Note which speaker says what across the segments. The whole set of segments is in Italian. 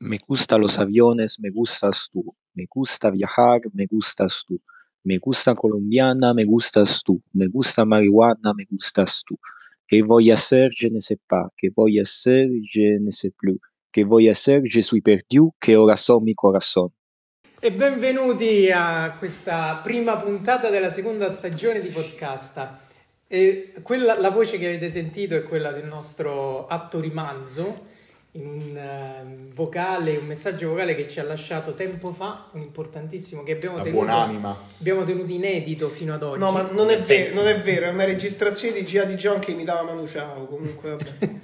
Speaker 1: Me gusta los aviones, me gustas tú. Me gusta viajar, me gustas tú. Me gusta colombiana, me gustas tú. Me gusta marihuana, me gustas tú. Que voy a hacer? Je ne sais pas. Que voy a hacer? Je ne sais plus. Que voy a hacer? Je suis perdu. Que ora so mi corazón.
Speaker 2: E benvenuti a questa prima puntata della seconda stagione di Podcasta. E quella- la voce che avete sentito è quella del nostro atto rimanzo, in un eh, vocale, un messaggio vocale che ci ha lasciato tempo fa, un importantissimo che abbiamo
Speaker 3: La
Speaker 2: tenuto,
Speaker 3: buon'anima.
Speaker 2: abbiamo tenuto inedito fino ad oggi.
Speaker 4: No, ma non è, vero, non è vero, è una registrazione di Gia di John che mi dava Manu Ciao, comunque vabbè.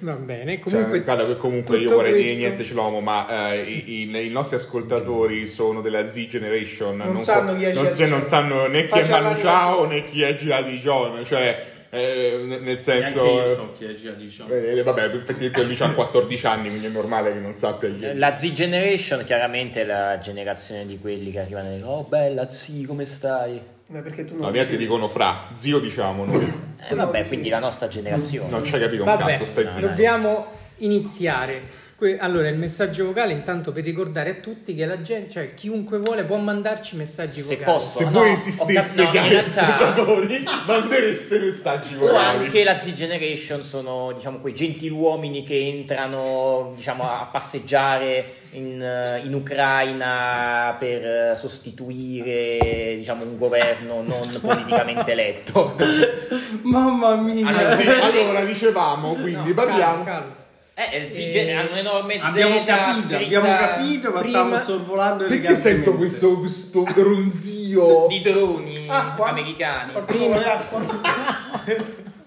Speaker 2: Va bene,
Speaker 3: Cioè,
Speaker 2: comunque...
Speaker 3: guarda che comunque io
Speaker 2: tutto
Speaker 3: vorrei dire
Speaker 2: questo-
Speaker 3: niente ce l'uomo, ma eh, i, i- i nostri ascoltatori sono della Z Generation.
Speaker 4: Non sanno chi è
Speaker 3: non
Speaker 4: Gia
Speaker 3: se-
Speaker 4: Di
Speaker 3: non
Speaker 4: Gio-
Speaker 3: sanno né chi è
Speaker 4: Faceva
Speaker 3: Manu
Speaker 4: la-
Speaker 3: Ciao né chi è Gia Di John, cioè eh, ne- nel senso...
Speaker 5: Neanche io so chi è Gia Dijon.
Speaker 3: eh, eh, vabbè, effettivamente lui ha 14 anni, quindi è normale che non sappia chi è.
Speaker 6: La Z Generation chiaramente è la generazione di quelli che arrivano e dicono Oh bella Z, come stai?
Speaker 4: Ma perché tu non
Speaker 3: No,
Speaker 4: lo
Speaker 3: niente
Speaker 4: dici?
Speaker 3: dicono fra, zio diciamo noi.
Speaker 6: Eh, vabbè, quindi la nostra generazione.
Speaker 3: Non ci hai capito un
Speaker 2: Vabbè,
Speaker 3: cazzo, stai zitto.
Speaker 2: Dobbiamo iniziare. Que- Allora, il messaggio vocale, intanto per ricordare a tutti che la gente, cioè chiunque vuole, può mandarci messaggi
Speaker 6: Se
Speaker 2: vocali.
Speaker 6: posso.
Speaker 3: Se
Speaker 6: No,
Speaker 3: voi
Speaker 6: ho
Speaker 3: esisteste,
Speaker 6: cap- no, in
Speaker 3: cari
Speaker 6: realtà-
Speaker 3: ascoltatori, mandereste messaggi
Speaker 6: O
Speaker 3: vocali.
Speaker 6: anche la Z Generation sono diciamo quei gentiluomini che entrano diciamo, a passeggiare in, eh, in Ucraina per eh, sostituire diciamo, un governo non politicamente eletto.
Speaker 2: Mamma mia.
Speaker 6: Allora,
Speaker 3: Sì, Eh, allora dicevamo, quindi parliamo...
Speaker 2: Ah, Calma,
Speaker 6: Eh, Z
Speaker 2: Eh,
Speaker 6: Gen- hanno un'enorme Z
Speaker 5: abbiamo capito,
Speaker 6: scritta
Speaker 4: Abbiamo capito, ma
Speaker 2: prima-
Speaker 4: stavamo sorvolando
Speaker 3: Perché sento
Speaker 4: elegantemente.
Speaker 3: questo, questo ronzio?
Speaker 6: di droni
Speaker 4: Acqua?
Speaker 6: americani.
Speaker 4: Portiamo le acqua.
Speaker 2: calma.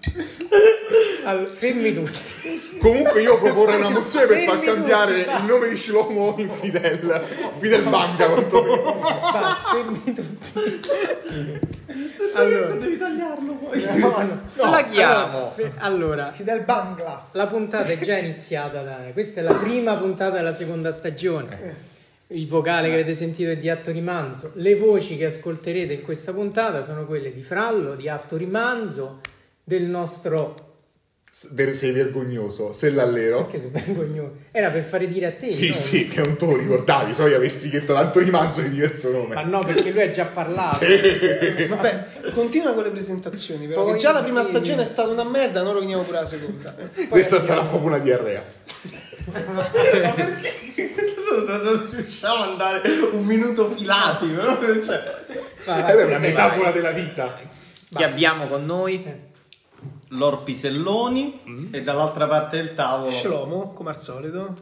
Speaker 2: Allora, fermi tutti.
Speaker 3: Comunque io proporrei una mozione per far
Speaker 2: Fermi tutti,
Speaker 3: cambiare
Speaker 2: va.
Speaker 3: il nome di Shlomo in Fidel. Fidel Banca, quantomeno.
Speaker 2: Basta, fermi tutti.
Speaker 4: Allora, Eh,
Speaker 2: Allora,
Speaker 4: devi tagliarlo poi.
Speaker 2: no, no.
Speaker 6: Plaghiamo.
Speaker 2: Allora, fe- allora,
Speaker 4: Fidel Bangla.
Speaker 2: la puntata è già iniziata, Dani. Questa è la prima puntata della seconda stagione. Il vocale che avete sentito è di Atto Rimanzo. Le voci che ascolterete in questa puntata sono quelle di Frallo, di Atto Rimanzo, del nostro...
Speaker 3: Ver- Sei vergognoso, se l'allero.
Speaker 2: Che sono vergognoso. Era per fare dire a te.
Speaker 3: Sì,
Speaker 2: no?
Speaker 3: sì, che non te lo ricordavi, so io avessi detto tanto rimanzo di diverso
Speaker 2: Ma
Speaker 3: nome.
Speaker 2: no, perché lui ha già parlato.
Speaker 3: Eh,
Speaker 4: Vabbè, continua con le presentazioni, però.
Speaker 2: Poi-
Speaker 4: che già la prima stagione è stata una merda, non veniamo pure la seconda. Poi
Speaker 3: Questa
Speaker 4: la
Speaker 3: sarà proprio una diarrea.
Speaker 4: Ma perché? Non riusciamo ad andare un minuto filati, però. Cioè...
Speaker 2: Vai, vai,
Speaker 3: È Eh, una
Speaker 2: vai.
Speaker 3: metafora della vita.
Speaker 6: Chi abbiamo con noi?
Speaker 5: Lor Piselloni
Speaker 4: Mm.
Speaker 5: e dall'altra parte del tavolo
Speaker 4: Shlomo, come al solito.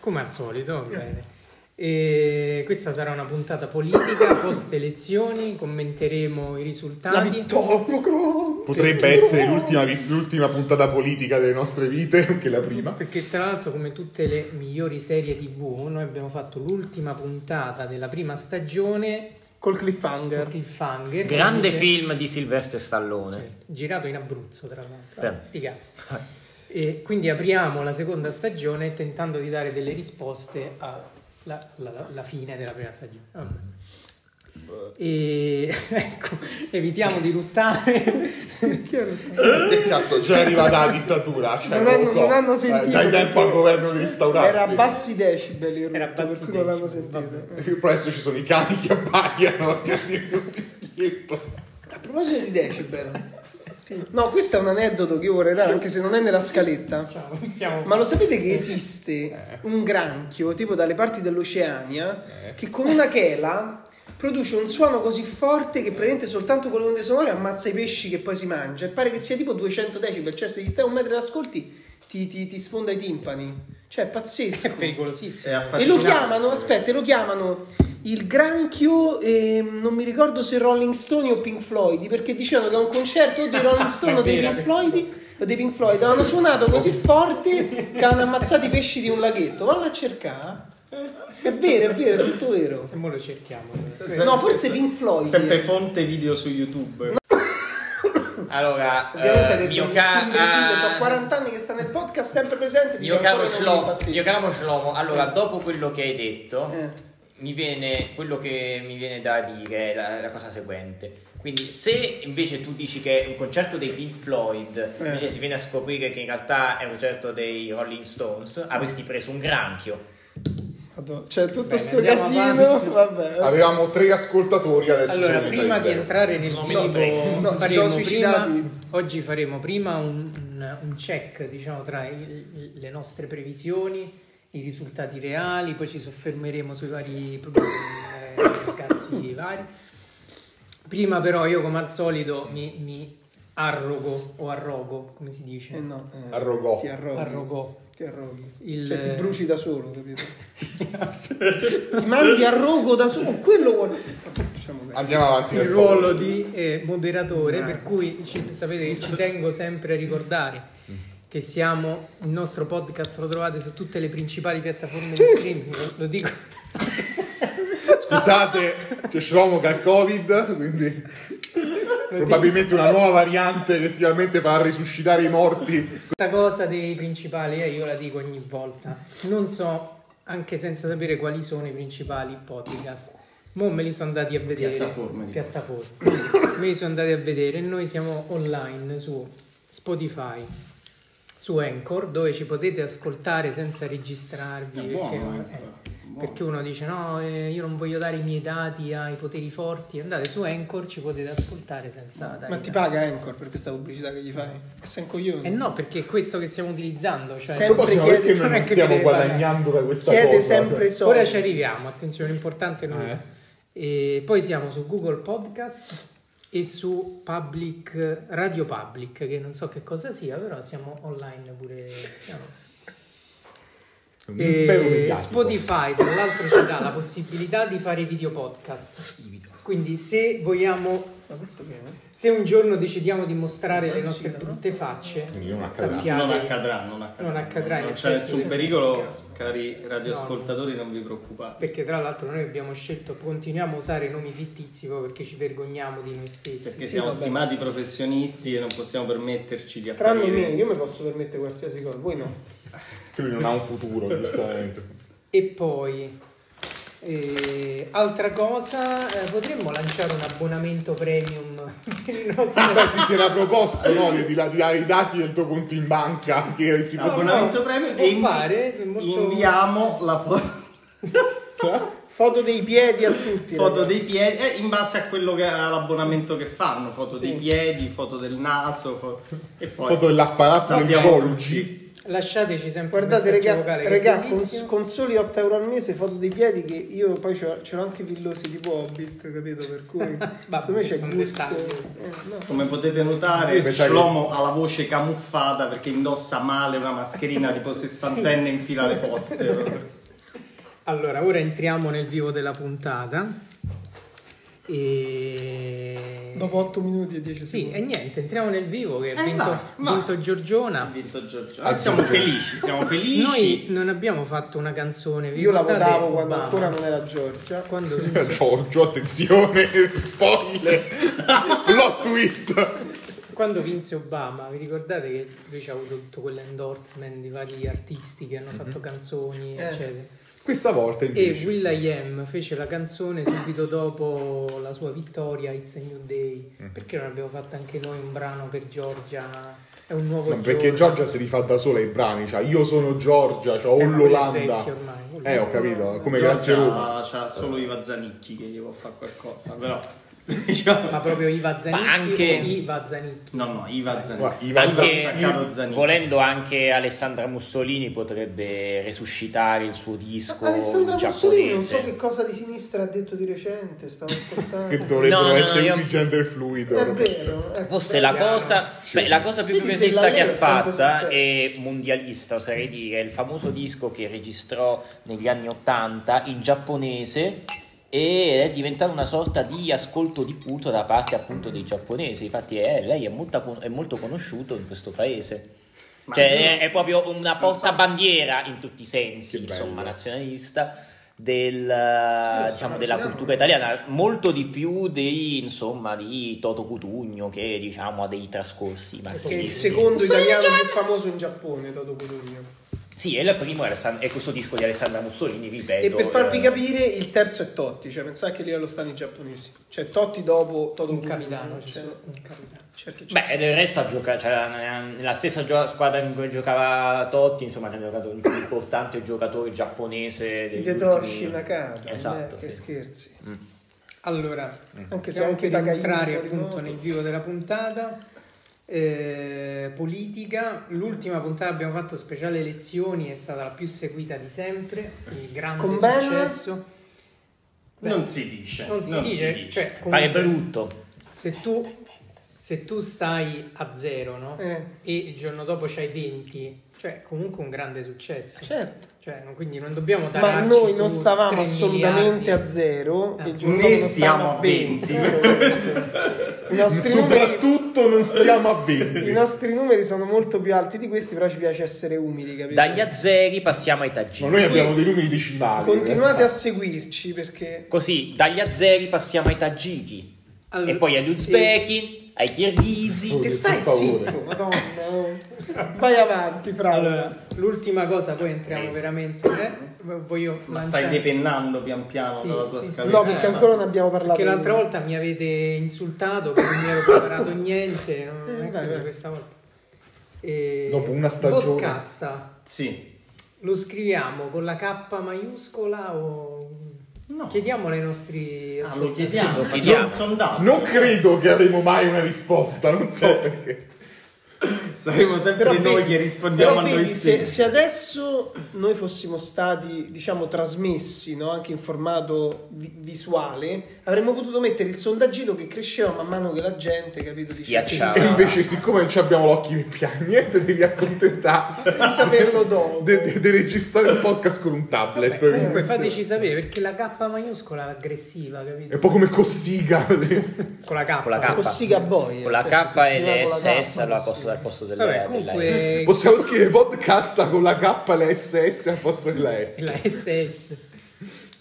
Speaker 2: Come al solito, va bene. E questa sarà una puntata politica, post elezioni, commenteremo i
Speaker 4: La
Speaker 2: risultati.
Speaker 4: vittoria, Cromo.
Speaker 3: Potrebbe essere l'ultima, vi- l'ultima puntata politica delle nostre vite, anche la prima.
Speaker 2: Perché tra l'altro come tutte le migliori serie tv noi abbiamo fatto l'ultima puntata della prima stagione
Speaker 4: Col
Speaker 2: del
Speaker 4: cliffhanger.
Speaker 2: cliffhanger.
Speaker 6: Grande
Speaker 2: Invece-
Speaker 6: film di Silvestre Stallone.
Speaker 2: Girato in Abruzzo tra l'altro.
Speaker 6: Sì.
Speaker 2: Sti cazzi.
Speaker 4: Ah.
Speaker 2: E quindi apriamo la seconda stagione tentando di dare delle risposte alla alla- alla fine della prima stagione. Vabbè.
Speaker 4: Mm.
Speaker 2: E ecco, evitiamo di ruttare.
Speaker 3: Che cazzo, già è arrivata la dittatura. Cioè,
Speaker 4: Non
Speaker 3: non, lo
Speaker 4: hanno-
Speaker 3: so.
Speaker 4: non hanno
Speaker 3: Eh,
Speaker 4: sentito
Speaker 3: Dai tempo al
Speaker 4: perché-
Speaker 3: governo di instaurarsi.
Speaker 4: Era a bassi decibel il
Speaker 2: Era a
Speaker 4: rutto, per
Speaker 2: bassi
Speaker 4: cui non l'hanno
Speaker 2: decibel,
Speaker 4: sentito.
Speaker 3: Perché poi adesso ci sono i cani che abbaiano che hanno un fischietto.
Speaker 4: A proposito di decibel. No, questo è un aneddoto che io vorrei dare, anche se non è nella scaletta.
Speaker 2: Ciao, cioè, siamo-
Speaker 4: Ma lo sapete che esiste un granchio, tipo dalle parti
Speaker 3: Eh.
Speaker 4: dell'Oceania, che con una chela produce un suono così forte che praticamente soltanto con le onde sonore ammazza i pesci che poi si mangia. E pare che sia tipo 200 decibel, cioè se gli stai un metro e l'ascolti ti, ti- ti sfonda i timpani. Cioè è pazzesco.
Speaker 2: È pericolosissimo.
Speaker 5: è
Speaker 4: E lo
Speaker 5: affascinante.
Speaker 4: chiamano, aspetta, lo chiamano il granchio, ehm, non mi ricordo se Rolling Stone o Pink Floyd, perché dicevano che a un concerto dei Rolling Stone o dei
Speaker 2: Vera
Speaker 4: Pink
Speaker 2: questa
Speaker 4: Floyd, Oh. o dei Pink Floyd avevano suonato così forte che hanno ammazzato i pesci di un laghetto. Vanno a cercare. È vero, è vero, è tutto vero.
Speaker 2: E mo lo cerchiamo.
Speaker 4: No, forse Pink Floyd.
Speaker 5: sempre fonte video su YouTube.
Speaker 6: Allora,
Speaker 4: Ovviamente ha
Speaker 6: eh,
Speaker 4: detto
Speaker 6: mio,
Speaker 4: un
Speaker 6: ca-
Speaker 4: distinguibile,
Speaker 6: ah,
Speaker 4: sono 40 anni che sta nel podcast, sempre presente. dice
Speaker 6: mio caro
Speaker 4: ancora non mi
Speaker 6: Shlomo,
Speaker 4: battesimo.
Speaker 6: mio caro Shlomo, allora dopo quello che hai detto,
Speaker 4: Eh.
Speaker 6: mi viene quello che mi viene da dire è la, la cosa seguente. Quindi, se invece tu dici che è un concerto dei Pink Floyd,
Speaker 4: Eh.
Speaker 6: invece si viene a scoprire che in realtà è un concerto dei Rolling Stones, avresti preso un granchio.
Speaker 4: Madonna, C'è tutto
Speaker 2: Bene,
Speaker 4: sto
Speaker 2: andiamo
Speaker 4: casino.
Speaker 2: avanti.
Speaker 4: Vabbè.
Speaker 3: Avevamo tre ascoltatori adesso.
Speaker 2: Allora,
Speaker 3: sono
Speaker 2: prima di
Speaker 3: zero.
Speaker 2: entrare nel
Speaker 6: Sono
Speaker 2: vivo,
Speaker 6: meno tre.
Speaker 4: No, si
Speaker 2: faremo
Speaker 4: sono suicidati.
Speaker 2: prima- oggi faremo prima un, un- un check, diciamo, tra il- le nostre previsioni, i risultati reali, poi ci soffermeremo sui vari eh, cazzi vari. Prima però io come al solito mi, mi arrogo o arrogo, come si dice?
Speaker 4: Eh no, eh,
Speaker 3: Arrogò.
Speaker 4: Ti arroghi.
Speaker 2: Arrogò.
Speaker 4: Ti arroghi.
Speaker 2: Il-
Speaker 4: Cioè, ti bruci da solo, capito? ti mandi a rogo da solo. Quello vuole. Diciamo bene.
Speaker 3: Andiamo avanti.
Speaker 2: il
Speaker 3: per favore.
Speaker 2: ruolo di eh, moderatore, per cui ci- sapete che ci tengo sempre a ricordare che siamo, il nostro podcast lo trovate su tutte le principali piattaforme di streaming, lo- lo dico,
Speaker 3: Scusate, ci uscivamo dal Covid, quindi probabilmente una nuova variante che finalmente farà risuscitare i morti.
Speaker 2: questa cosa dei principali, eh, io la dico ogni volta, non so, anche senza sapere quali sono i principali podcast, mo me li sono andati a vedere,
Speaker 5: Piattaforme, dico.
Speaker 2: Piattaforme. me li sono andati a vedere, noi siamo online su Spotify, su Anchor dove ci potete ascoltare senza registrarvi
Speaker 5: È
Speaker 2: perché,
Speaker 5: buono,
Speaker 2: eh,
Speaker 5: Anchor, è buono.
Speaker 2: perché uno dice no eh, io non voglio dare i miei dati ai poteri forti andate su Anchor ci potete ascoltare senza dare
Speaker 4: Ma
Speaker 2: i
Speaker 4: ti
Speaker 2: dati.
Speaker 4: paga Anchor per questa pubblicità che gli fai? E sei un coglione.
Speaker 2: eh no perché è questo che stiamo utilizzando cioè,
Speaker 4: Sempre
Speaker 2: non
Speaker 4: Prossimo, perché
Speaker 2: è che deve pagare.
Speaker 3: da questa cioè.
Speaker 4: Chiede sempre soldi.
Speaker 2: ora ci arriviamo attenzione importante non è.
Speaker 3: Eh.
Speaker 2: E poi siamo su Google Podcast e su Public Radio Public che non so che cosa sia però siamo online pure siamo- E Spotify tra l'altro ci dà la possibilità di fare video podcast. Quindi se vogliamo
Speaker 4: Ma questo che è?
Speaker 2: se un giorno decidiamo di mostrare le nostre brutte facce,
Speaker 3: Quindi non accadrà.
Speaker 5: Non
Speaker 2: sappiate
Speaker 5: accadrà, non accadrà.
Speaker 2: Non accadrà, in
Speaker 5: Non c'è
Speaker 2: effetti,
Speaker 5: nessun
Speaker 2: sì.
Speaker 5: pericolo, cari radioascoltatori, non vi preoccupate.
Speaker 2: perché tra l'altro noi abbiamo scelto continuiamo a usare nomi fittizi proprio perché ci vergogniamo di noi stessi.
Speaker 5: Perché siamo
Speaker 4: vabbè.
Speaker 5: stimati professionisti e non possiamo permetterci di
Speaker 4: Tranne
Speaker 5: apparire.
Speaker 4: me, io mi posso permettere qualsiasi cosa, voi no.
Speaker 3: Lui non ha un futuro, giustamente.
Speaker 2: E poi eh, altra cosa, eh, potremmo lanciare un abbonamento premium per il nostro
Speaker 3: Ah,
Speaker 5: Ah,
Speaker 3: Beh, sì, si era proposto no, di, di- di dare i dati del tuo conto in banca che si
Speaker 2: No,
Speaker 3: possono-
Speaker 5: Abbonamento
Speaker 2: no,
Speaker 5: premium
Speaker 2: si può
Speaker 5: e invi-
Speaker 2: fare, è molto-
Speaker 5: inviamo la fo-
Speaker 4: Foto dei piedi a tutti.
Speaker 5: foto
Speaker 4: ragazzi.
Speaker 5: dei piedi eh, in base a quello che all'abbonamento che fanno, foto dei piedi, foto del naso fo- e poi
Speaker 3: foto dell'apparato del
Speaker 5: Sappiamo.
Speaker 3: Golgi.
Speaker 2: Lasciateci sempre un
Speaker 4: Guardate,
Speaker 2: messaggio
Speaker 4: regà,
Speaker 2: vocale, che è
Speaker 4: regà, con,
Speaker 2: bellissimo.
Speaker 4: con soli 8 euro al mese foto dei piedi che io poi ce l'ho- ce l'ho anche villosi tipo Hobbit, capito? Per cui secondo me c'è
Speaker 2: sono
Speaker 4: gusto.
Speaker 2: dettagli.
Speaker 4: Eh, no.
Speaker 5: come potete
Speaker 3: Io
Speaker 5: notare
Speaker 3: pensavo
Speaker 5: Shlomo ha la voce camuffata perché indossa male una mascherina tipo sessantenne in fila alle poste.
Speaker 2: Allora, ora entriamo nel vivo della puntata. E...
Speaker 4: Dopo 8 minuti e
Speaker 2: Sì,
Speaker 4: 10 secondi.
Speaker 2: e niente, entriamo nel vivo che ha
Speaker 5: Eh,
Speaker 2: vinto,
Speaker 5: vai, vai.
Speaker 2: vinto
Speaker 5: Ha
Speaker 2: Giorgiona.
Speaker 5: vinto Giorgio. Ah, siamo felici, siamo felici.
Speaker 2: Noi non abbiamo fatto una canzone. vi
Speaker 4: Io la
Speaker 2: ricordate
Speaker 4: votavo quando
Speaker 2: Obama?
Speaker 4: ancora non era Giorgia.
Speaker 2: Quando
Speaker 3: Eh,
Speaker 2: vinse,
Speaker 3: Giorgio, attenzione, spoiler, plot twist.
Speaker 2: quando vinse Obama, vi ricordate che lui ci ha avuto tutto quell'endorsement di vari artisti che hanno fatto canzoni,
Speaker 4: Eh.
Speaker 2: eccetera.
Speaker 3: Mhm. Questa volta
Speaker 2: E
Speaker 3: invece...
Speaker 2: Will.i.am fece la canzone subito dopo la sua vittoria It's a New Day.
Speaker 3: Mhm.
Speaker 2: Perché non abbiamo fatto anche noi un brano per Giorgia? È un nuovo giorno.
Speaker 3: No, perché Giorgia si rifà da sola i brani, cioè io sono Giorgia, cioè ho
Speaker 2: Eh, ma quello è
Speaker 3: l'Olanda.
Speaker 2: vecchio ormai, quello
Speaker 3: Eh,
Speaker 2: è
Speaker 3: ho capito, come
Speaker 5: Giorgio
Speaker 3: grazie a Roma.
Speaker 5: ha- c'ha solo Iva Zanicchi che gli può fare qualcosa, però diciamo
Speaker 2: Ma proprio Iva Zanicchi
Speaker 6: Ma anche-
Speaker 2: o Iva Zanicchi.
Speaker 5: No, no, Iva
Speaker 4: Ecco.
Speaker 3: Guarda,
Speaker 5: Zanicchi.
Speaker 3: Iva
Speaker 5: Anche-
Speaker 3: Zanicchi-
Speaker 5: staccato Zanicchi.
Speaker 6: volendo anche Alessandra Mussolini potrebbe resuscitare il suo disco
Speaker 4: Alessandra
Speaker 6: in
Speaker 4: Mussolini, non
Speaker 6: giapponese.
Speaker 4: so che cosa di sinistra ha detto di recente, stavo ascoltando.
Speaker 3: Che dovrebbero
Speaker 6: No, no, no,
Speaker 3: essere
Speaker 6: io-
Speaker 3: tutti gender fluido.
Speaker 4: È vero. ecco,
Speaker 6: Forse la
Speaker 4: bravo.
Speaker 6: cosa, beh, la cosa più
Speaker 4: Vedi se
Speaker 6: progressista
Speaker 4: la
Speaker 6: che ha
Speaker 4: Lega è sempre
Speaker 6: fatta
Speaker 4: sul
Speaker 6: e mondialista, oserei dire, è il famoso disco che registrò negli anni 80 in giapponese e è diventata una sorta di ascolto di culto da parte appunto dei giapponesi. Infatti eh, lei è molto, con- è molto conosciuto in questo paese.
Speaker 5: Ma
Speaker 6: Cioè,
Speaker 5: io-
Speaker 6: è- è proprio una
Speaker 5: non so se-
Speaker 6: portabandiera in tutti i sensi,
Speaker 3: Che
Speaker 6: insomma,
Speaker 3: bello.
Speaker 6: nazionalista del,
Speaker 4: Eh, sta
Speaker 6: diciamo, della
Speaker 4: avvicinando.
Speaker 6: cultura italiana, molto di più di, insomma, di Toto Cutugno che diciamo ha dei
Speaker 4: Che è
Speaker 6: trascorsi
Speaker 4: il
Speaker 6: marxisti.
Speaker 4: secondo italiano più famoso in Giappone, Toto Cotugno.
Speaker 6: Sì, è il primo, è, Alessan- è questo disco di Alessandra Mussolini, ripeto.
Speaker 4: E per farvi
Speaker 6: eh,
Speaker 4: capire, il terzo è Totti, cioè pensate che lì allo stanno i giapponesi. Cioè Totti dopo Toto
Speaker 2: Un
Speaker 4: Cugno,
Speaker 2: capitano,
Speaker 4: cioè,
Speaker 2: c'è solo un capitano.
Speaker 4: certo, c'è
Speaker 6: Beh, e del resto ha giocato, cioè, nella stessa gio- squadra in cui giocava Totti, insomma, c'è giocato il più importante giocatore giapponese degli
Speaker 4: Hidetoshi
Speaker 6: ultimi-
Speaker 4: Nakata,
Speaker 6: eh, Esatto,
Speaker 4: eh, che
Speaker 6: sì. Mm.
Speaker 4: scherzi.
Speaker 2: Allora,
Speaker 4: Anche se
Speaker 2: siamo
Speaker 4: anche
Speaker 2: per
Speaker 4: Tagaini
Speaker 2: entrare
Speaker 4: fuori
Speaker 2: appunto
Speaker 4: moto.
Speaker 2: nel vivo della puntata. Eh, politica, l'ultima puntata abbiamo fatto speciale elezioni è stata la più seguita di sempre, il grande
Speaker 4: Con Bella?
Speaker 2: successo. Beh,
Speaker 5: non si dice.
Speaker 2: non si dice, cioè,
Speaker 6: Pare
Speaker 2: comunque,
Speaker 6: brutto.
Speaker 2: se tu, se tu stai a zero no?
Speaker 4: Eh.
Speaker 2: e il giorno dopo c'hai 20, cioè comunque un grande successo.
Speaker 4: Certo.
Speaker 2: Cioè, non- quindi non dobbiamo
Speaker 4: Ma
Speaker 2: tararci
Speaker 4: noi non
Speaker 2: su
Speaker 4: stavamo
Speaker 2: 3
Speaker 4: assolutamente
Speaker 2: miliardi.
Speaker 4: a zero
Speaker 2: Ah.
Speaker 4: e il giorno
Speaker 5: Né
Speaker 4: dopo non
Speaker 5: siamo
Speaker 4: stavamo
Speaker 5: a
Speaker 4: a 20.
Speaker 5: 20.
Speaker 4: I nostri numeri
Speaker 3: Soprattutto non stiamo a 20.
Speaker 4: i nostri numeri sono molto più alti di questi, però ci piace essere umili, capito?
Speaker 6: Dagli azzeri passiamo ai
Speaker 3: Ma
Speaker 6: tagini.
Speaker 3: noi abbiamo dei numeri decimali.
Speaker 4: Continuate a seguirci perché
Speaker 6: Così, dagli azzeri passiamo ai tagiki.
Speaker 2: Allora,
Speaker 6: e poi agli uzbeki, ai kirghizi.
Speaker 4: Ti
Speaker 3: eh,
Speaker 4: stai
Speaker 3: per favore.
Speaker 4: zitto, madonna. Vai avanti, Fra.
Speaker 2: Allora, l'ultima cosa, poi entriamo
Speaker 6: Eh, sì.
Speaker 2: veramente. eh, voglio
Speaker 5: Ma
Speaker 2: lanciare-
Speaker 5: stai depennando pian piano
Speaker 2: Sì,
Speaker 5: dalla tua
Speaker 2: sì, sì.
Speaker 5: scaletta. Eh,
Speaker 4: no, perché ancora non abbiamo parlato.
Speaker 2: Perché l'altra
Speaker 4: di-
Speaker 2: volta mi avete insultato, che non mi ero preparato niente. Non
Speaker 4: Eh,
Speaker 2: è
Speaker 4: vai,
Speaker 2: così
Speaker 4: vai.
Speaker 2: questa volta. E-
Speaker 3: Dopo una stagione.
Speaker 2: Podcast,
Speaker 5: Sì.
Speaker 2: lo scriviamo con la K maiuscola o...
Speaker 5: No.
Speaker 2: Chiediamolo ai nostri...
Speaker 5: Ah, lo
Speaker 2: ascoltatori.
Speaker 5: chiediamo,
Speaker 6: Lo
Speaker 5: facciamo
Speaker 6: chiediamo.
Speaker 5: un sondaggio.
Speaker 3: Non credo che avremo mai una risposta, non so perché.
Speaker 5: Saremo sempre
Speaker 4: Però
Speaker 5: noi
Speaker 4: vedi-
Speaker 5: che rispondiamo a
Speaker 4: però
Speaker 5: noi
Speaker 4: vedi, se,
Speaker 5: stessi.
Speaker 4: se adesso noi fossimo stati, diciamo, trasmessi no, anche in formato vi- visuale, avremmo potuto mettere il sondaggino che cresceva man mano che la gente, capito? Diceva,
Speaker 6: Schiacciava.
Speaker 4: "Sì,
Speaker 3: E invece, siccome non ci abbiamo l'occhio in piano, niente, devi accontentare
Speaker 4: Di saperlo dopo.
Speaker 3: di registrare il podcast con un tablet.
Speaker 2: Vabbè, comunque
Speaker 4: Sì,
Speaker 2: fateci
Speaker 4: sì.
Speaker 2: sapere perché la K maiuscola è aggressiva, capito?
Speaker 3: È un po' come Cossiga. le-
Speaker 2: Con la K.
Speaker 6: Con la K.
Speaker 4: Cossiga boy.
Speaker 6: Con la
Speaker 4: eh, cioè,
Speaker 6: K
Speaker 4: si
Speaker 6: e le
Speaker 4: scriveva con la K,
Speaker 6: SS alla posto, al posto della,
Speaker 2: Vabbè,
Speaker 6: della S.
Speaker 2: comunque...
Speaker 3: Possiamo scrivere podcast con la K e la SS al posto della S.
Speaker 2: la SS.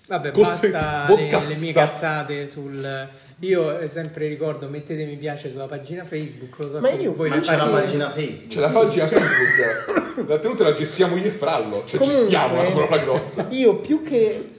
Speaker 2: Vabbè,
Speaker 3: Cos'è?
Speaker 2: basta le,
Speaker 3: Vodka
Speaker 2: le mie
Speaker 3: sta-
Speaker 2: cazzate sul... Io eh, sempre ricordo, mettete mi piace sulla pagina Facebook, lo so
Speaker 4: Ma
Speaker 2: che
Speaker 4: io-
Speaker 2: voi
Speaker 5: Ma
Speaker 2: lo
Speaker 5: c'è la
Speaker 2: fate.
Speaker 5: pagina Facebook.
Speaker 3: C'è la pagina Facebook. La tenuta la gestiamo io e Frallo. Cioè,
Speaker 4: Comunque-
Speaker 3: gestiamo è una parola grossa.
Speaker 4: Io più che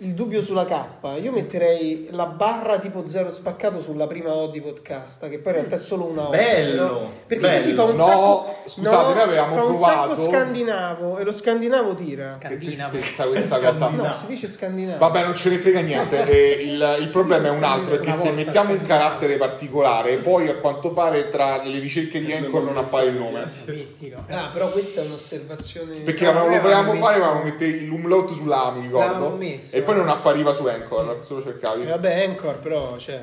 Speaker 4: il dubbio sulla K, io metterei la barra tipo zero spaccato sulla prima O di podcast, che poi in realtà è solo una O.
Speaker 5: Bello,
Speaker 4: però- Perché
Speaker 5: bello.
Speaker 4: così fa un
Speaker 3: No,
Speaker 4: sacco
Speaker 3: scusate, noi avevamo
Speaker 4: fa un
Speaker 3: provato-
Speaker 4: sacco scandinavo e lo scandinavo tira.
Speaker 2: Sca-
Speaker 3: Che
Speaker 2: Scandinavo.
Speaker 3: tristezza questa cosa.
Speaker 4: no,
Speaker 5: No.
Speaker 4: si dice scandinavo.
Speaker 3: Vabbè, non ce ne frega niente. eh, il, il problema è un altro: è che
Speaker 2: Una
Speaker 3: se
Speaker 2: volta,
Speaker 3: mettiamo un
Speaker 2: sì.
Speaker 3: carattere particolare, poi a quanto pare tra le ricerche di Anchor non appare il nome.
Speaker 2: Mettilo.
Speaker 4: Ah, però questa è un'osservazione Eh,
Speaker 3: Perché
Speaker 2: No,
Speaker 3: avevamo-
Speaker 2: noi
Speaker 3: lo volevamo
Speaker 2: avevamo
Speaker 3: fare,
Speaker 2: messo-
Speaker 3: avevamo messo l'umlaut sulla A, mi ricordo.
Speaker 2: L'avevamo messo,
Speaker 3: e poi non
Speaker 2: eh.
Speaker 3: appariva su Anchor, se lo cercavi.
Speaker 4: Eh, Vabbè, Anchor però, cioè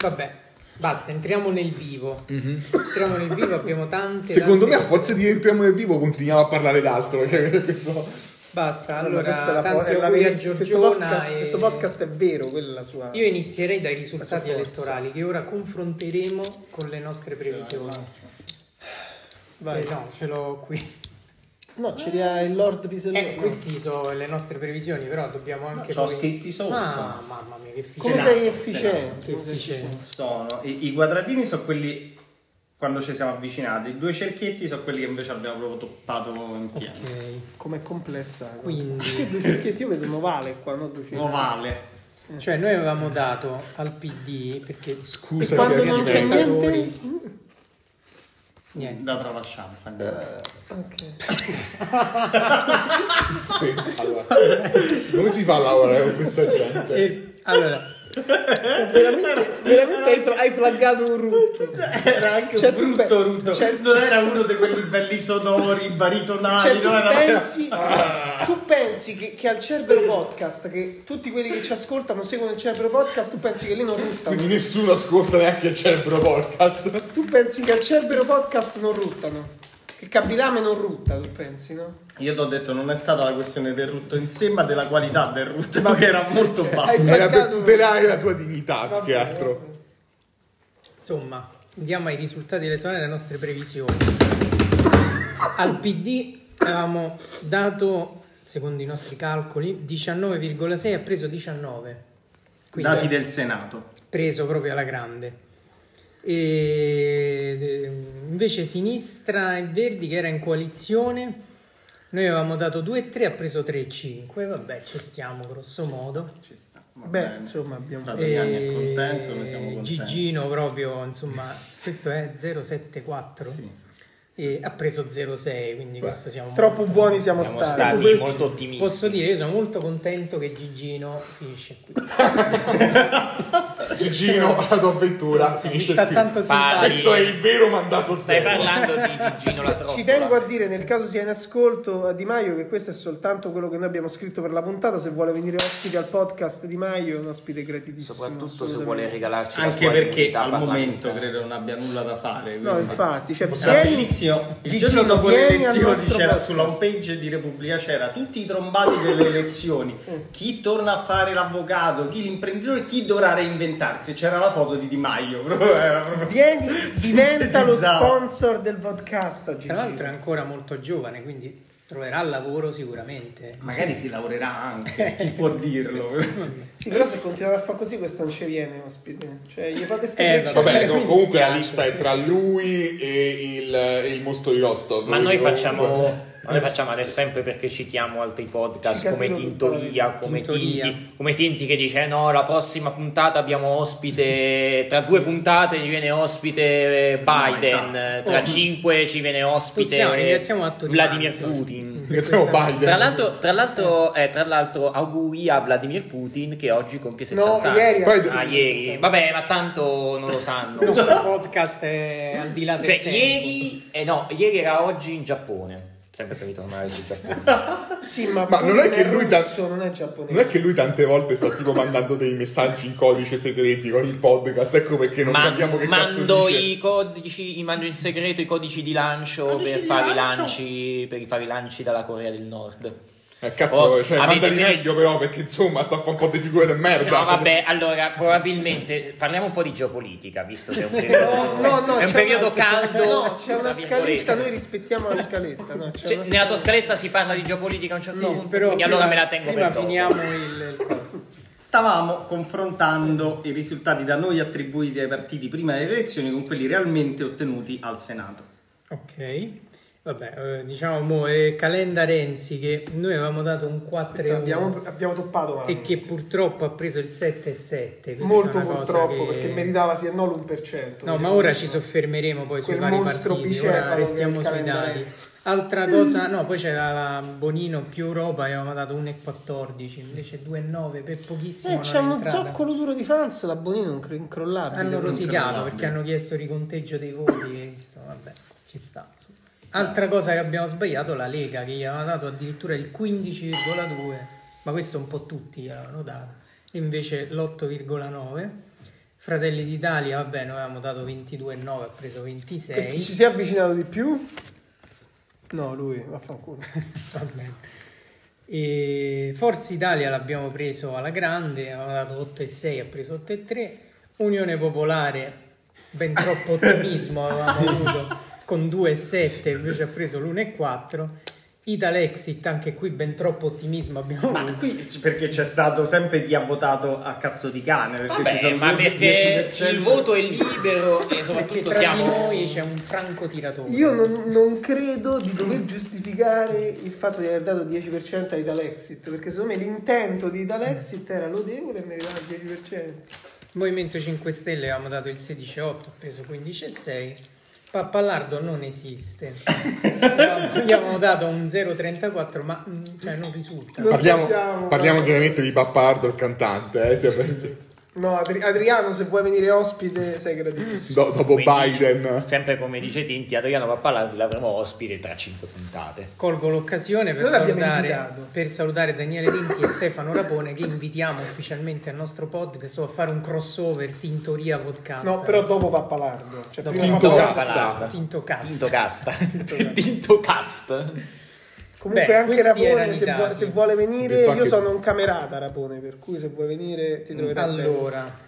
Speaker 2: Vabbè, basta, entriamo nel vivo. Entriamo nel vivo, abbiamo tante...
Speaker 3: Mhm. Secondo me,
Speaker 2: tante
Speaker 3: a forza di entriamo nel vivo, continuiamo a parlare d'altro. Cioè, questo...
Speaker 2: Basta,
Speaker 4: Allora,
Speaker 2: allora,
Speaker 4: questa è la
Speaker 2: tanti
Speaker 4: è
Speaker 2: auguri
Speaker 4: la
Speaker 2: a
Speaker 4: vera- questo,
Speaker 2: Giorgiona
Speaker 4: podcast,
Speaker 2: e-
Speaker 4: questo podcast è vero, quella è la sua.
Speaker 2: Io inizierei dai
Speaker 4: La
Speaker 2: risultati
Speaker 4: sua forza.
Speaker 2: elettorali che ora confronteremo con le nostre previsioni.
Speaker 4: Vai.
Speaker 2: Eh, no, ce l'ho qui.
Speaker 4: No, ce li ha il Lord Pisellino.
Speaker 2: Eh, queste sono le nostre previsioni, però dobbiamo anche
Speaker 5: C'ho
Speaker 2: poi-
Speaker 5: scritti sotto.
Speaker 2: Ah, mamma mia, che
Speaker 4: Come
Speaker 2: figo.
Speaker 5: Senato,
Speaker 4: sei
Speaker 5: Senato.
Speaker 4: efficiente?
Speaker 2: Che efficiente.
Speaker 5: Sono i, i quadratini sono quelli quando ci siamo avvicinati, i due cerchietti sono quelli che invece abbiamo proprio toppato in pieno.
Speaker 2: Ok.
Speaker 4: Com'è complessa la cosa.
Speaker 2: Quindi-
Speaker 4: Perché due cerchietti? Io vedo un ovale qua, non due cerchietti.
Speaker 5: Ovale.
Speaker 2: Cioè, noi avevamo dato al PD perché
Speaker 4: E
Speaker 3: Scusa,
Speaker 4: quando
Speaker 3: che
Speaker 4: non c'è
Speaker 3: aspetta.
Speaker 4: niente...
Speaker 2: niente.
Speaker 5: Da tralasciare, fa
Speaker 4: Eh.
Speaker 5: niente.
Speaker 4: Ok.
Speaker 3: Assistenza, allora. Come si fa a lavorare con questa gente?
Speaker 2: E- allora,
Speaker 4: Veramente, veramente hai, hai flaggato un rutto.
Speaker 5: Era anche
Speaker 4: Cioè,
Speaker 5: un
Speaker 4: tu
Speaker 5: brutto,
Speaker 4: pe-
Speaker 5: brutto.
Speaker 4: cioè-
Speaker 5: non era uno di quelli belli sonori, baritonali,
Speaker 4: Cioè, tu
Speaker 5: non Ah, era-
Speaker 4: pensi, tu pensi che, che al Cerbero Podcast, che tutti quelli che ci ascoltano seguono il Cerbero Podcast, tu pensi che lì non
Speaker 3: Quindi
Speaker 4: ruttano?
Speaker 3: nessuno ascolta neanche il Cerbero Podcast.
Speaker 4: Tu pensi che al Cerbero Podcast non ruttano? Che Cabilame non rutta, tu pensi, no?
Speaker 5: Io ti ho detto, non è stata la questione del rutto in sé, ma della qualità del rutto, ma che era molto
Speaker 4: Eh,
Speaker 5: bassa.
Speaker 3: Era per
Speaker 4: Staccato.
Speaker 3: tutelare la tua dignità, più
Speaker 4: Vabbè,
Speaker 3: che altro.
Speaker 2: insomma, andiamo ai risultati elettorali delle nostre previsioni. Al PD avevamo dato, secondo i nostri calcoli, 19,6 ha preso 19. Quindi
Speaker 5: Dati del Senato.
Speaker 2: preso proprio alla grande. E eh, invece sinistra e verdi che era in coalizione Noi avevamo dato 2,3, ha preso 3,5, vabbè, ci stiamo grosso modo.
Speaker 5: Ci sta. va
Speaker 4: Beh,
Speaker 5: bene.
Speaker 4: insomma, abbiamo... Eh,
Speaker 5: Fra Damiani
Speaker 2: E
Speaker 5: è contento, noi siamo contenti.
Speaker 2: Gigino proprio, insomma, questo è 074
Speaker 5: Sì.
Speaker 2: e ha preso 06, quindi questo siamo
Speaker 4: Troppo
Speaker 2: molto-
Speaker 4: buoni siamo,
Speaker 6: Siamo
Speaker 4: stati.
Speaker 6: stati molto ottimisti.
Speaker 2: Posso dire, io sono molto contento che Gigino finisce qui.
Speaker 3: Gigino, la tua avventura
Speaker 2: Mi
Speaker 3: finisce
Speaker 2: sta
Speaker 3: qui.
Speaker 2: tanto
Speaker 6: Parli.
Speaker 2: simpatico.
Speaker 3: Questo è il vero mandato
Speaker 6: Stai
Speaker 3: zero.
Speaker 6: parlando di, di Gino la Trottola.
Speaker 4: Ci tengo a dire, nel caso sia in ascolto a Di Maio, che questo è soltanto quello che noi abbiamo scritto per la puntata. Se vuole venire ospite al podcast Di Maio, è un ospite gratitissimo.
Speaker 7: Soprattutto se
Speaker 4: assolutamente.
Speaker 7: vuole regalarci la
Speaker 5: Anche
Speaker 7: sua
Speaker 5: perché
Speaker 7: immunità
Speaker 5: al momento
Speaker 7: parlamentare.
Speaker 5: credo non abbia nulla da fare.
Speaker 4: No,
Speaker 5: quindi-
Speaker 4: infatti, cioè,
Speaker 5: Possiamo
Speaker 4: vieni-
Speaker 5: benissimo. Il
Speaker 4: Gigino,
Speaker 5: giorno dopo le
Speaker 4: vieni al
Speaker 5: elezioni
Speaker 4: nostro
Speaker 5: c'era
Speaker 4: podcast.
Speaker 5: sulla homepage di Repubblica c'era tutti i trombati delle elezioni.
Speaker 4: Eh.
Speaker 5: Chi torna a fare l'avvocato, chi l'imprenditore, chi dovrà reinventarsi. C'era la foto di Di Maio. proprio- era proprio-
Speaker 4: Vieni, diventa lo
Speaker 5: Sintetizzavo.
Speaker 4: sponsor del podcast oggi.
Speaker 2: Tra l'altro è ancora molto giovane, quindi troverà lavoro sicuramente.
Speaker 5: Magari si laurerà anche, chi può dirlo?
Speaker 4: Sì, però se continuate a fare così, questo non ci viene ospite. Cioè, gli fate
Speaker 2: Eh,
Speaker 4: ste frecce-
Speaker 3: Vabbè,
Speaker 2: Eh,
Speaker 3: no,
Speaker 2: quindi
Speaker 3: comunque la
Speaker 2: spiace.
Speaker 3: lizza è tra lui e il, e il mostro di Rostov.
Speaker 6: Ma noi
Speaker 3: Quindi
Speaker 6: facciamo,
Speaker 3: comunque-
Speaker 6: ma noi facciamo adesso sempre perché citiamo altri podcast
Speaker 4: Ci
Speaker 6: come
Speaker 4: capito
Speaker 6: Tintoria, come
Speaker 2: Tintoria.
Speaker 6: Tinti, come Tinti che dice "Eh no, la prossima puntata abbiamo ospite, tra due puntate ci viene ospite eh, Biden,
Speaker 5: Mai
Speaker 6: eh, tra
Speaker 2: Oh.
Speaker 6: cinque ci viene ospite
Speaker 2: Possiamo, ringraziamo Atto di
Speaker 6: Vladimir
Speaker 2: Manzo.
Speaker 6: Putin.
Speaker 3: Perché siamo
Speaker 2: Questa-
Speaker 3: Biden.
Speaker 6: Tra l'altro, tra, l'altro, eh, tra l'altro auguri a Vladimir Putin che oggi compie 70
Speaker 4: No,
Speaker 6: anni.
Speaker 4: ieri.
Speaker 3: Poi-
Speaker 6: Ah, ieri. Vabbè, ma tanto non lo sanno.
Speaker 2: Il nostro podcast è al di là del
Speaker 6: Cioè,
Speaker 2: tempo.
Speaker 6: ieri, eh no, ieri era oggi in Giappone. Sempre per ritornare sul Giappone.
Speaker 4: Sì, ma,
Speaker 3: Ma non è che lui da-
Speaker 4: russo, non è
Speaker 3: Non è
Speaker 4: giapponese.
Speaker 3: che lui tante volte sta tipo mandando dei messaggi in codice segreti con il podcast, ecco perché non
Speaker 6: Man-
Speaker 3: capiamo che cazzo
Speaker 6: mando
Speaker 3: dice.
Speaker 6: i codici, i- mando in segreto i codici di lancio
Speaker 5: Codici
Speaker 6: per
Speaker 5: di
Speaker 6: fare i
Speaker 5: lancio.
Speaker 6: lanci per fare i lanci dalla Corea del Nord.
Speaker 3: Eh, cazzo,
Speaker 6: Oh,
Speaker 3: cioè,
Speaker 6: avete
Speaker 3: mandali
Speaker 6: sentito-
Speaker 3: meglio però, perché insomma sta a fare un po' di figure di
Speaker 4: Eh,
Speaker 3: merda.
Speaker 6: No, vabbè, allora probabilmente parliamo un po' di geopolitica, visto che è un
Speaker 4: No,
Speaker 6: periodo,
Speaker 4: no, no,
Speaker 6: è un
Speaker 4: c'è
Speaker 6: periodo
Speaker 4: una-
Speaker 6: caldo.
Speaker 4: No, c'è
Speaker 6: tra
Speaker 4: una
Speaker 6: virgolette.
Speaker 4: scaletta, noi rispettiamo la scaletta. No, c'è
Speaker 6: Cioè,
Speaker 4: una
Speaker 6: nella
Speaker 4: scaletta.
Speaker 6: tua scaletta si parla di geopolitica a un certo
Speaker 2: Sì,
Speaker 6: punto,
Speaker 2: però
Speaker 6: quindi
Speaker 2: prima-
Speaker 6: allora me la tengo
Speaker 2: prima
Speaker 6: per dopo.
Speaker 2: finiamo il, il coso.
Speaker 5: Stavamo confrontando i risultati da noi attribuiti ai partiti prima delle elezioni con quelli realmente ottenuti al Senato.
Speaker 2: Ok, vabbè, eh, diciamo mo, eh, Calenda Renzi che noi avevamo dato un 4
Speaker 4: Questo abbiamo, abbiamo toppato
Speaker 2: e
Speaker 4: veramente.
Speaker 2: che purtroppo ha preso il 7,7.
Speaker 4: molto purtroppo perché meritava sì e no l'1%.
Speaker 2: No, ma ora ci soffermeremo poi sui
Speaker 4: Quel
Speaker 2: vari
Speaker 4: mostro
Speaker 2: partiti,
Speaker 4: bicefalo
Speaker 2: ora restiamo
Speaker 4: del
Speaker 2: sui dati.
Speaker 4: calendario.
Speaker 2: Altra cosa, no, poi c'era la Bonino più Europa e avevamo dato 1,14, invece 2,9 per pochissimo.
Speaker 4: Eh,
Speaker 2: non
Speaker 4: c'è
Speaker 2: è
Speaker 4: uno
Speaker 2: entrata.
Speaker 4: zoccolo duro di Franza, la Bonino non incrollabile.
Speaker 2: Hanno rosicato
Speaker 5: controllabile.
Speaker 2: perché hanno chiesto il riconteggio dei voti. e insomma, vabbè, ci sta. insomma. Altra cosa che abbiamo sbagliato, la Lega che gli aveva dato addirittura il 15,2, ma questo un po' tutti gli avevano dato, invece l'8,9. Fratelli d'Italia, vabbè, noi avevamo dato 22,9, ha preso
Speaker 4: E chi ci
Speaker 2: 26.
Speaker 4: si è avvicinato di più? No, lui, vaffanculo.
Speaker 2: Va bene. E Forza Italia l'abbiamo preso alla grande, aveva dato 8,6, ha preso 8,3. Unione Popolare, ben troppo ottimismo avevamo avuto con 2,7, invece ha preso l'1,4. Italexit, anche qui ben troppo ottimismo abbiamo
Speaker 5: Ma
Speaker 2: avuto.
Speaker 5: qui c- perché c'è stato sempre chi ha votato a cazzo di cane. Perché ci
Speaker 6: Vabbè,
Speaker 5: sono
Speaker 6: ma
Speaker 5: due-
Speaker 6: perché
Speaker 5: 10%.
Speaker 6: il voto è libero e
Speaker 2: Perché
Speaker 6: soprattutto
Speaker 2: tra di
Speaker 6: siamo
Speaker 2: noi c'è un francotiratore.
Speaker 4: Io non, non credo di dover giustificare il fatto di aver dato il 10% a Italexit, perché secondo me l'intento di Italexit era lodevole e meritava il 10%.
Speaker 2: Movimento 5 Stelle avevamo dato il 16,8, ha preso 15,6. Pappalardo non esiste. Gli avevamo dato un 0,34, ma mm, cioè, non risulta.
Speaker 4: Non
Speaker 3: Parliamo,
Speaker 4: sappiamo,
Speaker 3: parliamo
Speaker 4: no.
Speaker 3: chiaramente di Pappardo, il cantante, eh, sia per-
Speaker 4: No, Adri- Adriano, se vuoi venire ospite, sei gratissimo.
Speaker 3: do- dopo
Speaker 6: Quindi,
Speaker 3: Biden.
Speaker 6: Sempre come dice Tinti, Adriano Pappala l'avremo ospite tra cinque puntate.
Speaker 2: Colgo l'occasione per
Speaker 4: Noi l'abbiamo
Speaker 2: salutare,
Speaker 4: invitato.
Speaker 2: per salutare Daniele Vinti e Stefano Rapone che invitiamo ufficialmente al nostro podcast a fare un crossover Tintoria Podcast.
Speaker 4: No, però dopo Pappalardo. Cioè,
Speaker 2: Dopo
Speaker 4: prima
Speaker 3: Tinto
Speaker 4: Pappalardo.
Speaker 3: Casta.
Speaker 2: Tinto Cast.
Speaker 6: Tinto casta. Tinto cast.
Speaker 4: Comunque
Speaker 2: Beh,
Speaker 4: anche
Speaker 2: questi erano
Speaker 4: Rapone,
Speaker 2: i
Speaker 4: se,
Speaker 2: dati.
Speaker 4: vuo- se vuole venire,
Speaker 3: Detto
Speaker 4: io
Speaker 3: anche-
Speaker 4: sono un camerata Rapone, per cui se vuoi venire ti troverai bene.
Speaker 2: Allora,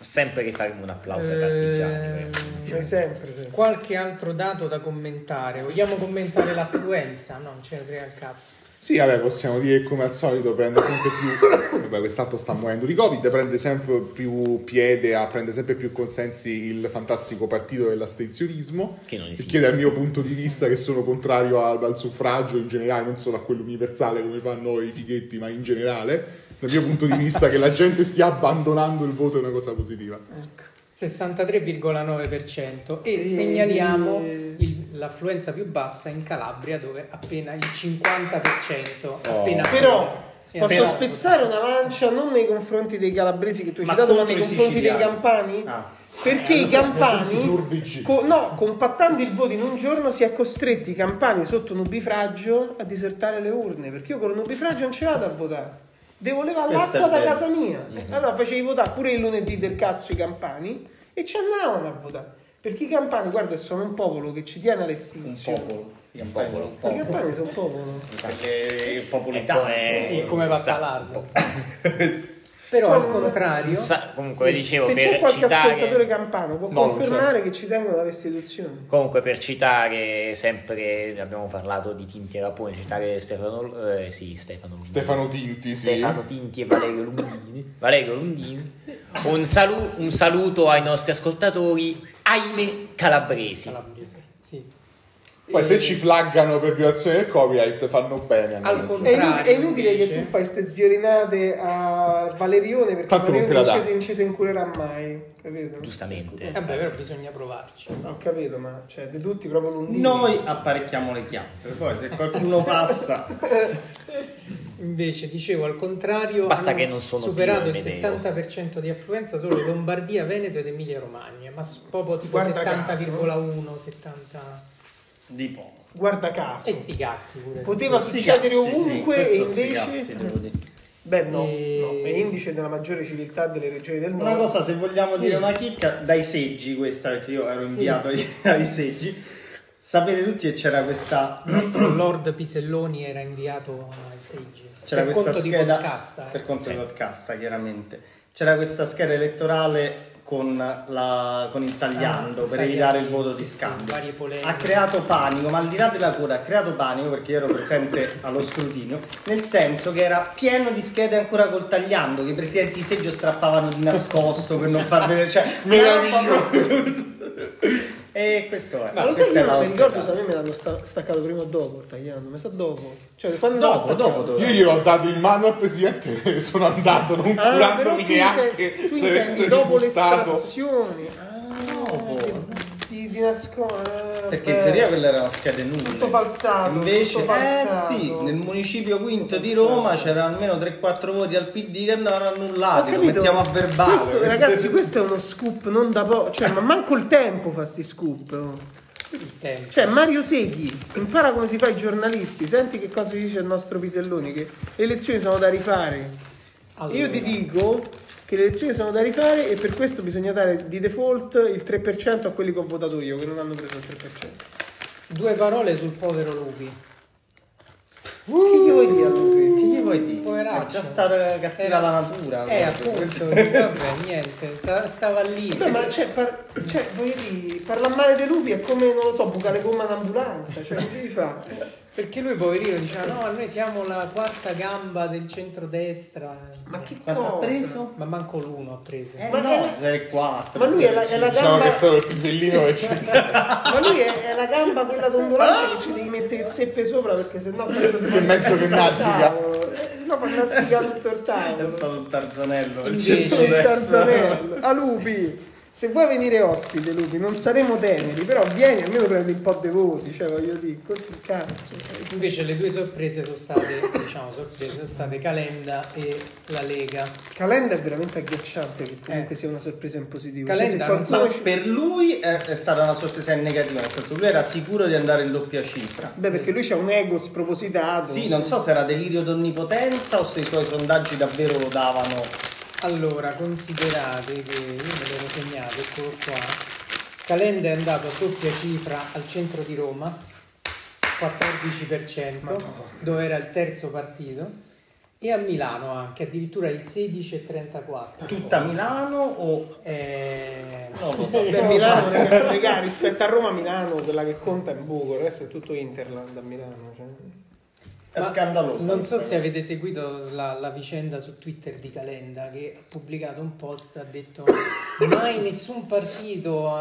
Speaker 6: Sempre che faremo un applauso ai
Speaker 2: ehm,
Speaker 6: partigiani. per-
Speaker 4: Cioè, sempre, sempre.
Speaker 2: Qualche altro dato da commentare? Vogliamo commentare l'affluenza? No, non ce ne frega il cazzo.
Speaker 3: Sì, vabbè, possiamo dire che come al solito prende sempre più. Vabbè, quest'altro sta morendo di Covid, prende sempre più piede, ah, prende sempre più consensi il fantastico partito dell'astensionismo.
Speaker 6: Che non
Speaker 3: Perché
Speaker 6: esiste.
Speaker 3: dal mio punto di vista, che sono contrario al, al suffragio in generale, non solo a quello universale come fanno i fighetti, ma in generale, dal mio punto di vista che la gente stia abbandonando il voto è una cosa positiva.
Speaker 2: 63,9% e
Speaker 4: Eh.
Speaker 2: segnaliamo il- l'affluenza più bassa in Calabria dove appena il 50%.
Speaker 6: Oh.
Speaker 2: appena-
Speaker 4: Però
Speaker 2: eh,
Speaker 4: posso
Speaker 2: però-
Speaker 4: spezzare una lancia non nei confronti dei calabresi che tu hai citato, ma nei
Speaker 5: contro i
Speaker 4: confronti dei
Speaker 5: siciliani.
Speaker 4: campani?
Speaker 5: Ah.
Speaker 4: Perché i
Speaker 3: tutti i
Speaker 4: campani,
Speaker 3: norvegesi.
Speaker 4: co- no, compattando il voto in un giorno, si è costretti i campani sotto nubifragio a disertare le urne. Perché io con il nubifragio non ce vado a votare. Devo levare l'acqua
Speaker 5: Questo è Mhm.
Speaker 4: da
Speaker 5: vero.
Speaker 4: casa mia. Eh, Allora facevi votare pure il lunedì del cazzo i campani e ci andavano a votare. Perché i campani, guarda, sono un popolo che ci tiene alle
Speaker 5: Un
Speaker 4: istituzioni.
Speaker 5: popolo. Un popolo. Un
Speaker 4: I
Speaker 5: popolo.
Speaker 4: campani sono un popolo.
Speaker 5: Perché
Speaker 6: Eh,
Speaker 5: popolo
Speaker 2: Sì,
Speaker 5: italiano.
Speaker 2: come va
Speaker 6: esatto.
Speaker 2: Salardo. Però
Speaker 4: Sono-
Speaker 2: al contrario,
Speaker 6: Sa- comunque dicevo
Speaker 4: Se c'è
Speaker 6: per
Speaker 4: qualche ascoltatore
Speaker 6: citare
Speaker 4: campano può
Speaker 3: No, non
Speaker 4: confermare che ci tengono dalle istituzioni.
Speaker 6: comunque per citare sempre ne abbiamo parlato di Tinti e Rapone citare Stefano eh, sì Stefano Lundini.
Speaker 3: Stefano Tinti, sì.
Speaker 6: Stefano Tinti e Valerio Lundini Valerio Lundini un, salu- un saluto ai nostri ascoltatori ahimè calabresi
Speaker 2: Calabria, sì.
Speaker 3: Poi se ci flaggano per violazione del copyright fanno bene. hanno
Speaker 4: Al
Speaker 3: ragione.
Speaker 4: contrario, è, inutile, è inutile che
Speaker 2: invece.
Speaker 4: tu fai queste sviolinate a Valerione perché
Speaker 3: Tanto non te
Speaker 4: Valerione
Speaker 3: la dà.
Speaker 4: non, ci si- non ci si incurerà mai, capito?
Speaker 6: giustamente
Speaker 2: Eh beh, però bisogna provarci.
Speaker 4: Ho capito, ma cioè, di tutti proprio Lundini.
Speaker 5: Noi apparecchiamo le chiappe, poi se qualcuno passa
Speaker 2: Invece, dicevo, al contrario,
Speaker 6: Basta
Speaker 2: hanno
Speaker 6: che non sono
Speaker 2: superato
Speaker 6: Pio e
Speaker 2: il
Speaker 6: Medeo.
Speaker 2: 70% di affluenza solo Lombardia, Veneto ed Emilia-Romagna, ma s- proprio tipo
Speaker 4: Guarda
Speaker 2: 70,1, 70...
Speaker 5: di poco.
Speaker 4: Guarda caso.
Speaker 2: E sti cazzi pure.
Speaker 4: Poteva
Speaker 5: Eh Questi
Speaker 4: succedere
Speaker 5: cazzi, sì,
Speaker 4: ovunque
Speaker 5: questo
Speaker 4: e
Speaker 5: sti
Speaker 4: invece...
Speaker 5: cazzi, devo dire. Eh.
Speaker 4: Beh no,
Speaker 2: E-
Speaker 4: no, è indice della maggiore civiltà delle regioni del nord.
Speaker 5: Una cosa, se vogliamo
Speaker 2: Sì.
Speaker 5: dire una chicca, dai seggi questa, perché io ero
Speaker 2: Sì.
Speaker 5: inviato ai, ai seggi, sapete tutti che c'era questa,
Speaker 2: Il nostro Lord Piselloni era inviato ai seggi.
Speaker 5: c'era
Speaker 2: per
Speaker 5: questa
Speaker 2: conto di
Speaker 5: scheda,
Speaker 2: podcast, eh.
Speaker 5: per conto di podcast chiaramente, c'era questa scheda elettorale con, la, con il tagliando
Speaker 2: Ah,
Speaker 5: per
Speaker 2: tagliando,
Speaker 5: evitare il voto di
Speaker 2: sì, sì,
Speaker 5: scambio.
Speaker 2: varie polemiche.
Speaker 5: ha creato panico, ma al di là della cura, ha creato panico perché io ero presente allo scrutinio, nel senso che era pieno di schede ancora col tagliando, che i presidenti di seggio strappavano di nascosto per non far vedere,
Speaker 2: Ah,
Speaker 5: cioè,
Speaker 3: Meraviglioso.
Speaker 5: E questo è.
Speaker 3: Ah,
Speaker 4: Ma lo sai
Speaker 5: questa
Speaker 4: che io
Speaker 5: è la
Speaker 4: non mi
Speaker 5: nostra
Speaker 4: ricordo se a
Speaker 5: età.
Speaker 4: me me l'hanno sta- staccato prima o dopo il tagliando, mi sa dopo. Cioè quando
Speaker 5: Dopo,
Speaker 4: l'hanno staccato?
Speaker 5: dopo, dopo.
Speaker 3: Io gli ho dato in mano al presidente e sono andato, non
Speaker 4: Ah, però
Speaker 3: curandomi
Speaker 4: tu
Speaker 3: neanche
Speaker 4: intendi- tu
Speaker 3: se
Speaker 4: intendi
Speaker 3: avessero
Speaker 4: dopo le
Speaker 3: gustato.
Speaker 4: estrazioni. Ah,
Speaker 5: Dopo.
Speaker 4: di, di nascosto. ah,
Speaker 5: Perché
Speaker 4: beh.
Speaker 5: in teoria quelle erano schede nulle.
Speaker 4: Tutto falsato,
Speaker 5: Invece,
Speaker 4: tutto falsato.
Speaker 5: eh sì, nel municipio quinto di
Speaker 4: falsato.
Speaker 5: Roma c'erano almeno 3-4 voti al PD che andavano
Speaker 4: Ho
Speaker 5: annullati. Lo
Speaker 4: capito.
Speaker 5: mettiamo a verbale.
Speaker 4: Questo, ragazzi, questo è uno scoop non da poco. Cioè, ma manco il tempo fa sti scoop. oh.
Speaker 2: Il tempo.
Speaker 4: Cioè, Mario Seghi impara come si fa i giornalisti. Senti che cosa ci dice il nostro Piselloni. Che le elezioni sono da rifare. Io ti
Speaker 2: Allora.
Speaker 4: dico che le elezioni sono da rifare e per questo bisogna dare di default il 3% a quelli che ho votato io, che non hanno preso il 3%.
Speaker 2: Due parole sul povero Lupi.
Speaker 4: Che gli vuoi dire a lui?
Speaker 5: Che gli vuoi dire?
Speaker 2: Poveraccio.
Speaker 5: È già stata cattiva
Speaker 2: Era-
Speaker 5: la natura.
Speaker 2: Eh,
Speaker 5: proprio.
Speaker 2: appunto, vabbè, niente, sta- stava lì.
Speaker 4: Beh, ma cioè, par- cioè, voglio dire, parlare male dei lupi è come, non lo so, bucare gomma all'ambulanza, cioè, che devi fare?
Speaker 2: Perché lui, poverino, diceva, no, noi siamo la quarta gamba del centrodestra.
Speaker 4: Ma che
Speaker 5: Quanto ha
Speaker 4: cosa?
Speaker 5: preso?
Speaker 2: Ma manco l'uno ha preso.
Speaker 5: Eh,
Speaker 4: Ma
Speaker 5: no,
Speaker 4: che-
Speaker 5: 0,4.
Speaker 4: Ma lui è la, è la
Speaker 3: Diciamo che è
Speaker 4: gamba,
Speaker 3: stato il pisellino che ci
Speaker 4: ma lui è, è la gamba quella dondolante che ci devi mettere il seppe sopra perché sennò che
Speaker 3: mezzo che Eh, nazzica.
Speaker 4: Eh, No, fa nazzica tutto il
Speaker 5: È
Speaker 4: tavolo.
Speaker 5: stato un tarzanello. Cioè, del
Speaker 2: Invece,
Speaker 4: Tutto il
Speaker 5: centrodestra.
Speaker 4: tarzanello. A lupi. Se vuoi venire ospite, Lupi, non saremo teneri, però vieni almeno prendi un po' dei voti, cioè voglio dire, col cazzo. cioè.
Speaker 2: Invece le due sorprese sono state, diciamo, sorprese sono state Calenda e la Lega.
Speaker 4: Calenda è veramente agghiacciante che comunque
Speaker 2: Eh.
Speaker 4: sia una sorpresa in positivo.
Speaker 2: Calenda
Speaker 4: Cioè,
Speaker 2: non
Speaker 4: se
Speaker 5: Ma
Speaker 4: qualcuno ci-
Speaker 5: per lui è, è stata una sorpresa in negativa, nel senso lui era sicuro di andare in doppia cifra.
Speaker 4: Beh, perché lui c'ha un ego spropositato.
Speaker 5: Sì, non so se era delirio d'onnipotenza o se i suoi sondaggi davvero lo davano.
Speaker 2: Allora, considerate che io me l'ero segnato, eccolo qua. Calenda è andato a doppia cifra al centro di Roma, 14%, dove era il terzo partito. E a Milano anche, addirittura il 16.34.
Speaker 5: Tutta Milano o...
Speaker 2: Eh,
Speaker 5: Non lo so.
Speaker 2: Beh,
Speaker 4: Beh,
Speaker 2: Milano
Speaker 4: Milano, regà, Cioè, rispetto a Roma, Milano, quella che conta è Buco, il resto è tutto Interland a Milano. Cioè.
Speaker 5: È
Speaker 2: Ma
Speaker 5: scandaloso.
Speaker 2: Non so se avete seguito la, la vicenda su Twitter di Calenda che ha pubblicato un post, ha detto mai nessun partito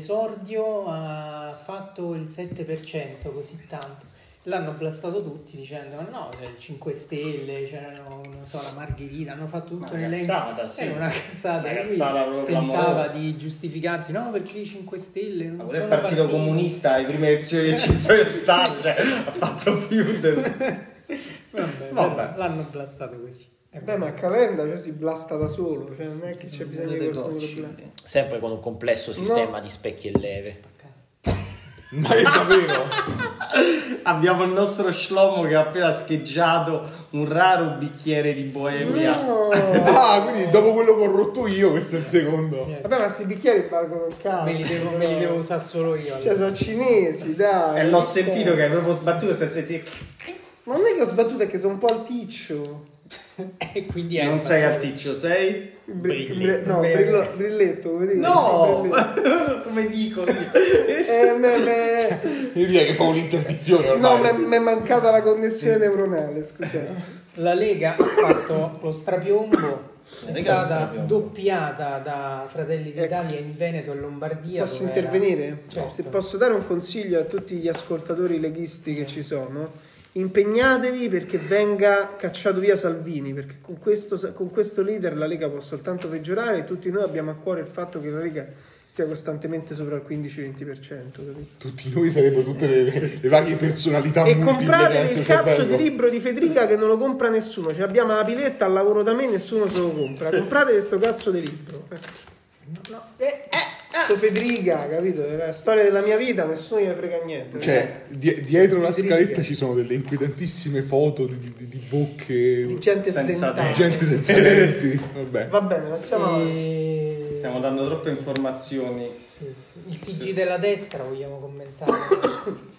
Speaker 2: all'esordio ha fatto il 7% così tanto. L'hanno blastato tutti dicendo ma no, c'era il 5 Stelle, c'erano non so, la Margherita, hanno fatto tutto
Speaker 5: Una
Speaker 2: l'elenco.
Speaker 5: cazzata, sì.
Speaker 2: Era una cazzata,
Speaker 5: Una
Speaker 2: lui
Speaker 5: cazzata proprio
Speaker 2: tentava
Speaker 5: clamorosa.
Speaker 2: di giustificarsi, no perché i 5 Stelle
Speaker 5: Ma
Speaker 2: non
Speaker 5: pure il
Speaker 2: sono
Speaker 5: Ah, partito
Speaker 2: partiti".
Speaker 5: comunista alle prime elezioni che ci sono state cioè, ha fatto più del...
Speaker 2: Vabbè,
Speaker 5: Vabbè.
Speaker 2: l'hanno blastato così. E
Speaker 4: Eh, Beh, ma Calenda cioè, si blasta da solo, cioè, non è che c'è bisogno di
Speaker 5: Volete
Speaker 4: qualcuno che
Speaker 5: gocci?
Speaker 4: blasta.
Speaker 6: Sempre con un complesso sistema di specchi e leve.
Speaker 3: Ma è davvero?
Speaker 5: Abbiamo il nostro Shlomo che ha appena scheggiato un raro bicchiere di boemia.
Speaker 4: Oh.
Speaker 3: ah, quindi dopo quello che ho rotto io, questo è il secondo.
Speaker 4: Eh, Vabbè, ma sti bicchieri valgono il cazzo.
Speaker 2: Me li devo, me li devo usare solo io.
Speaker 4: Cioè,
Speaker 2: allora.
Speaker 4: sono cinesi, dai.
Speaker 5: E l'ho
Speaker 4: Eh, che
Speaker 5: sentito che hai
Speaker 4: cazzo.
Speaker 5: proprio sbattuto, stai sentendo...
Speaker 4: Ma non è che ho sbattuto, è che sono un po' alticcio.
Speaker 2: E quindi hai
Speaker 5: Non sei
Speaker 2: sbagliato.
Speaker 5: alticcio, sei...
Speaker 4: Bri-
Speaker 6: Brilletto.
Speaker 4: bri- no,
Speaker 2: Bene.
Speaker 4: brillo- brilletto, come dire.
Speaker 5: No!
Speaker 4: Brilletto.
Speaker 5: Come dico?
Speaker 4: Eh, me- me-
Speaker 3: Io direi che fa un'interdizione
Speaker 4: No,
Speaker 3: ormai.
Speaker 4: mi è mancata la connessione neuronale, scusate.
Speaker 2: La Lega ha fatto lo strapiombo. È
Speaker 5: Lega lo
Speaker 2: stata
Speaker 5: strapiombo.
Speaker 2: doppiata da Fratelli d'Italia in Veneto e Lombardia.
Speaker 4: Ecco. Posso
Speaker 2: dove era-
Speaker 4: intervenire?
Speaker 2: Certo.
Speaker 4: Se posso dare un consiglio a tutti gli ascoltatori leghisti che ci sono, impegnatevi perché venga cacciato via Salvini, perché con questo, con questo leader la Lega può soltanto peggiorare e tutti noi abbiamo a cuore il fatto che la Lega stia costantemente sopra il 15-20%. capito?
Speaker 3: Tutti noi saremmo tutte le, le varie personalità
Speaker 4: E
Speaker 3: multiple del
Speaker 4: compratevi
Speaker 3: suo
Speaker 4: il cazzo
Speaker 3: cervello.
Speaker 4: di libro di Federica che non lo compra nessuno. Cioè abbiamo la piletta al lavoro da me, nessuno se lo compra. Comprate questo cazzo di libro.
Speaker 2: eh,
Speaker 4: Sto Federica, capito? È la storia della mia vita, nessuno gli frega niente.
Speaker 3: Cioè, di- dietro la
Speaker 4: Intrighe.
Speaker 3: scaletta ci sono delle inquietantissime foto di, di- di bocche,
Speaker 4: Di
Speaker 3: di
Speaker 4: gente
Speaker 5: Senza
Speaker 4: stentata.
Speaker 5: te.
Speaker 3: gente senza denti. Vabbè.
Speaker 4: Va bene, passiamo avanti.
Speaker 2: E-
Speaker 5: Stiamo dando troppe informazioni.
Speaker 2: sì, sì. Il TG della destra vogliamo commentare.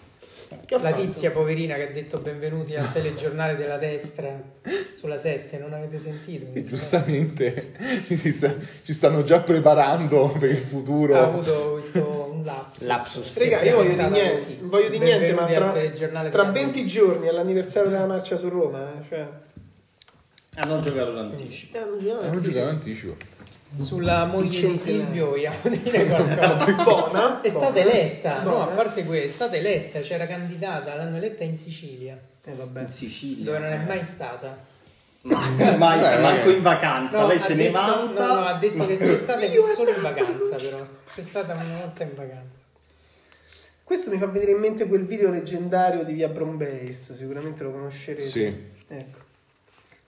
Speaker 4: Che ha
Speaker 2: La
Speaker 4: fatto?
Speaker 2: tizia poverina che ha detto benvenuti al telegiornale della destra sulla 7, non avete sentito?
Speaker 3: E giustamente ci, si sta- ci stanno già preparando per il
Speaker 2: ha
Speaker 4: Ah,
Speaker 3: futuro.
Speaker 2: avuto questo un lapsus.
Speaker 6: Lapsus.
Speaker 4: Raga, io voglio di niente, voglio di niente, ma
Speaker 2: Benvenuti al
Speaker 4: tra,
Speaker 2: telegiornale
Speaker 4: tra
Speaker 2: della
Speaker 4: 20 giorni è l'anniversario della marcia su Roma, eh, cioè...
Speaker 5: Hanno giocato l'anticipo.
Speaker 4: eh, non gira-
Speaker 3: Hanno giocato in anticipo.
Speaker 2: Sulla moglie di
Speaker 4: Centinaio.
Speaker 2: Silvio vogliamo dire qualcosa.
Speaker 4: Buona.
Speaker 2: È stata
Speaker 4: buona.
Speaker 2: eletta, no,
Speaker 4: Buona.
Speaker 2: a parte questo, è stata eletta, c'era candidata, l'hanno eletta in Sicilia,
Speaker 4: Eh, vabbè.
Speaker 5: In Sicilia.
Speaker 2: dove non è mai stata.
Speaker 5: Ma- mai,
Speaker 3: Beh,
Speaker 5: manco
Speaker 3: vabbè.
Speaker 5: in vacanza,
Speaker 2: No,
Speaker 5: lei
Speaker 2: ha
Speaker 5: se ne
Speaker 2: detto-
Speaker 5: vanta.
Speaker 2: No, no, ha detto che c'è stata solo in vacanza, però. C'è stata una volta in vacanza.
Speaker 4: Questo mi fa venire in mente quel video leggendario di Via Brombeis, sicuramente lo conoscerete.
Speaker 3: Sì.
Speaker 4: Ecco.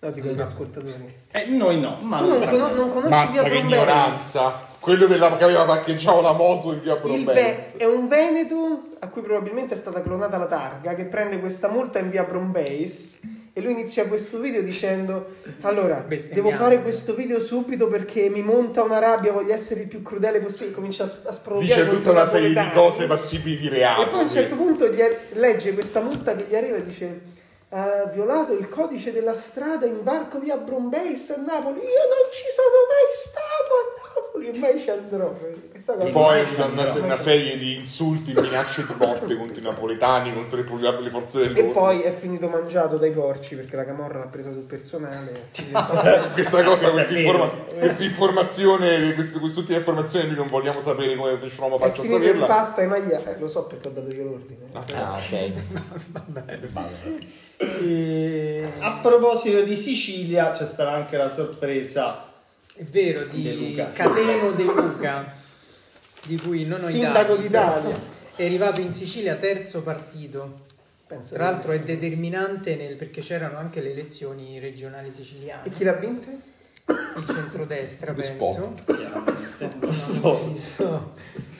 Speaker 4: No, dico agli ascoltatori.
Speaker 5: Eh, noi no, ma
Speaker 4: Tu non, cono- non conosci
Speaker 3: Mazza,
Speaker 4: Via
Speaker 3: che
Speaker 4: Brombeis?
Speaker 3: ignoranza! Quello della, che aveva parcheggiato la moto in via
Speaker 4: Il
Speaker 3: Provenza.
Speaker 4: Ve- è un veneto a cui probabilmente è stata clonata la targa che prende questa multa in via Brombeis e lui inizia questo video dicendo allora
Speaker 2: Bestemmiando.
Speaker 4: devo fare questo video subito perché mi monta una rabbia voglio essere il più crudele possibile comincia a, s- a sprovvedere
Speaker 3: Dice tutta una serie di cose passibili di reato.
Speaker 4: e poi a un certo punto gli ar- legge questa multa che gli arriva e dice ha violato il codice della strada in varco via Brombeis a Napoli io non ci sono mai stato a Napoli e mai ci andrò Questa cosa-
Speaker 3: E poi una, una- una serie di insulti, minacce di morte contro i napoletani, contro le, le forze
Speaker 4: E
Speaker 3: dell'ordine.
Speaker 4: poi è finito mangiato dai porci perché la camorra l'ha presa sul personale. Quindi-
Speaker 3: questa cosa,
Speaker 5: Questo
Speaker 3: questa,
Speaker 5: è vero.
Speaker 3: informa- questa informazione, quest- quest'ultima informazione, noi non vogliamo sapere come Shlomo
Speaker 4: è
Speaker 3: faccia a
Speaker 4: finito il
Speaker 3: saperla.
Speaker 4: pasto ai magliari. Lo so perché ho dato io l'ordine.
Speaker 6: Ah, ok.
Speaker 2: E...
Speaker 5: A proposito di Sicilia, c'è stata anche la sorpresa.
Speaker 2: È vero, di
Speaker 5: De Luca, sì.
Speaker 2: Cateno De Luca, di cui non ho i
Speaker 4: Sindaco
Speaker 2: dati,
Speaker 4: d'Italia.
Speaker 2: però È arrivato in Sicilia terzo partito.
Speaker 4: Pensa
Speaker 2: Tra
Speaker 4: di
Speaker 2: l'altro è
Speaker 4: questo.
Speaker 2: determinante nel- perché c'erano anche le elezioni regionali siciliane.
Speaker 4: E chi l'ha vinto?
Speaker 2: Il centrodestra,
Speaker 3: Lo
Speaker 2: penso.
Speaker 5: chiaramente. Lo
Speaker 2: No,
Speaker 5: sto.
Speaker 2: non so.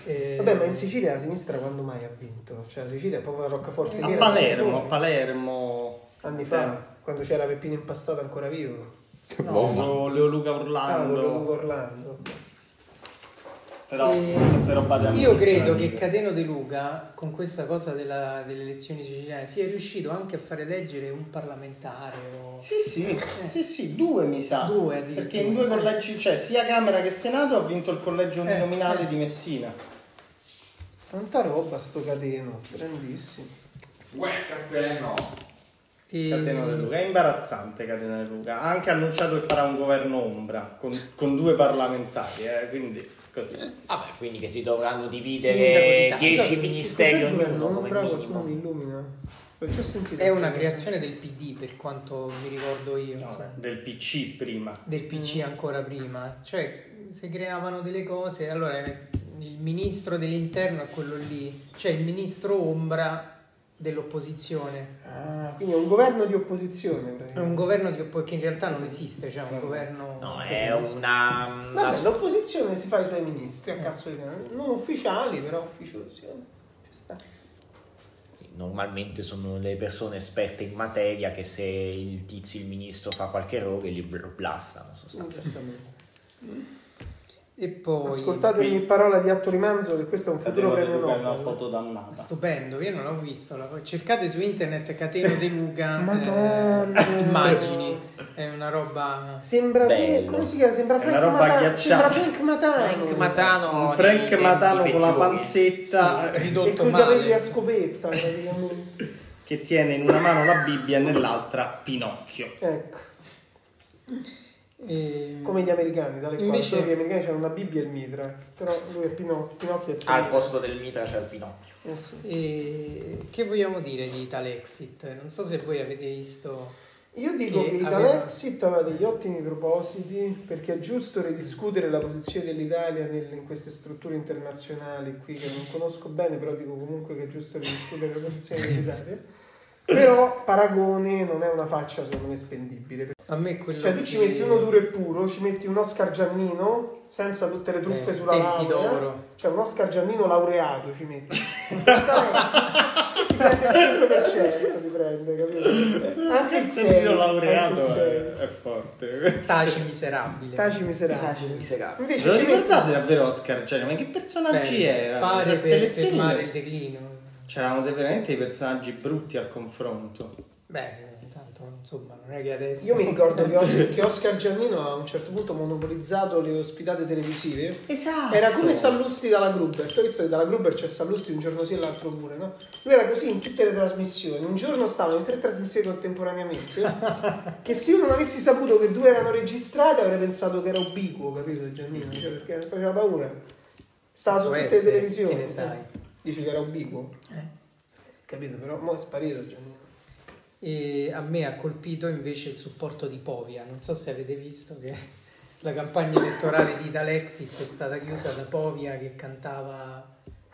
Speaker 2: Eh,
Speaker 4: Vabbè, ma in Sicilia la sinistra quando mai ha vinto? Cioè, la Sicilia è proprio la roccaforte
Speaker 5: A
Speaker 4: nera,
Speaker 5: Palermo, a
Speaker 4: Sant'Antonio.
Speaker 5: Palermo.
Speaker 4: Anni fa, quando c'era Peppino Impastato ancora vivo.
Speaker 5: No, Leo Luca
Speaker 4: Ah,
Speaker 5: Orlando.
Speaker 4: quello Luca Orlando.
Speaker 5: però,
Speaker 2: Eh,
Speaker 5: però vado a
Speaker 2: Io
Speaker 5: amministrare.
Speaker 2: credo che Cateno De Luca, con questa cosa della- delle elezioni siciliane, sia riuscito anche a far eleggere un parlamentare. o-
Speaker 5: Sì, sì, sì, sì, due mi sa.
Speaker 2: Eh. Due, addirittura.
Speaker 5: Perché in due collegi, cioè sia Camera che Senato ha vinto il collegio
Speaker 2: Eh,
Speaker 5: uninominale
Speaker 2: eh.
Speaker 5: di Messina.
Speaker 4: Tanta roba sto cateno, grandissimo.
Speaker 3: Uè, Cateno.
Speaker 2: E-
Speaker 5: Catena De Luca, è imbarazzante Catena De Luca. Ha anche annunciato che farà un governo ombra con, con due parlamentari, eh, quindi così.
Speaker 2: Eh,
Speaker 6: Vabbè, quindi che si dovranno dividere
Speaker 2: Sindaco di
Speaker 6: 10
Speaker 4: Cos'è-
Speaker 6: ministeri
Speaker 4: Cioè, cos'è il governo
Speaker 6: ognuno come
Speaker 4: ombra? Qualcuno mi
Speaker 6: minimo.
Speaker 4: illumina. Perché ho sentito
Speaker 2: È una
Speaker 4: questa cosa?
Speaker 2: creazione del PD, per quanto mi ricordo io.
Speaker 5: No,
Speaker 2: insomma.
Speaker 5: del PC prima.
Speaker 2: del
Speaker 4: Mm.
Speaker 2: PC ancora prima, cioè si creavano delle cose, allora il ministro dell'interno è quello lì, cioè il ministro ombra dell'opposizione.
Speaker 4: Ah, quindi è un governo di opposizione.
Speaker 2: È
Speaker 4: praticamente.
Speaker 2: un governo di oppo- che in realtà non esiste, cioè
Speaker 4: Mm.
Speaker 2: un governo...
Speaker 6: No, eh. è una... una
Speaker 4: Vabbè, l'opposizione si fa i suoi ministri, a cazzo di cane. Non ufficiali, però ufficiosi. eh. Ci sta.
Speaker 6: Normalmente sono le persone esperte in materia che se il tizio, il ministro fa qualche errore li bl- blastano sostanzialmente.
Speaker 4: Esattamente.
Speaker 2: E poi...
Speaker 4: Ascoltate ogni parola di Atto Rimanzo che questo è un futuro
Speaker 5: Catena De
Speaker 4: premio
Speaker 5: Luca è una
Speaker 4: Nobel.
Speaker 5: foto dannata.
Speaker 2: Stupendo, io non l'ho visto, la- cercate su internet Cateno De Luca eh,
Speaker 4: Madonna.
Speaker 2: immagini, è una roba...
Speaker 4: Sembra
Speaker 6: Bello.
Speaker 4: come si chiama? Sembra
Speaker 5: È una
Speaker 4: Frank
Speaker 5: roba
Speaker 4: Matano. Sembra
Speaker 5: agghiacciante.
Speaker 4: Frank Matano.
Speaker 6: Frank Matano...
Speaker 5: Un
Speaker 6: nei
Speaker 5: Frank
Speaker 6: tempi
Speaker 5: Matano con la
Speaker 6: peggiori.
Speaker 5: panzetta eh,
Speaker 4: E
Speaker 2: ridotto
Speaker 4: con i capelli a
Speaker 2: male.
Speaker 4: scopetta, praticamente.
Speaker 5: che tiene in una mano la Bibbia e nell'altra Pinocchio.
Speaker 4: ecco.
Speaker 2: E-
Speaker 4: Come gli americani, dalle
Speaker 2: Invece-
Speaker 4: Invece... solo che gli americani hanno una Bibbia e il mitra. Però lui è Pinocchio, Pinocchio è il suo
Speaker 6: Al
Speaker 4: mitra.
Speaker 6: posto del mitra c'è il Pinocchio.
Speaker 4: Eh sì.
Speaker 2: E che vogliamo dire di Italexit? Non so se voi avete visto.
Speaker 4: Io dico
Speaker 2: Che
Speaker 4: che,
Speaker 2: aveva-
Speaker 4: Italexit aveva degli ottimi propositi perché è giusto ridiscutere la posizione dell'Italia nel- in queste strutture internazionali qui che non conosco bene, però dico comunque che è giusto ridiscutere la posizione dell'Italia. Però Paragone non è una faccia secondo me spendibile.
Speaker 2: A me quello
Speaker 4: Cioè tu
Speaker 2: che-
Speaker 4: ci metti uno duro e puro, ci metti un Oscar Giannino senza tutte le truffe
Speaker 2: Eh,
Speaker 4: sulla
Speaker 2: tempi
Speaker 4: laurea.
Speaker 2: d'oro.
Speaker 4: Cioè un Oscar Giannino laureato ci metti. Italexit ti prende il 5% ti prende, capito?
Speaker 2: Ah,
Speaker 4: Anche il
Speaker 5: Sentito
Speaker 4: serio,
Speaker 5: laureato
Speaker 4: anche
Speaker 5: eh,
Speaker 4: il serio.
Speaker 5: è, è forte.
Speaker 2: Taci miserabile.
Speaker 4: Taci miserabili.
Speaker 6: miserabile.
Speaker 5: Ve
Speaker 4: Invece
Speaker 5: lo
Speaker 4: ci metti...
Speaker 5: ricordate davvero Oscar Gianni? Ma che personaggi
Speaker 2: Beh,
Speaker 5: erano?
Speaker 2: Fare
Speaker 5: Cioè,
Speaker 2: per
Speaker 5: ste elezioni
Speaker 2: fermare il declino.
Speaker 5: C'erano dei- veramente dei personaggi brutti al confronto.
Speaker 2: Beh, intanto insomma, non è che adesso.
Speaker 4: Io mi ricordo che Oscar, che Oscar Giannino a un certo punto ha monopolizzato le ospitate televisive.
Speaker 2: Ah,
Speaker 5: Esatto.
Speaker 4: Era come Sallusti dalla Gruber. Tu hai visto che dalla Gruber c'è Sallusti un giorno sì e l'altro pure, no? Lui era così in tutte le trasmissioni. Un giorno stava in tre trasmissioni contemporaneamente. che se io non avessi saputo che due erano registrate avrei pensato che era ubiquo, capito Giannino? Cioè, perché faceva paura. Stava su
Speaker 2: Mm. Può
Speaker 4: tutte le
Speaker 2: essere,
Speaker 4: televisioni. eh.
Speaker 2: che ne sai. Eh.
Speaker 4: Dici che era ubiquo. Capito? Però mo' è sparito Giannino.
Speaker 2: E a me ha colpito invece il supporto di Povia. Non so se avete visto che la campagna elettorale di Italexit è stata chiusa da Povia che cantava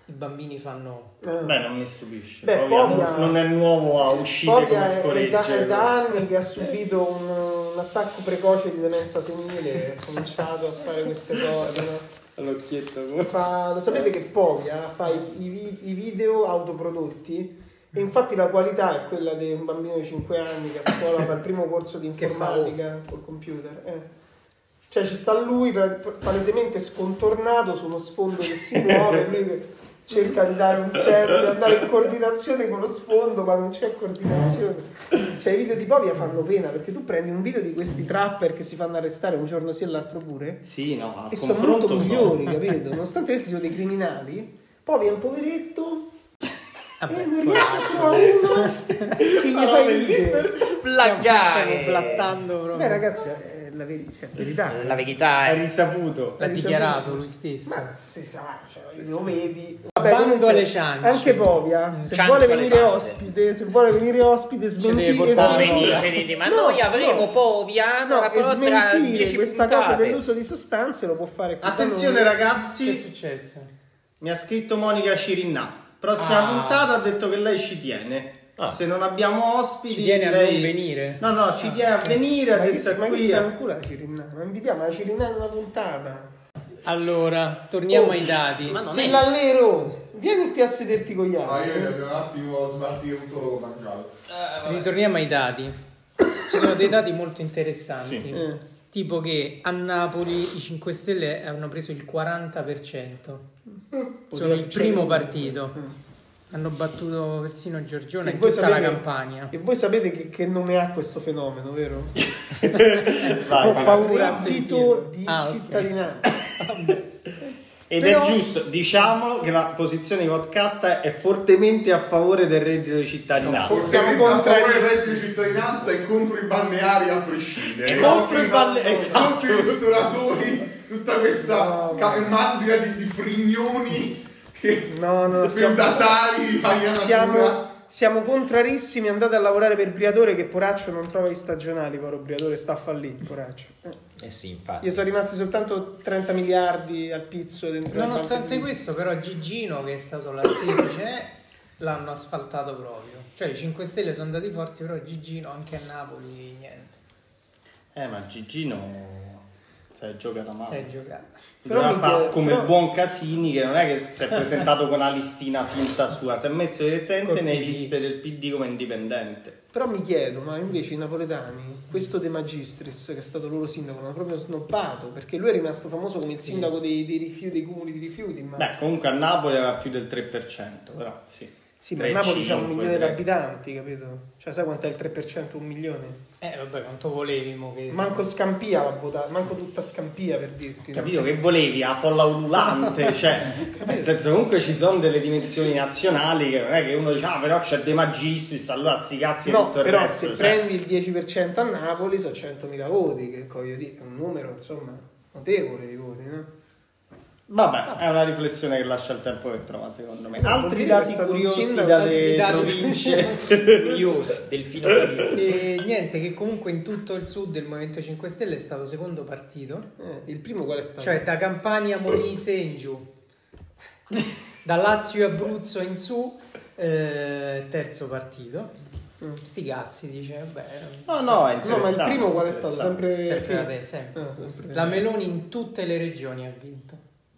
Speaker 2: I bambini fanno.
Speaker 4: Ah.
Speaker 5: Beh, non mi stupisce.
Speaker 4: Beh,
Speaker 5: Povia non-
Speaker 4: Povia-
Speaker 5: non è nuovo a uscire
Speaker 4: Povia
Speaker 5: come
Speaker 4: è da,
Speaker 5: scoregge.
Speaker 4: è da anni che ha subito un, un attacco precoce di demenza senile, ha cominciato a fare queste cose. no?
Speaker 5: L'occhietto come fa.
Speaker 4: Fa- lo sapete che Povia fa i, i vi- i video autoprodotti e infatti la qualità è quella di un bambino di 5 anni che a scuola fa il primo corso di
Speaker 2: Che fa,
Speaker 4: informatica col computer. eh. Cioè ci sta lui pra- palesemente scontornato su uno sfondo che si muove, e lui che cerca di dare un senso, di andare in coordinazione con lo sfondo, ma non c'è coordinazione. Cioè i video di Povia fanno pena perché tu prendi un video di questi trapper che si fanno arrestare un giorno sì e l'altro pure
Speaker 5: Sì, no, a
Speaker 4: e sono molto
Speaker 5: confronto
Speaker 4: migliori, capito? Nonostante questi sono dei criminali, poi viene un poveretto
Speaker 6: Ah,
Speaker 4: e non riesce a trovare uno che gli fa ridere.
Speaker 5: Stiamo blastando
Speaker 4: Beh, ragazzi, è la veri- cioè, verità.
Speaker 6: La verità
Speaker 5: Hai
Speaker 4: Eh,
Speaker 6: è...
Speaker 5: risaputo.
Speaker 2: L'ha dichiarato lui stesso.
Speaker 4: Ma si sa, cioè, lo vedi.
Speaker 2: Bando
Speaker 4: comunque,
Speaker 2: alle ciance.
Speaker 4: Anche Povia, se
Speaker 6: Ciancio
Speaker 4: vuole
Speaker 6: Mm, alle
Speaker 4: venire
Speaker 6: bande.
Speaker 4: ospite, se vuole venire ospite, smentire.
Speaker 2: portare
Speaker 6: Poi
Speaker 2: Esatto.
Speaker 6: venire, cioè, dite, ma
Speaker 4: No,
Speaker 6: noi avremo
Speaker 4: no.
Speaker 6: Povia
Speaker 4: No,
Speaker 6: la
Speaker 4: e
Speaker 6: pro- tra
Speaker 4: smentire
Speaker 6: 10
Speaker 4: questa cosa
Speaker 6: puntate.
Speaker 4: dell'uso di sostanze lo può fare qui da noi.
Speaker 5: Attenzione
Speaker 2: Che è
Speaker 5: ragazzi,
Speaker 2: successo?
Speaker 5: mi ha scritto Monica Cirinà. Prossima
Speaker 2: Ah.
Speaker 5: puntata ha detto che lei ci tiene.
Speaker 6: Ah.
Speaker 5: Se non abbiamo ospiti,
Speaker 2: Ci viene a
Speaker 5: lei-
Speaker 2: non venire? Ah.
Speaker 5: No, no, ci tiene a venire. Ha
Speaker 4: Ma che,
Speaker 5: detto
Speaker 4: ma che
Speaker 5: qui.
Speaker 4: sei ancora la Cirinna? Ma invitiamo la Cirinna in una puntata.
Speaker 2: Allora, torniamo
Speaker 4: Oh,
Speaker 2: ai dati.
Speaker 6: ma- Ah, non è-
Speaker 4: Sillallero, vieni qui a sederti con gli
Speaker 3: Ah,
Speaker 4: altri.
Speaker 3: io devo un attimo smaltire tutto l'ho mangiato.
Speaker 2: Ritorniamo ai dati. Ci sono dei dati molto interessanti.
Speaker 5: Sì.
Speaker 4: Eh.
Speaker 2: Tipo tipo che a Napoli i 5 Stelle hanno preso il 40%, sono il primo partito,
Speaker 4: Mm.
Speaker 2: hanno battuto persino Giorgione e
Speaker 4: voi
Speaker 2: tutta la
Speaker 4: sapete-
Speaker 2: Campania.
Speaker 4: E voi sapete che, che nome ha questo fenomeno, vero?
Speaker 5: Vai,
Speaker 4: Ho
Speaker 5: vai.
Speaker 4: paura
Speaker 2: a sentirlo.
Speaker 4: reddito di
Speaker 2: Ah, ok.
Speaker 4: cittadinanza.
Speaker 5: Ed
Speaker 2: Però-
Speaker 5: è giusto, diciamolo, che la posizione di podcast è fortemente a favore del reddito di cittadinanza.
Speaker 3: Siamo
Speaker 4: Siamo
Speaker 3: contro il reddito di
Speaker 4: contrarissimi.
Speaker 3: cittadinanza e contro i balneari a prescindere.
Speaker 5: E contro i balle- esatto.
Speaker 3: Contro i ristoratori, tutta questa ca- mandria di, di frignoni che
Speaker 4: No, no, siamo-
Speaker 3: feudatari, italiana pura.
Speaker 4: Siamo, siamo contrarissimi, andate a lavorare per Briatore che Poraccio non trova gli stagionali, povero Briatore sta a fallire, Poraccio. Eh,
Speaker 6: Eh sì, infatti.
Speaker 4: Gli sono rimasti soltanto 30 miliardi al pizzo dentro la
Speaker 2: Nonostante
Speaker 4: Fantasy.
Speaker 2: questo, però, Gigino, che è stato l'artefice, l'hanno asfaltato proprio. Cioè, i 5 Stelle sono andati forti, però Gigino anche a Napoli niente.
Speaker 5: Eh, ma Gigino si è giocato
Speaker 4: Ah.
Speaker 5: male.
Speaker 2: Si è giocato.
Speaker 4: Però
Speaker 5: Doveva
Speaker 4: mi
Speaker 5: fa
Speaker 4: chiedo-
Speaker 5: come
Speaker 4: però-
Speaker 5: il buon Casini che non è che si è presentato con una listina finta sua, si è messo direttamente
Speaker 2: Col
Speaker 5: nelle
Speaker 2: PD.
Speaker 5: liste del PD come indipendente.
Speaker 4: Però mi chiedo, ma invece i napoletani, questo De Magistris, che è stato loro sindaco, l'hanno proprio snobbato, perché lui è rimasto famoso come il sindaco dei, dei rifiuti, dei comuni di rifiuti, ma,
Speaker 5: Beh, comunque a Napoli aveva più del 3%, però sì.
Speaker 4: sì, ma
Speaker 5: Tre,
Speaker 4: Napoli diciamo, c'ha un
Speaker 5: cinque,
Speaker 4: milione di
Speaker 5: tre.
Speaker 4: abitanti, capito? Cioè, sai quanto è il 3%? Un milione?
Speaker 2: Eh, vabbè, quanto volevimo che...
Speaker 4: Manco Scampia l'ha votato, manco tutta Scampia per dirti. no?
Speaker 5: Capito che volevi la folla ululante, cioè, nel senso comunque ci sono delle dimensioni nazionali che non è che uno dice ah però c'è De Magistris, allora sti cazzi e
Speaker 4: No,
Speaker 5: tutto il
Speaker 4: però
Speaker 5: resto",
Speaker 4: se
Speaker 5: cioè.
Speaker 4: prendi il 10% a Napoli sono 100.000 voti, che voglio dire, è un numero insomma notevole di voti, no?
Speaker 5: Vabbè, è una riflessione che lascia il tempo che trova, secondo me.
Speaker 4: No, vuol
Speaker 5: altri
Speaker 4: dire che è
Speaker 5: dati
Speaker 4: stato un
Speaker 5: curiosi
Speaker 4: sindaco,
Speaker 5: dalle
Speaker 2: altri dati-
Speaker 5: province.
Speaker 6: Curioso, delfino curioso.
Speaker 2: E niente, che comunque in tutto il sud il Movimento 5 Stelle è stato secondo partito,
Speaker 4: Eh, il primo qual è stato?
Speaker 2: cioè da Campania, Molise in giù, da Lazio e Abruzzo in su, eh, terzo partito.
Speaker 4: Mm. Ah,
Speaker 2: Sti cazzi, dice, vabbè...
Speaker 5: No, no, è
Speaker 4: no, ma
Speaker 5: interessante.
Speaker 4: il primo qual è stato? Sempre,
Speaker 5: interessante.
Speaker 2: Sempre la
Speaker 4: Fitz?
Speaker 2: te- sempre.
Speaker 4: Ah, sempre.
Speaker 2: La Meloni in tutte le regioni ha vinto.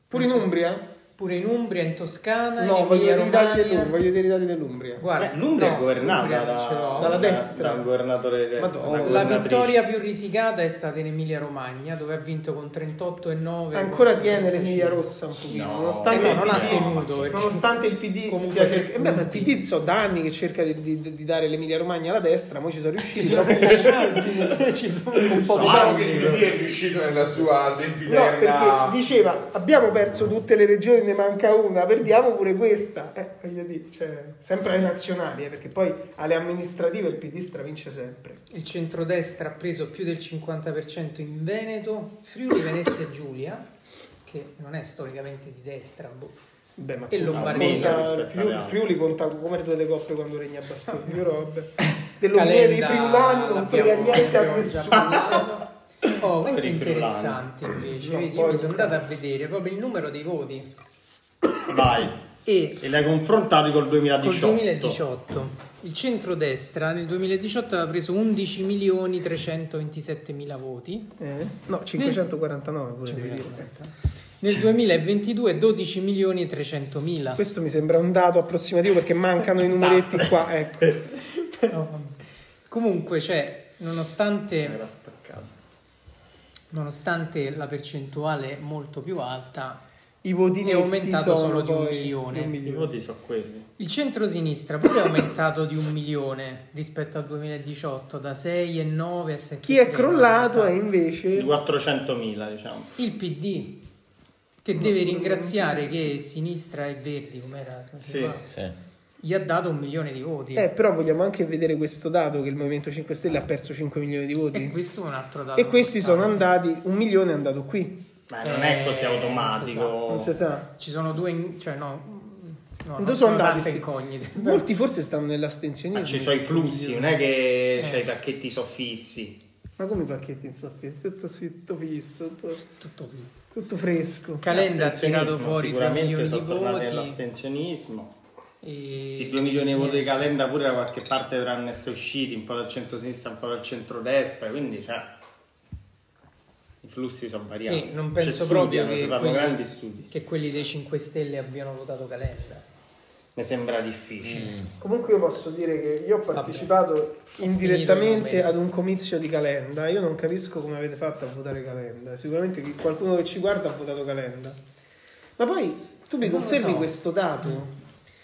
Speaker 4: Pure in Umbria?
Speaker 2: Pure in Umbria, in Toscana,
Speaker 4: No,
Speaker 2: in
Speaker 4: voglio
Speaker 2: Emilia
Speaker 4: dire
Speaker 2: Romagna.
Speaker 4: i dati dell'Umbria. Voglio dire i dati dell'Umbria.
Speaker 2: Guarda,
Speaker 5: Beh, Eh, l'Umbria
Speaker 2: no,
Speaker 5: è governata
Speaker 2: l'Umbria
Speaker 5: da-
Speaker 2: ce l'ho.
Speaker 4: dalla
Speaker 5: da-
Speaker 4: destra.
Speaker 5: da un governatore di destra.
Speaker 4: Madonna.
Speaker 5: una
Speaker 2: La
Speaker 5: governatrice.
Speaker 2: vittoria più risicata è stata in Emilia Romagna, dove ha vinto con 38 e 9.
Speaker 4: Ancora tiene l'Emilia Rossa un pochino,
Speaker 5: No,
Speaker 4: nonostante,
Speaker 2: eh, No,
Speaker 4: il
Speaker 2: non ha
Speaker 4: PD,
Speaker 2: tenuto. perché-
Speaker 4: nonostante il PD
Speaker 2: Comunque
Speaker 4: stia
Speaker 2: c'è
Speaker 4: cerc- eh beh, ma il
Speaker 2: tutti.
Speaker 4: PD so da anni che cerca di, di- di dare l'Emilia Romagna alla destra, mo ci sono riusciti.
Speaker 2: Ci sono-
Speaker 4: un po'
Speaker 5: So,
Speaker 4: diciamo
Speaker 3: Diciamo
Speaker 5: anche
Speaker 4: che-
Speaker 3: che il PD è riuscito nella sua
Speaker 4: No,
Speaker 3: sempiterna...
Speaker 4: perché diceva abbiamo perso tutte le regioni, ne manca una, perdiamo pure questa. Eh, voglio dire, cioè, sempre alle nazionali, eh, perché poi alle amministrative il PD stravince sempre.
Speaker 2: Il centrodestra ha preso più del 50% in Veneto, Friuli, Venezia e Giulia, che non è storicamente di destra. boh.
Speaker 4: Beh, ma
Speaker 2: E Lombardia.
Speaker 4: conta,
Speaker 5: rispetto alle
Speaker 4: Friuli,
Speaker 5: altre,
Speaker 4: Friuli
Speaker 5: sì.
Speaker 4: conta come due le coppe quando regna Bastoni, però vabbè. Dell'Unione dei
Speaker 2: Calenda,
Speaker 4: Friulani non frega
Speaker 2: l'abbiamo-
Speaker 4: niente a
Speaker 2: l'abbiamo già
Speaker 4: nessuno.
Speaker 2: parlato. Oh, questo è
Speaker 5: Poveri
Speaker 2: interessante invece.
Speaker 4: No,
Speaker 2: Vedi, io
Speaker 4: poi-
Speaker 2: mi sono andato a vedere proprio il numero dei voti
Speaker 5: Vai.
Speaker 2: e
Speaker 5: E l'hai confrontati col
Speaker 2: col
Speaker 5: 2018.
Speaker 2: 2018 il centrodestra nel 2018 aveva preso 11 milioni 327 mila voti, cioè
Speaker 4: Eh? No, 549 pure devi dire.
Speaker 2: nel 2022 12 milioni e 300 mila.
Speaker 4: Questo mi sembra un dato approssimativo perché mancano
Speaker 2: Esatto.
Speaker 4: i numeretti qua, ecco.
Speaker 2: Comunque, cioè, nonostante,
Speaker 5: Eh, Era spaccato.
Speaker 2: nonostante la percentuale molto più alta,
Speaker 4: I votini
Speaker 2: È aumentato
Speaker 4: sono
Speaker 2: solo di un
Speaker 4: poi
Speaker 2: milione.
Speaker 4: di un
Speaker 5: I voti sono quelli.
Speaker 2: Il centro-sinistra pure è aumentato di un milione rispetto al 2018, da 6,9 a 7.
Speaker 4: Chi è crollato è invece
Speaker 5: Di 400.000, diciamo.
Speaker 2: il PD, che deve ringraziare che sinistra e verdi, come era,
Speaker 5: Sì.
Speaker 6: Sì.
Speaker 2: gli ha dato un milione di voti.
Speaker 4: Eh, però vogliamo anche vedere questo dato che il Movimento 5 Stelle ha perso 5 milioni di
Speaker 2: E
Speaker 4: voti.
Speaker 2: questo è un altro dato.
Speaker 4: E questi sono
Speaker 2: importante.
Speaker 4: andati, un milione è andato qui,
Speaker 5: Ma non è così
Speaker 2: Eh,
Speaker 5: automatico.
Speaker 4: non si sa.
Speaker 2: Ci sono due, in- cioè no, no non
Speaker 4: Dove sono
Speaker 2: sono
Speaker 4: andati
Speaker 2: tante
Speaker 4: sti-
Speaker 2: incognite.
Speaker 4: Molti forse stanno
Speaker 5: Ma
Speaker 4: nell'astensionismo.
Speaker 5: Ah, ci sono i flussi, eh. non è che
Speaker 4: Eh.
Speaker 5: c'è i pacchetti soffissi.
Speaker 4: Ma come i pacchetti in soffitto? Tutto sfitto fisso, tutto,
Speaker 2: Tutto qui.
Speaker 4: tutto fresco.
Speaker 2: Calenda ha tirato
Speaker 5: L'astensionismo,
Speaker 2: fuori 3
Speaker 5: Sicuramente
Speaker 2: milioni di
Speaker 5: sono tornati
Speaker 2: voti.
Speaker 5: all'astensionismo.
Speaker 2: e-
Speaker 5: Sì, 2 milioni di voti di calenda pure da qualche parte dovranno essere usciti, un po' dal centro-sinistra, un po' dal centro-destra, quindi cioè, i flussi sono variati.
Speaker 2: Sì, non penso
Speaker 5: Cioè,
Speaker 2: proprio
Speaker 5: studiano,
Speaker 2: che
Speaker 5: si fanno
Speaker 2: quelli,
Speaker 5: grandi studi.
Speaker 2: che quelli dei 5 Stelle abbiano votato Calenda.
Speaker 5: mi sembra
Speaker 2: Mm.
Speaker 5: difficile.
Speaker 4: Comunque io posso dire che io ho partecipato indirettamente ad un comizio di Calenda. Io non capisco come avete fatto a votare Calenda. Sicuramente chi- qualcuno che ci guarda ha votato Calenda. Ma poi tu mi
Speaker 2: Non lo
Speaker 4: confermi
Speaker 2: so.
Speaker 4: questo dato?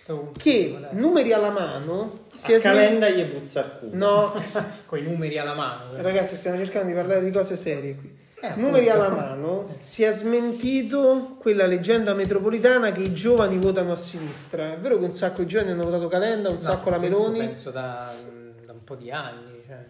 Speaker 2: Tu-
Speaker 4: Che
Speaker 2: guarda,
Speaker 4: numeri alla mano si è
Speaker 5: a
Speaker 4: smin-
Speaker 5: Calenda gli puzza il culo.
Speaker 4: No,
Speaker 2: Coi numeri alla mano. eh.
Speaker 4: ragazzi, stiamo cercando di parlare di cose serie qui. Numeri alla mano, si è smentito quella leggenda metropolitana che i giovani votano a sinistra. È vero che un sacco di giovani hanno votato Calenda, un
Speaker 2: No,
Speaker 4: sacco la
Speaker 2: questo
Speaker 4: Meloni.
Speaker 2: Penso da, mm, da un po' di anni. Cioè.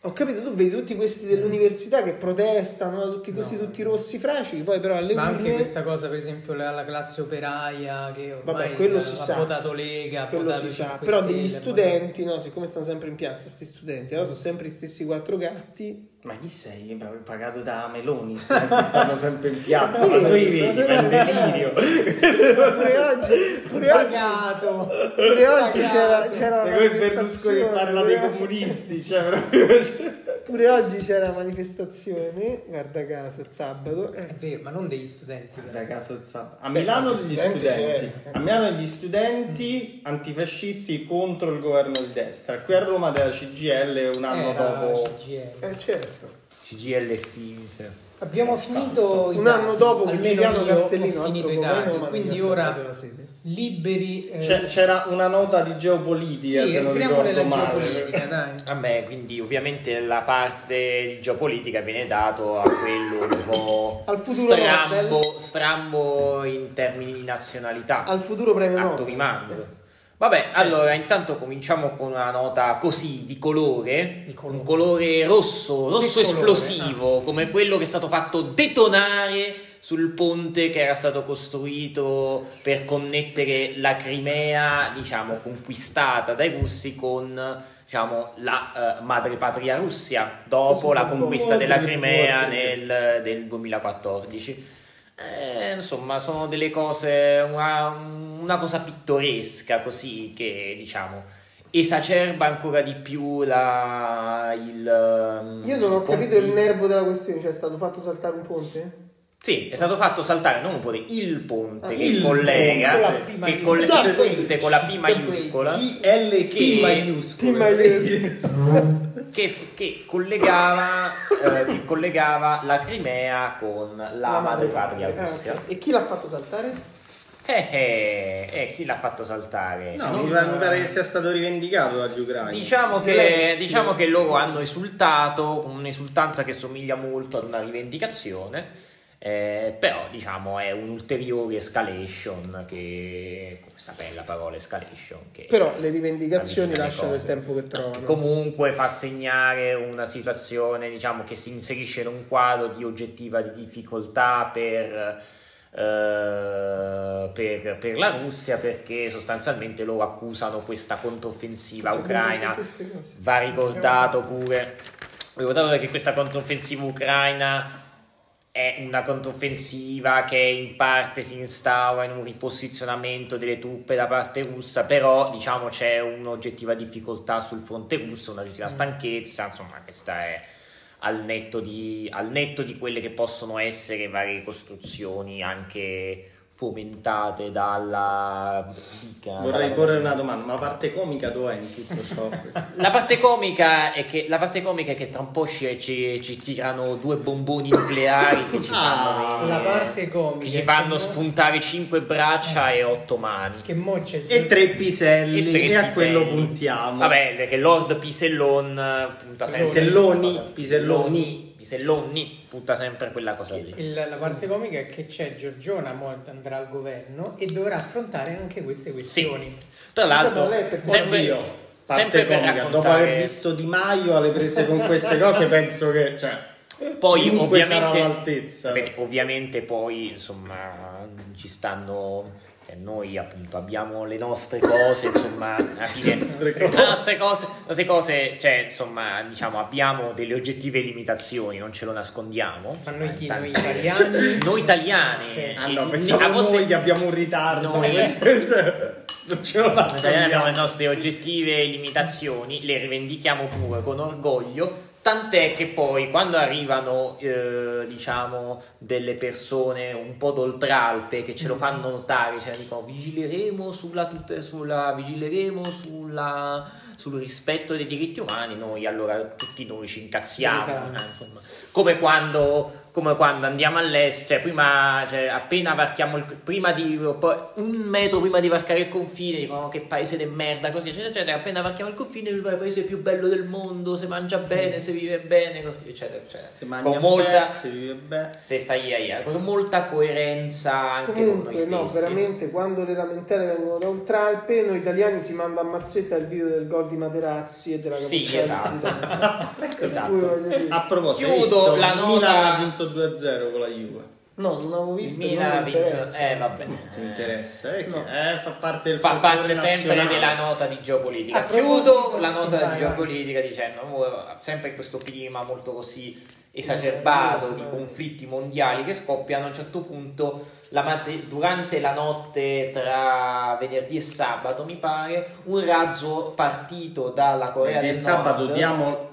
Speaker 4: Ho capito, tu vedi tutti questi dell'università che protestano, tutti questi,
Speaker 2: No.
Speaker 4: tutti rossi fraci, poi però alle
Speaker 2: Ma anche
Speaker 4: urne-
Speaker 2: questa cosa, per esempio, la, la classe operaia che ormai
Speaker 4: Vabbè, quello
Speaker 2: ha,
Speaker 4: si
Speaker 2: ha
Speaker 4: sa.
Speaker 2: votato Lega, ha
Speaker 4: quello
Speaker 2: votato
Speaker 4: si sa,
Speaker 2: 5
Speaker 4: però
Speaker 2: Stelle,
Speaker 4: degli
Speaker 2: ma-
Speaker 4: studenti, no, siccome stanno sempre in piazza, questi studenti, allora sono sempre gli stessi quattro gatti.
Speaker 5: Ma chi sei? Io avevo Pagato da Meloni, studenti stanno sempre in piazza,
Speaker 4: Sì,
Speaker 5: quando li vedi,
Speaker 4: stasera-
Speaker 5: ma è un delirio.
Speaker 4: Pure oggi, pure oggi,
Speaker 5: Pagato!
Speaker 4: pure oggi c'era, c'era una
Speaker 5: Secondo Berlusconi che
Speaker 4: manifestazione,
Speaker 5: parla dei
Speaker 4: pure-
Speaker 5: comunisti, cioè proprio...
Speaker 4: Pure oggi c'era una manifestazione, guarda caso, il sabato. eh.
Speaker 2: È vero, ma non degli studenti. però.
Speaker 5: Da casa del sabato. A Milano
Speaker 4: quanti
Speaker 5: gli
Speaker 4: studenti
Speaker 5: studenti,
Speaker 4: c'è?
Speaker 5: a Milano gli studenti antifascisti contro il governo di destra. Qui a Roma della CGL un anno
Speaker 2: Era
Speaker 5: dopo.
Speaker 2: CGL.
Speaker 4: Eh, certo.
Speaker 6: CGLSI.
Speaker 2: Abbiamo finito i
Speaker 4: Un anno
Speaker 2: dati,
Speaker 4: dopo
Speaker 2: almeno
Speaker 4: Giuliano
Speaker 2: io
Speaker 4: Castellino, ecco,
Speaker 2: ho finito
Speaker 4: altro
Speaker 2: i
Speaker 4: governo,
Speaker 2: dati,
Speaker 4: ma
Speaker 2: quindi
Speaker 4: non gli ha saltato
Speaker 2: ora
Speaker 4: la sede.
Speaker 2: liberi eh,
Speaker 5: C'è- c'era una nota di geopolitica,
Speaker 2: Sì,
Speaker 5: se non
Speaker 2: entriamo
Speaker 5: ricordo
Speaker 2: nella
Speaker 5: male.
Speaker 2: geopolitica, dai.
Speaker 6: Vabbè, quindi ovviamente la parte di geopolitica viene dato a quello un po'
Speaker 4: Al futuro
Speaker 6: strambo,
Speaker 4: Nobel.
Speaker 6: strambo in termini di nazionalità.
Speaker 4: Al futuro premio
Speaker 6: Atto
Speaker 4: Nobel.
Speaker 6: rimando. Vabbè, allora intanto cominciamo con una nota così di colore,
Speaker 2: Di colore.
Speaker 6: un colore rosso,
Speaker 2: colore? eh.
Speaker 6: rosso esplosivo, come quello che è stato fatto detonare sul ponte che era stato costruito per connettere la Crimea, diciamo, conquistata dai russi con diciamo, la eh, madrepatria Russia dopo la conquista della Crimea nel del 2014. Eh, insomma, sono delle cose, una, una cosa pittoresca così che diciamo esacerba ancora di più la, il. mm,
Speaker 4: Io non ho capito il
Speaker 6: conflitto.
Speaker 4: nervo della questione, cioè è stato fatto saltare un ponte?
Speaker 6: Sì, è stato fatto saltare non un ponte, il ponte
Speaker 4: Ah,
Speaker 6: che
Speaker 5: il ponte
Speaker 6: collega,
Speaker 5: con la P
Speaker 6: che
Speaker 5: maiuscola.
Speaker 6: collega
Speaker 4: Esatto.
Speaker 6: il ponte con la P maiuscola.
Speaker 5: ILP
Speaker 6: Che-
Speaker 5: maiuscolo.
Speaker 4: Prima io-
Speaker 6: che, f- che collegava, eh, che collegava la Crimea con la madrepatria
Speaker 4: Ah, ok.
Speaker 6: Russia.
Speaker 4: E chi l'ha fatto saltare?
Speaker 6: Eh, eh, eh, chi l'ha fatto saltare?
Speaker 5: No, mi pare- mi pare che sia stato rivendicato dagli ucraini.
Speaker 6: Diciamo che,
Speaker 4: Zelensky.
Speaker 6: diciamo che loro hanno esultato, con un'esultanza che somiglia molto ad una rivendicazione, eh, però diciamo è un'ulteriore escalation che, come sapete la parola escalation, che
Speaker 4: Però le rivendicazioni
Speaker 6: avvicina le
Speaker 4: lasciano il
Speaker 6: cose.
Speaker 4: tempo che
Speaker 6: che
Speaker 4: trovano.
Speaker 6: comunque fa segnare una situazione diciamo che si inserisce in un quadro di oggettiva difficoltà per, eh, per, per la Russia perché sostanzialmente loro accusano questa controffensiva
Speaker 4: Cioè,
Speaker 6: ucraina
Speaker 4: queste cose.
Speaker 6: va ricordato pure va ricordato che questa controffensiva ucraina è una controffensiva che in parte si instaura in un riposizionamento delle truppe da parte russa, però diciamo c'è un'oggettiva difficoltà sul fronte russo,
Speaker 5: Mm.
Speaker 6: un'oggettiva stanchezza, insomma questa è al netto di, al netto di quelle che possono essere varie costruzioni anche fomentate dalla... dica-
Speaker 5: Vorrei
Speaker 6: dalla-
Speaker 5: porre una domanda, ma la parte comica dov'è in tutto ciò?
Speaker 6: la parte comica è che, la parte comica è che tra un po' ci, ci- ci tirano due bomboni nucleari che ci fanno,
Speaker 5: Ah,
Speaker 2: la
Speaker 6: eh,
Speaker 2: parte comica
Speaker 6: che ci
Speaker 2: è
Speaker 6: fanno
Speaker 2: che-
Speaker 6: spuntare cinque braccia e otto mani.
Speaker 2: Che mo c'è
Speaker 5: e tre piselli, e,
Speaker 6: tre
Speaker 5: a
Speaker 6: piselli.
Speaker 5: quello puntiamo.
Speaker 6: Vabbè, perché Lord Pisellon eh, punta sempre.
Speaker 5: Piselloni,
Speaker 6: questa cosa.
Speaker 5: Piselloni.
Speaker 6: Piselloni punta sempre quella cosa lì.
Speaker 2: il- la parte comica è che c'è Giorgiona, mo andrà al governo e dovrà affrontare anche queste questioni.
Speaker 6: Tra l'altro,
Speaker 4: Guarda, lei per
Speaker 6: sempre,
Speaker 5: Oddio, parte
Speaker 6: sempre per
Speaker 5: comica. Dopo aver
Speaker 6: raccontare.
Speaker 5: visto Di Maio alle prese con queste cose, penso che... Cioè,
Speaker 6: Poi
Speaker 5: chiunque sarà
Speaker 6: ovviamente,
Speaker 5: all'altezza.
Speaker 6: sapete, ovviamente poi insomma ci stanno eh, noi appunto abbiamo le nostre cose insomma alla fine
Speaker 5: nostre
Speaker 6: le nostre cose, le nostre cose cioè insomma diciamo abbiamo delle oggettive limitazioni non ce lo nascondiamo
Speaker 2: Ma noi chi? Noi
Speaker 6: Tanti-
Speaker 2: italiani?
Speaker 6: noi italiani
Speaker 2: Ok.
Speaker 6: e-
Speaker 5: Ah no,
Speaker 6: e-
Speaker 5: pensavo
Speaker 6: a volte eh.
Speaker 5: noi abbiamo un ritardo.
Speaker 6: Noi.
Speaker 5: Cioè, non ce l'ho la
Speaker 6: Esatto, Noi italiani abbiamo le nostre oggettive limitazioni, le rivendichiamo pure con orgoglio. Tant'è che poi quando arrivano, eh, diciamo, delle persone un po' d'oltralpe che ce lo fanno notare, ce ne dicono vigileremo sulla, tut- sulla- vigileremo sulla- sul rispetto dei diritti umani, noi allora tutti noi ci incazziamo.
Speaker 2: Sì,
Speaker 6: eh, insomma. Come quando, come quando andiamo all'estero, cioè, prima, cioè, appena varchiamo il, prima di, poi un metro prima di varcare il confine, dicono che paese di merda, così, eccetera, eccetera. Appena varchiamo il confine, il paese più bello del mondo, se mangia bene, se vive bene, così, eccetera, eccetera. con molta, se stai a Iera, con molta coerenza anche con noi
Speaker 4: Comunque, no,
Speaker 6: stessi.
Speaker 4: veramente quando le lamentele vengono da Oltralpe, noi italiani si manda a mazzetta il video del gol di Materazzi e della
Speaker 6: Sì,
Speaker 4: Capocciari
Speaker 6: esatto.
Speaker 4: zitana. Per
Speaker 6: Esatto.
Speaker 4: cui voglio dire-
Speaker 5: A proposito,
Speaker 6: Chiudo
Speaker 5: hai visto?
Speaker 6: la nota-
Speaker 5: Milan ha vinto 2-0 con la Juve.
Speaker 4: No, non avevo
Speaker 6: Il
Speaker 4: visto.
Speaker 6: Milan
Speaker 4: non
Speaker 6: ha
Speaker 4: mi
Speaker 6: vinto,
Speaker 4: interessa.
Speaker 6: eh vabbè,
Speaker 5: Ti interessa? Eh, che-
Speaker 4: No.
Speaker 5: eh, fa parte del
Speaker 6: fa
Speaker 5: folklore
Speaker 6: parte sempre
Speaker 5: nazionale.
Speaker 6: della nota di geopolitica.
Speaker 4: A
Speaker 6: Chiudo
Speaker 4: proposito-
Speaker 6: la nota
Speaker 4: vai,
Speaker 6: di
Speaker 4: vai.
Speaker 6: geopolitica dicendo, mo- sempre in questo clima molto così esacerbato di conflitti mondiali che scoppiano, a un certo punto, la matte- durante la notte tra venerdì e sabato, mi pare, un razzo partito dalla Corea
Speaker 5: Perché
Speaker 6: eh, del
Speaker 5: sabato
Speaker 6: Nord
Speaker 5: diamo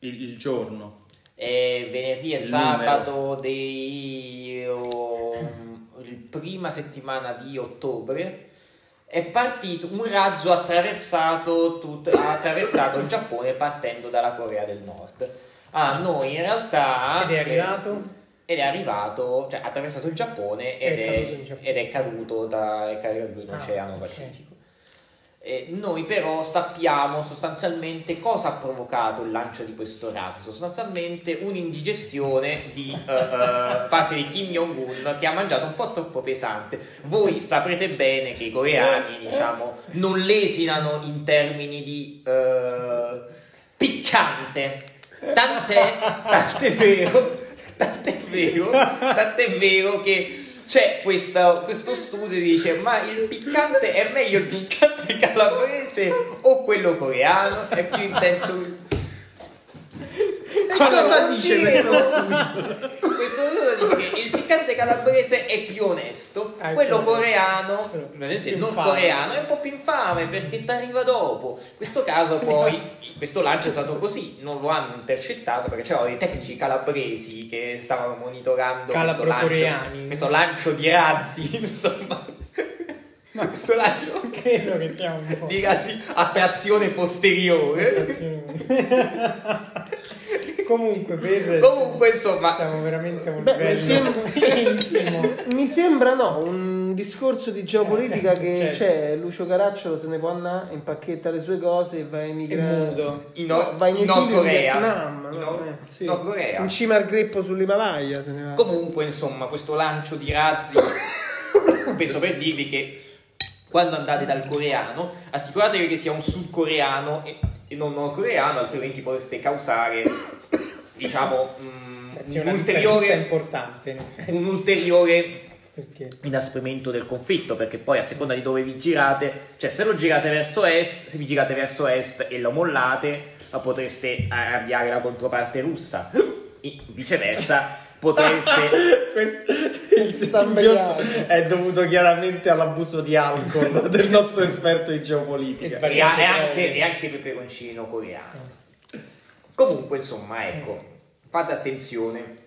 Speaker 5: il, il giorno.
Speaker 6: e venerdì e
Speaker 5: Il
Speaker 6: sabato dei um, il prima settimana di ottobre è partito un razzo ha attraversato tut- ha attraversato il Giappone partendo dalla Corea del Nord. Ah, noi in realtà
Speaker 2: Ed è arrivato?
Speaker 6: ed è arrivato, cioè ha attraversato il Giappone ed
Speaker 2: È
Speaker 6: è,
Speaker 2: caduto in Giappone.
Speaker 6: ed è caduto da, è caduto in
Speaker 2: Ah,
Speaker 6: Oceano
Speaker 2: ok.
Speaker 6: Pacifico. Eh, noi però sappiamo sostanzialmente cosa ha provocato il lancio di questo razzo, sostanzialmente un'indigestione di eh, eh, parte di Kim Jong-un che ha mangiato un po' troppo pesante. Voi saprete bene che i coreani, diciamo, non lesinano in termini di eh, piccante. Tant'è, tant'è vero, tant'è vero, tant'è vero che c'è questa- questo studio che dice ma il piccante è meglio il piccante calabrese o quello coreano? È più intenso
Speaker 5: cosa
Speaker 6: non
Speaker 5: dice
Speaker 6: dire.
Speaker 5: questo
Speaker 6: Questo studio dice che il piccante calabrese è più onesto,
Speaker 2: Ah,
Speaker 6: quello
Speaker 2: ecco.
Speaker 6: coreano,
Speaker 2: Quello
Speaker 6: ovviamente
Speaker 2: più
Speaker 6: non
Speaker 2: infame.
Speaker 6: coreano, è un po' più infame perché ti arriva dopo. In questo caso poi questo lancio è stato così, non lo hanno intercettato perché c'erano dei tecnici calabresi che stavano monitorando questo lancio,
Speaker 2: Calabro-coreani.
Speaker 6: questo lancio di razzi, insomma. questo lancio
Speaker 2: Credo che siamo un po'.
Speaker 6: di razzi a trazione posteriore.
Speaker 2: Comunque, per
Speaker 6: Comunque, insomma,
Speaker 2: siamo veramente a un
Speaker 4: Beh,
Speaker 2: livello intimo.
Speaker 4: Eh, Mi sembra no, un discorso di geopolitica che
Speaker 2: Certo.
Speaker 4: c'è Lucio Caracciolo se ne può andare, impacchetta le sue cose e va a
Speaker 2: È
Speaker 4: emigrare.
Speaker 2: muto.
Speaker 6: in, Nord-
Speaker 4: va in
Speaker 6: in Nord
Speaker 4: esilio in
Speaker 6: Corea.
Speaker 4: Vietnam,
Speaker 6: In
Speaker 4: no,
Speaker 6: Nord-
Speaker 4: eh, sì.
Speaker 6: Nord Corea.
Speaker 4: In cima al greppo sull'Himalaya se ne va.
Speaker 6: Comunque, insomma, questo lancio di razzi, penso per dirvi che quando andate dal coreano, assicuratevi che sia un sudcoreano e, e non nordcoreano, altrimenti potreste causare, diciamo, mm,
Speaker 2: Sì,
Speaker 6: un
Speaker 2: una differenza
Speaker 6: ulteriore,
Speaker 2: importante, in effetti,
Speaker 6: un ulteriore
Speaker 2: perché
Speaker 6: inasprimento del conflitto perché poi a seconda di dove vi girate cioè se lo girate verso est se vi girate verso est e lo mollate potreste arrabbiare la controparte russa E viceversa potreste
Speaker 5: Questo- il
Speaker 4: Stambriato.
Speaker 5: singhiozzo è dovuto chiaramente all'abuso di alcol del nostro esperto di
Speaker 2: È
Speaker 5: geopolitica.
Speaker 2: sbagliato.
Speaker 6: e a- e anche, e anche peperoncino coreano comunque insomma ecco fate attenzione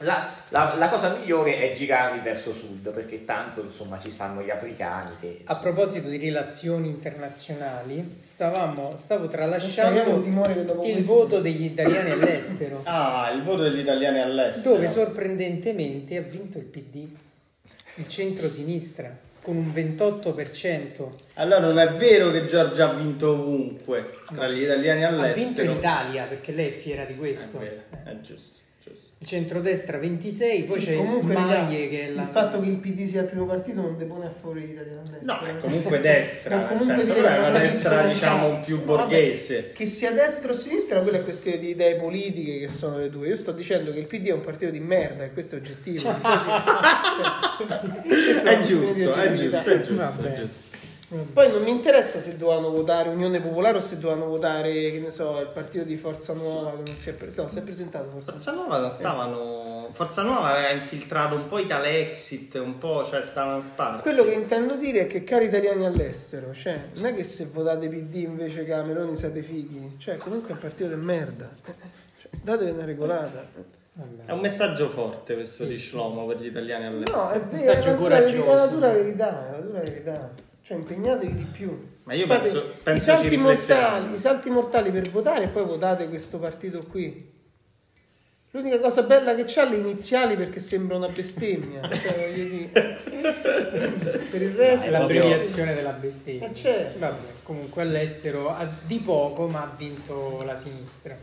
Speaker 6: la, la- la cosa migliore è girarvi verso sud perché tanto insomma ci stanno gli africani che
Speaker 2: A proposito di relazioni internazionali, stavamo, stavo tralasciando
Speaker 4: Abbiamo timore che dopo
Speaker 2: il
Speaker 4: questo-
Speaker 2: voto degli italiani all'estero,
Speaker 5: Ah, il voto degli italiani all'estero.
Speaker 2: dove sorprendentemente ha vinto il PD, il centro-sinistra, con un 28%.
Speaker 5: Allora non è vero che Giorgia ha vinto ovunque tra gli italiani
Speaker 2: Ha vinto
Speaker 5: all'estero.
Speaker 2: in Italia, perché lei è fiera di
Speaker 5: È
Speaker 2: questo.
Speaker 5: vero,
Speaker 2: Eh.
Speaker 5: è giusto, giusto.
Speaker 2: Il centrodestra 26, poi
Speaker 4: Sì,
Speaker 2: c'è comunque
Speaker 4: raga,
Speaker 2: Maglie che è la...
Speaker 4: il fatto che il PD sia il primo partito non depone a favore dell'Italia
Speaker 5: No, è comunque destra,
Speaker 4: Ma
Speaker 5: nel
Speaker 4: eh, comunque
Speaker 5: senso,
Speaker 4: dire
Speaker 5: però è
Speaker 4: che
Speaker 5: una
Speaker 4: non
Speaker 5: destra
Speaker 4: vincono
Speaker 5: diciamo
Speaker 4: cazzo.
Speaker 5: più
Speaker 4: Vabbè,
Speaker 5: borghese.
Speaker 4: che sia destra o sinistra, quella è questione di idee politiche che sono le due. Io sto dicendo che il PD è un partito di merda e questo è oggettivo. Questa
Speaker 5: È
Speaker 4: una
Speaker 5: giusto,
Speaker 4: questione
Speaker 5: è
Speaker 4: di
Speaker 5: giusto, è
Speaker 4: oggettività.
Speaker 5: giusto, è
Speaker 2: Vabbè.
Speaker 5: giusto.
Speaker 4: Mm. Poi non mi interessa se dovevano votare Unione Popolare o se dovevano votare, che ne so, il partito di Forza Nuova che non si è, pre- no, si è presentato. Forza
Speaker 5: Forza Nuova stavano diciamo, Forza Nuova aveva infiltrato un po' Italexit, un po', cioè stavano sparsi.
Speaker 4: Quello che intendo dire è che cari italiani all'estero, cioè, non è che se votate PD invece che a Meloni siete fighi, cioè comunque è un partito del merda. Cioè, datevi una regolata.
Speaker 5: È un messaggio forte questo di Shlomo per gli italiani all'estero.
Speaker 4: No, eh. è vero, è
Speaker 2: messaggio
Speaker 4: la dura, verità, è la
Speaker 2: coraggioso.
Speaker 4: dura verità, è la dura verità. Cioè impegnatevi di più.
Speaker 5: Ma io
Speaker 4: Fate
Speaker 5: penso- penso
Speaker 4: i salti
Speaker 5: ci rifletteranno.
Speaker 4: mortali, i salti mortali per votare e poi votate questo partito qui. L'unica cosa bella che c'ha le iniziali perché sembra una bestemmia, cioè, voglio dire. Per il resto
Speaker 2: È
Speaker 6: proprio-
Speaker 2: l'abbreviazione della bestemmia.
Speaker 4: Eh, certo.
Speaker 2: Vabbè, comunque all'estero ha- di poco, ma ha vinto la sinistra.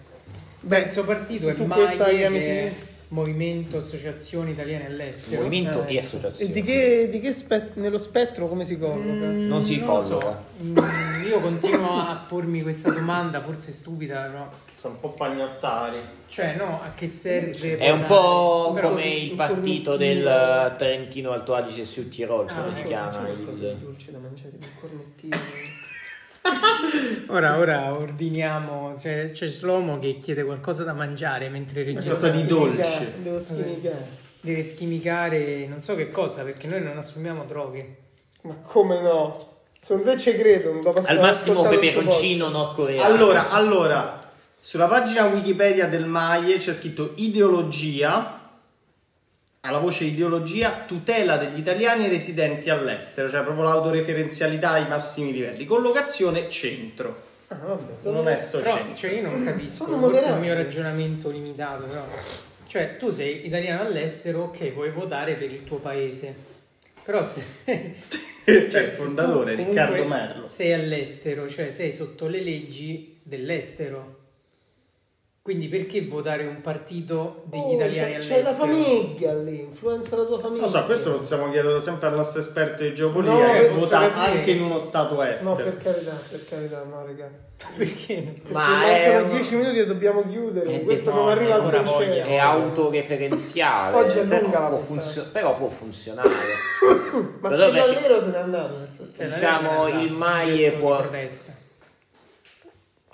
Speaker 2: Terzo partito è
Speaker 4: su questa
Speaker 2: MAIE,
Speaker 4: chiami
Speaker 2: che è
Speaker 4: sinistra.
Speaker 2: Movimento Associazione Italiana all'Estero.
Speaker 6: Movimento
Speaker 4: Eh.
Speaker 6: e
Speaker 4: E
Speaker 6: associazione.
Speaker 4: di che, di che spe- nello spettro come si colloca?
Speaker 2: Mm.
Speaker 6: Non si
Speaker 2: lo
Speaker 6: colloca.
Speaker 2: Mm, io continuo a pormi questa domanda, forse stupida, no?
Speaker 5: Sono un po' pagnottari.
Speaker 2: Cioè, no, a che serve?
Speaker 6: È un
Speaker 2: votare?
Speaker 6: po'
Speaker 4: Però
Speaker 6: come
Speaker 4: un-
Speaker 6: il
Speaker 4: un
Speaker 6: partito
Speaker 4: cornettino.
Speaker 6: del Trentino Alto Adige Sud Tirol,
Speaker 2: Ah,
Speaker 6: come si
Speaker 2: ecco,
Speaker 6: chiama?
Speaker 4: C'è qualcosa di
Speaker 6: il-
Speaker 4: Cioè, dolce da mangiare, un cornettino.
Speaker 2: Ora, ora ordiniamo. C'è, c'è Slomo che chiede qualcosa da mangiare mentre registra.
Speaker 5: Qualcosa di dolce.
Speaker 4: Devo schinicare.
Speaker 2: Deve schimicare non so che cosa perché noi non assumiamo droghe.
Speaker 4: Ma come no? Sono te ci credo, non dopo
Speaker 6: Al massimo peperoncino nordcoreano.
Speaker 5: Allora, allora, sulla pagina Wikipedia del MAIE c'è scritto ideologia, alla voce ideologia, tutela degli italiani residenti all'estero, cioè proprio l'autoreferenzialità ai massimi livelli. Collocazione centro.
Speaker 4: Ah, vabbè, sono
Speaker 5: Non è sto
Speaker 2: Però,
Speaker 5: centro.
Speaker 2: cioè, io non capisco,
Speaker 4: Mm, Sono
Speaker 2: forse è
Speaker 4: moderati.
Speaker 2: un mio ragionamento limitato, però. Cioè, tu sei italiano all'estero, ok, vuoi votare per il tuo paese. Però se
Speaker 5: C'è
Speaker 2: Cioè,
Speaker 5: il
Speaker 2: se
Speaker 5: fondatore
Speaker 2: tu
Speaker 5: Riccardo
Speaker 2: comunque
Speaker 5: Merlo.
Speaker 2: Sei all'estero, cioè sei sotto le leggi dell'estero. Quindi perché votare un partito degli italiani
Speaker 4: Oh, c'è,
Speaker 2: all'estero?
Speaker 4: la famiglia lì, influenza la tua famiglia.
Speaker 5: Non so, questo possiamo chiederlo sempre al nostro esperto di geopolitica
Speaker 4: No,
Speaker 5: che
Speaker 4: questo
Speaker 5: vota
Speaker 2: per dire-
Speaker 5: anche in uno stato
Speaker 4: No,
Speaker 5: estero.
Speaker 4: per carità, per carità, no, raga.
Speaker 2: Perché no?
Speaker 4: Perché
Speaker 6: Ma è
Speaker 4: mancano
Speaker 6: un-
Speaker 4: 10 minuti e dobbiamo chiudere.
Speaker 6: Eh,
Speaker 4: questo non
Speaker 6: no,
Speaker 4: arriva al
Speaker 6: ancora
Speaker 4: concetto.
Speaker 6: voglia. È autoreferenziale.
Speaker 4: Oggi è lunga
Speaker 6: però
Speaker 4: la
Speaker 6: può
Speaker 4: puntata.
Speaker 6: funzio- però può funzionare.
Speaker 4: Mm, Ma
Speaker 6: Però
Speaker 4: se
Speaker 6: perché-
Speaker 4: Gallero se n'è andato nel frattempo.
Speaker 2: Cioè, la
Speaker 6: Diciamo,
Speaker 2: legge è andata,
Speaker 6: il Maie
Speaker 2: un gesto di
Speaker 6: può-
Speaker 2: protesta.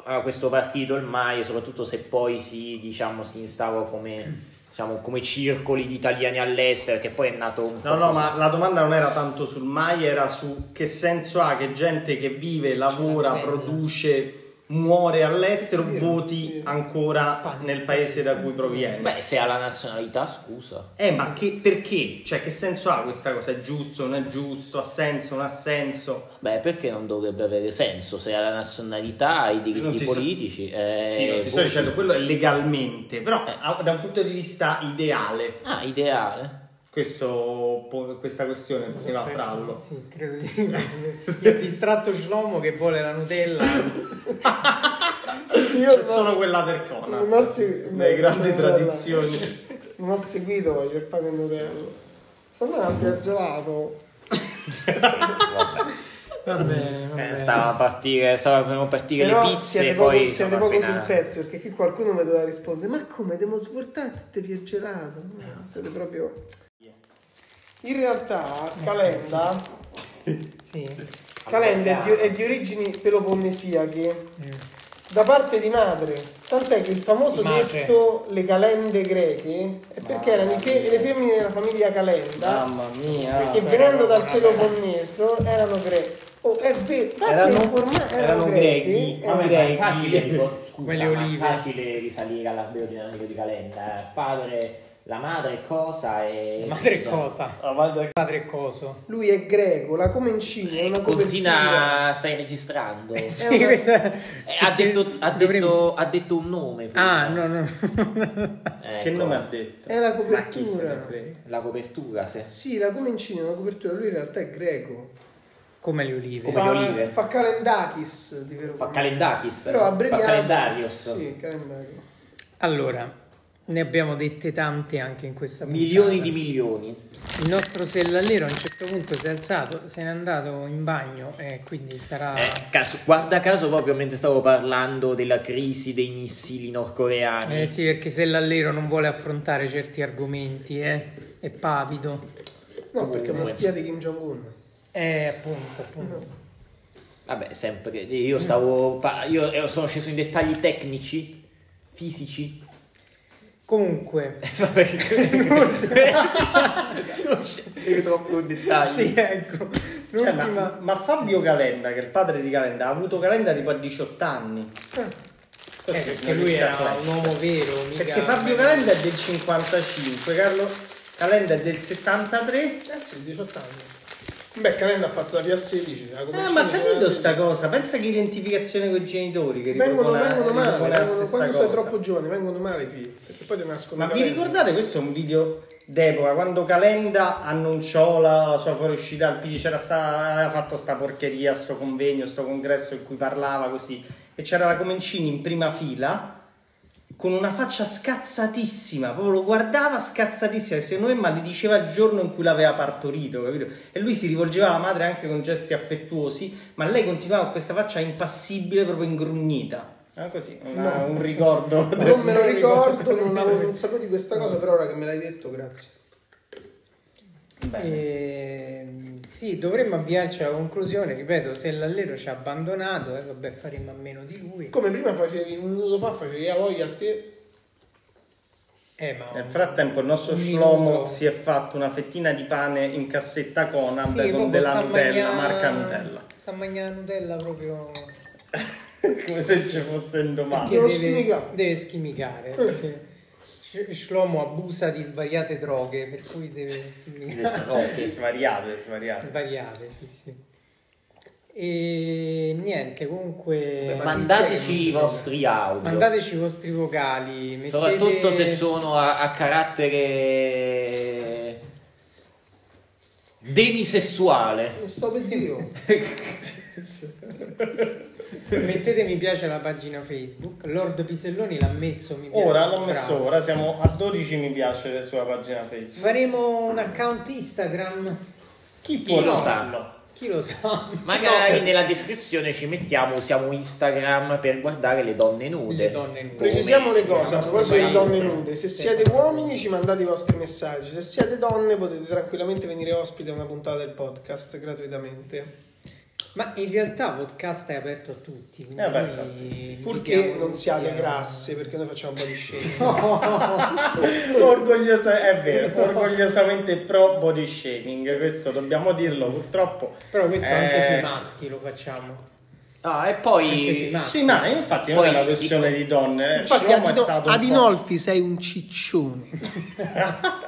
Speaker 6: Allora, questo partito ormai, soprattutto se poi si, diciamo, si instaura come, diciamo, come circoli di italiani all'estero, che poi è nato un po'
Speaker 5: No, no,
Speaker 6: così.
Speaker 5: ma la domanda non era tanto sul mai, era su che senso ha che gente che vive, lavora,
Speaker 2: bella.
Speaker 5: produce, muore all'estero,
Speaker 4: Sì,
Speaker 5: voti
Speaker 4: sì.
Speaker 5: ancora
Speaker 2: Panni.
Speaker 5: nel paese da cui proviene.
Speaker 6: Beh, se ha la nazionalità, scusa.
Speaker 5: Eh, ma che, perché? Cioè, che senso ha questa cosa? È giusto, non è giusto? Ha senso, non ha senso?
Speaker 6: Beh, perché non dovrebbe avere senso? Se ha la nazionalità, ha i
Speaker 5: Non
Speaker 6: diritti
Speaker 5: ti sto-
Speaker 6: politici. eh,
Speaker 5: sì, non ti sto
Speaker 6: boh.
Speaker 5: dicendo, quello è legalmente, però a- da un punto di vista ideale,
Speaker 6: Ah, ideale.
Speaker 5: questo, po- questa questione si va a
Speaker 2: Penso-
Speaker 5: frallo.
Speaker 2: Sì, credo di... il distratto Shlomo che vuole la Nutella.
Speaker 4: Io
Speaker 5: C'è
Speaker 4: no-
Speaker 5: solo quella per Conan,
Speaker 4: non ho seguito-
Speaker 5: le grandi
Speaker 4: no, no, no.
Speaker 5: tradizioni.
Speaker 4: Non ho seguito, voglio il pane e Nutella. Se no abbia gelato.
Speaker 2: Va bene, va
Speaker 6: Eh,
Speaker 2: bene.
Speaker 6: stava a partire, stavano per partire
Speaker 4: Però
Speaker 6: le pizze
Speaker 4: siete
Speaker 6: e poi
Speaker 4: poco, siete
Speaker 6: siamo
Speaker 4: poco
Speaker 6: appena-
Speaker 4: sul pezzo perché qui qualcuno mi doveva rispondere ma come devo svoltarti per gelato No, siete proprio in realtà Calenda
Speaker 6: Mm.
Speaker 2: Sì. eh.
Speaker 4: Calenda è di, è di origini peloponnesiache da parte di madre tant'è che il famoso
Speaker 2: Madre.
Speaker 4: detto le calende greche è
Speaker 5: Ah,
Speaker 4: perché erano i fe- le femmine della famiglia Calenda
Speaker 5: Mamma mia.
Speaker 4: che venendo dal
Speaker 5: Ah,
Speaker 4: Peloponneso erano greche Oh, è vero, infatti
Speaker 5: Erano-
Speaker 4: informa-
Speaker 5: erano grechi,
Speaker 4: erano
Speaker 5: ma
Speaker 6: Vabbè, ma
Speaker 5: Direi
Speaker 6: è eh, facile,
Speaker 5: di-
Speaker 6: ricor- scusa,
Speaker 2: quelle
Speaker 6: ma è
Speaker 2: olive.
Speaker 6: facile risalire all'albero dinamico di Calenda. eh. Padre, la madre cosa e...
Speaker 2: La madre è cosa?
Speaker 5: Ah, guarda,
Speaker 2: Il padre è coso.
Speaker 4: Lui è greco, la come in Cina, è una copertina.
Speaker 6: Continua, stai registrando. Eh,
Speaker 2: Sì, questa-
Speaker 6: ha, detto, ha,
Speaker 2: Dovremmo-
Speaker 6: detto, ha detto un nome. prima.
Speaker 2: Ah, no, no.
Speaker 6: Ecco.
Speaker 5: Che nome ha detto?
Speaker 4: È la
Speaker 5: Ma chi se ne
Speaker 4: copertura.
Speaker 5: frega?
Speaker 6: La copertura, se...
Speaker 4: Sì, la come in Cina è una copertura, lui in realtà è greco.
Speaker 2: Come le olive.
Speaker 6: Come- le
Speaker 4: Fa,
Speaker 6: olive.
Speaker 4: fa calendakis di vero.
Speaker 6: Fa Calendakis.
Speaker 4: Però abbreviato.
Speaker 6: Fa Calendarios.
Speaker 4: Sì, calendario.
Speaker 2: Allora, ne abbiamo dette tante anche in questa puntata.
Speaker 6: Milioni di milioni.
Speaker 2: Il nostro sellallero a un certo punto si è alzato, se n'è andato in bagno e quindi sarà...
Speaker 6: Eh, caso- guarda caso proprio mentre stavo parlando della crisi dei missili nordcoreani.
Speaker 2: Eh sì, perché sellallero non vuole affrontare certi argomenti, eh. È pavido.
Speaker 4: No, perché è una
Speaker 6: Comunque.
Speaker 4: spia di Kim Jong-un.
Speaker 2: Eh, appunto, appunto.
Speaker 6: Mm. Vabbè, sempre. Io eh, stavo. pa- Io ero- sono sceso in dettagli tecnici, fisici.
Speaker 2: Comunque,
Speaker 6: È troppo un dettaglio.
Speaker 2: sì, ecco,
Speaker 5: Cioè,
Speaker 2: l'ultima...
Speaker 5: ma, ma Fabio Calenda, che è il padre di Calenda, ha avuto Calenda tipo a 18 anni.
Speaker 2: Eh,
Speaker 5: Questo
Speaker 2: perché lui
Speaker 5: significa
Speaker 2: era
Speaker 5: questo.
Speaker 2: un uomo vero, mica...
Speaker 5: Perché Fabio Calenda è del 55, Carlo Calenda è del 73.
Speaker 4: Eh sì, 18 anni. Beh, Calenda ha fatto la PS16. la
Speaker 5: Ah,
Speaker 4: copertina
Speaker 5: ma
Speaker 4: della
Speaker 5: capito
Speaker 4: PS16.
Speaker 5: sta cosa? Pensa che identificazione con i genitori che
Speaker 4: Vengono,
Speaker 5: ripropone-
Speaker 4: vengono male,
Speaker 5: ripropone la
Speaker 4: vengono-
Speaker 5: stessa
Speaker 4: quando sei
Speaker 5: cosa.
Speaker 4: troppo giovane vengono male i figli, perché poi ti nascono
Speaker 5: Ma
Speaker 4: i
Speaker 5: vi
Speaker 4: capelli.
Speaker 5: ricordate questo è un video d'epoca quando Calenda annunciò la sua fuoriuscita al PD c'era sta, aveva fatto sta porcheria, sto convegno, sto congresso in cui parlava così e c'era la Comencini in prima fila con una faccia scazzatissima, proprio lo guardava scazzatissima e secondo me malediceva il giorno in cui l'aveva partorito, capito? E lui si rivolgeva alla madre anche con gesti affettuosi, ma lei continuava con questa faccia impassibile, proprio ingrugnita. Ah, così, una- un ricordo. del-
Speaker 4: Non me lo ricordo, non, avevo, non sapevo di questa cosa, però ora che me l'hai detto, grazie.
Speaker 2: Ehm, sì, dovremmo avviarci alla conclusione, ripeto, se l'allero ci ha abbandonato, eh, vabbè, faremo a meno di lui.
Speaker 4: Come prima facevi, un minuto fa facevi la voglia a te.
Speaker 2: Eh, ma
Speaker 5: Nel frattempo il nostro
Speaker 2: Un
Speaker 5: Shlomo
Speaker 2: minuto.
Speaker 5: si è fatto una fettina di pane in cassetta Conad
Speaker 2: Sì,
Speaker 5: con
Speaker 2: proprio
Speaker 5: della
Speaker 2: sta
Speaker 5: Nutella,
Speaker 2: magna-
Speaker 5: marca Nutella.
Speaker 2: Sta mangiando Nutella proprio...
Speaker 5: Come se ci fosse un domani.
Speaker 2: perché
Speaker 4: lo
Speaker 2: deve,
Speaker 4: schimica.
Speaker 2: deve schimicare, perché Sh- Shlomo abusa di svariate droghe, per cui deve schimicare.
Speaker 5: Ok, svariate, svariate.
Speaker 2: svariate, sì, sì. E niente, comunque...
Speaker 4: Ma
Speaker 6: Mandateci i vostri audio.
Speaker 2: Mandateci i vostri vocali, mettete...
Speaker 6: Soprattutto se sono a, a carattere demisessuale.
Speaker 4: Non so per Dio.
Speaker 2: Mettete mi piace alla pagina Facebook. Lord Piselloni l'ha messo mi piace.
Speaker 5: Ora l'ho messo
Speaker 2: Bravo.
Speaker 5: ora, siamo a 12 mi piace sulla pagina Facebook.
Speaker 2: Faremo un account Instagram.
Speaker 5: Chi
Speaker 6: Chi lo
Speaker 5: no?
Speaker 6: sa?
Speaker 2: Chi lo sa?
Speaker 6: Magari nella descrizione ci mettiamo, usiamo Instagram per guardare le donne nude.
Speaker 2: Le donne nude.
Speaker 6: Come-
Speaker 4: Precisiamo le cose, a
Speaker 6: come
Speaker 4: proposito di donne
Speaker 6: Instagram.
Speaker 4: nude, se siete uomini ci mandate i vostri messaggi, se siete donne potete tranquillamente venire ospite a una puntata del podcast gratuitamente,
Speaker 2: Ma in realtà podcast è aperto a tutti. quindi
Speaker 5: aperto a
Speaker 4: purché
Speaker 2: invitiamo
Speaker 4: non
Speaker 2: tutti
Speaker 4: siate
Speaker 2: a-
Speaker 4: grasse perché noi facciamo un po' di scene. Cioè,
Speaker 5: Orgogliosa, è vero, orgogliosamente pro body shaming, questo dobbiamo dirlo purtroppo.
Speaker 2: Però questo anche
Speaker 5: Eh,
Speaker 2: sui maschi lo facciamo.
Speaker 6: Ah, e
Speaker 2: Anche sui
Speaker 6: poi
Speaker 2: maschi.
Speaker 5: Sì, ma infatti non
Speaker 6: Poi
Speaker 5: è una
Speaker 6: sì,
Speaker 5: questione
Speaker 6: com-
Speaker 5: di donne. eh.
Speaker 4: Infatti
Speaker 5: Shlomo è
Speaker 4: Adino-
Speaker 5: stato un po'-
Speaker 4: Adinolfi sei un ciccione.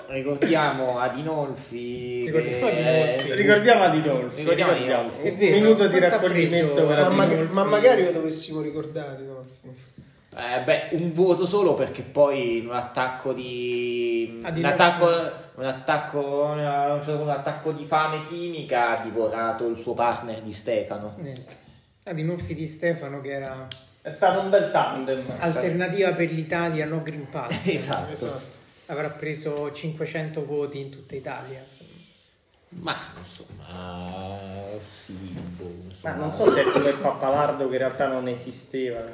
Speaker 6: ricordiamo Adinolfi.
Speaker 2: Ricordiamo
Speaker 6: che-
Speaker 2: Adinolfi.
Speaker 5: Ricordiamo Adinolfi.
Speaker 6: Ricordiamo
Speaker 5: Adinolfi.
Speaker 2: È
Speaker 5: Un
Speaker 2: vero,
Speaker 5: minuto di
Speaker 2: quanto ha
Speaker 5: raccoglimento
Speaker 2: preso
Speaker 5: per
Speaker 4: Ma,
Speaker 2: Adinolfi?
Speaker 5: Adinolfi.
Speaker 4: maga- ma magari lo dovessimo ricordare Adinolfi.
Speaker 6: Eh, beh, un voto solo perché poi in un attacco di.
Speaker 2: Ah, di
Speaker 6: un,
Speaker 2: no.
Speaker 6: attacco, un attacco. non so, un attacco di fame chimica ha divorato il suo partner di Stefano.
Speaker 2: Eh. Adinolfi di Stefano che era
Speaker 5: È stato un bel tandem.
Speaker 2: alternativa per l'Italia no Green Pass.
Speaker 6: Esatto.
Speaker 4: Esatto.
Speaker 2: Avrà preso 500 voti in tutta Italia. insomma.
Speaker 6: Ma insomma. Sì, boh,
Speaker 5: Ma
Speaker 2: Ah,
Speaker 6: insomma.
Speaker 5: non so se è come il pappalardo che in realtà non esisteva.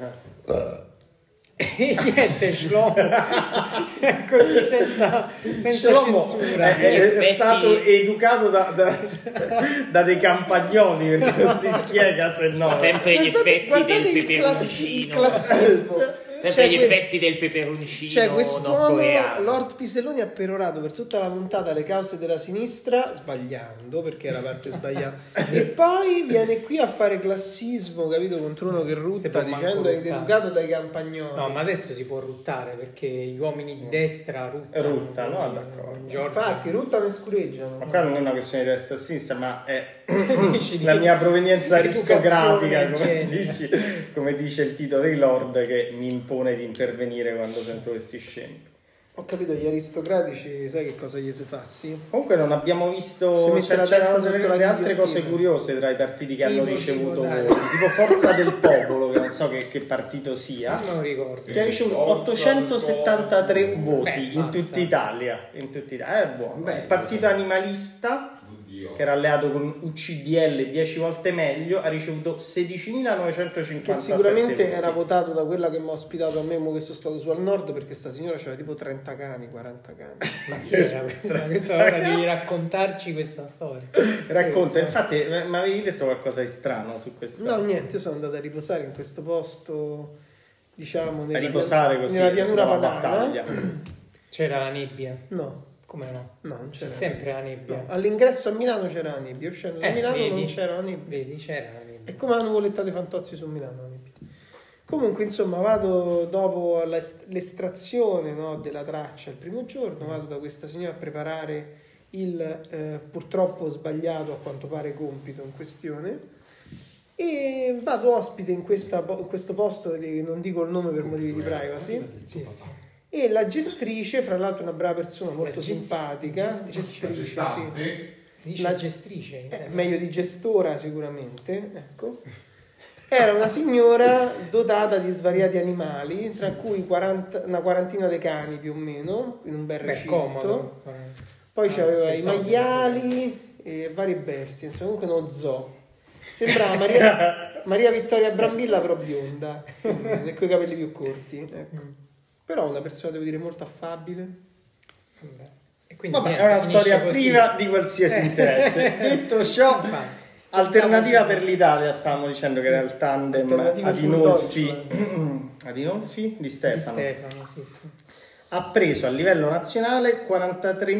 Speaker 2: E niente, Shlomo. Così senza, senza
Speaker 5: Shlomo eh,
Speaker 2: censura.
Speaker 5: Cioè, è, è
Speaker 6: effetti-
Speaker 5: stato educato da, da- da dei campagnoli perché non si spiega se no.
Speaker 6: Sempre gli
Speaker 4: Guardate-
Speaker 6: effetti
Speaker 4: guardate
Speaker 6: del
Speaker 4: il classi- il
Speaker 6: peperoncino.
Speaker 4: classismo.
Speaker 6: Sempre
Speaker 4: Cioè,
Speaker 6: gli
Speaker 4: que-
Speaker 6: effetti del peperoncino.
Speaker 4: Cioè, quest'uomo,
Speaker 6: nordcoreano.
Speaker 4: Lord Piselloni, ha perorato per tutta la puntata le cause della sinistra, sbagliando, perché era la parte sbagliata. e poi viene qui a fare classismo, capito, contro uno che
Speaker 2: Se può
Speaker 4: rutta
Speaker 2: manco
Speaker 4: dicendo è
Speaker 2: ruttare."
Speaker 4: educato dai campagnoli.
Speaker 2: No, ma adesso si può ruttare perché gli uomini di destra ruttano.
Speaker 5: Mm. Ruttano, ah, d'accordo.
Speaker 2: Giorgio.
Speaker 4: Infatti, ruttano e scureggiano.
Speaker 5: Ma qua non è una questione di destra o sinistra, ma è
Speaker 2: Dici di-
Speaker 5: la mia provenienza
Speaker 2: educazione
Speaker 5: aristocratica, come,
Speaker 2: genere.
Speaker 5: dici- come dice il titolo dei Lord, che mi impone di intervenire quando sento questi scemi.
Speaker 4: Ho capito, gli aristocratici, sai che cosa gli si fa? Sì.
Speaker 5: Comunque non abbiamo
Speaker 4: Si
Speaker 5: visto
Speaker 4: mette
Speaker 5: cioè,
Speaker 4: la
Speaker 5: c'erano
Speaker 4: testa
Speaker 5: delle,
Speaker 4: sotto la
Speaker 5: delle altre
Speaker 4: ghigliottina.
Speaker 5: cose curiose tra i partiti che hanno
Speaker 2: Tipo, tipo,
Speaker 5: ricevuto
Speaker 2: dai.
Speaker 5: voti, tipo Forza del Popolo, che non so che, che partito sia,
Speaker 2: Non lo ricordo.
Speaker 5: che ha ricevuto 873 voti in
Speaker 2: mazza. cioè.
Speaker 5: tutta Italia. In tutta Italia. Eh, buono.
Speaker 6: Beh,
Speaker 5: Il partito animalista,
Speaker 8: Oddio.
Speaker 5: che era alleato con UCDL 10 volte meglio, ha ricevuto 16.957
Speaker 4: Che sicuramente
Speaker 5: voti.
Speaker 4: era votato da quella che mi ha ospitato a me, mo che sono stato su al nord, perché sta signora c'aveva tipo 30 cani, 40 cani.
Speaker 2: Ma chi era questa? Questa ora devi raccontarci questa storia.
Speaker 5: Racconta, infatti eh, mi avevi detto qualcosa di strano su questo.
Speaker 4: No, niente, io sono andato a riposare in questo posto, diciamo,
Speaker 5: a
Speaker 4: nella,
Speaker 5: riposare così
Speaker 4: nella pianura
Speaker 5: dopo la
Speaker 4: padana.
Speaker 5: battaglia.
Speaker 2: C'era la nebbia.
Speaker 4: No,
Speaker 2: Come no?
Speaker 4: no, non
Speaker 2: C'è
Speaker 4: c'era.
Speaker 2: sempre la nebbia.
Speaker 4: No, All'ingresso a Milano c'era la nebbia, uscendo da
Speaker 2: Eh,
Speaker 4: Milano
Speaker 2: vedi?
Speaker 4: non c'era la nebbia. Ecco,
Speaker 2: Vedi, c'era la nebbia.
Speaker 4: È come la nuvoletta dei fantozzi su Milano la nebbia. Comunque, insomma, vado dopo alla est- l'estrazione no, della traccia il primo giorno, vado da questa signora a preparare il eh, purtroppo sbagliato a quanto pare compito in questione e vado ospite in, questa po- in questo posto che non dico il nome per motivi di privacy.
Speaker 2: eh, Sì, sì.
Speaker 4: E la gestrice, fra l'altro una brava persona, molto
Speaker 2: gest-
Speaker 4: simpatica,
Speaker 2: gestrice.
Speaker 4: gestrice, sì.
Speaker 3: Gestante.
Speaker 2: Dice
Speaker 4: La-
Speaker 2: la gestrice.
Speaker 4: Eh, meglio di gestora sicuramente, ecco. Era una signora dotata di svariati animali, tra cui 40 una quarantina di cani più o meno, in un bel
Speaker 2: Beh,
Speaker 4: recinto.
Speaker 2: comodo.
Speaker 4: Poi
Speaker 2: Ah,
Speaker 4: c'aveva i
Speaker 2: pensavo che-
Speaker 4: maiali e varie bestie, insomma, comunque uno zoo. Sembrava Maria, Maria Vittoria Brambilla, però bionda, più o meno, e con i capelli più corti. Ecco.
Speaker 2: Mm.
Speaker 4: Però una persona, devo dire, molto affabile.
Speaker 2: Vabbè. E quindi
Speaker 5: Vabbè, è
Speaker 2: niente,
Speaker 5: una
Speaker 2: finisce
Speaker 5: storia
Speaker 2: così.
Speaker 5: priva di qualsiasi interesse. Detto ciò,
Speaker 2: Infatti.
Speaker 5: alternativa
Speaker 2: Stiamo-
Speaker 5: per l'Italia, stavamo dicendo che era il tandem
Speaker 4: Alternativa sul
Speaker 5: Adinolfi, Adinolfi di
Speaker 2: eh. Di
Speaker 5: Stefano.
Speaker 2: Stefano, sì, sì.
Speaker 5: ha preso a livello nazionale 43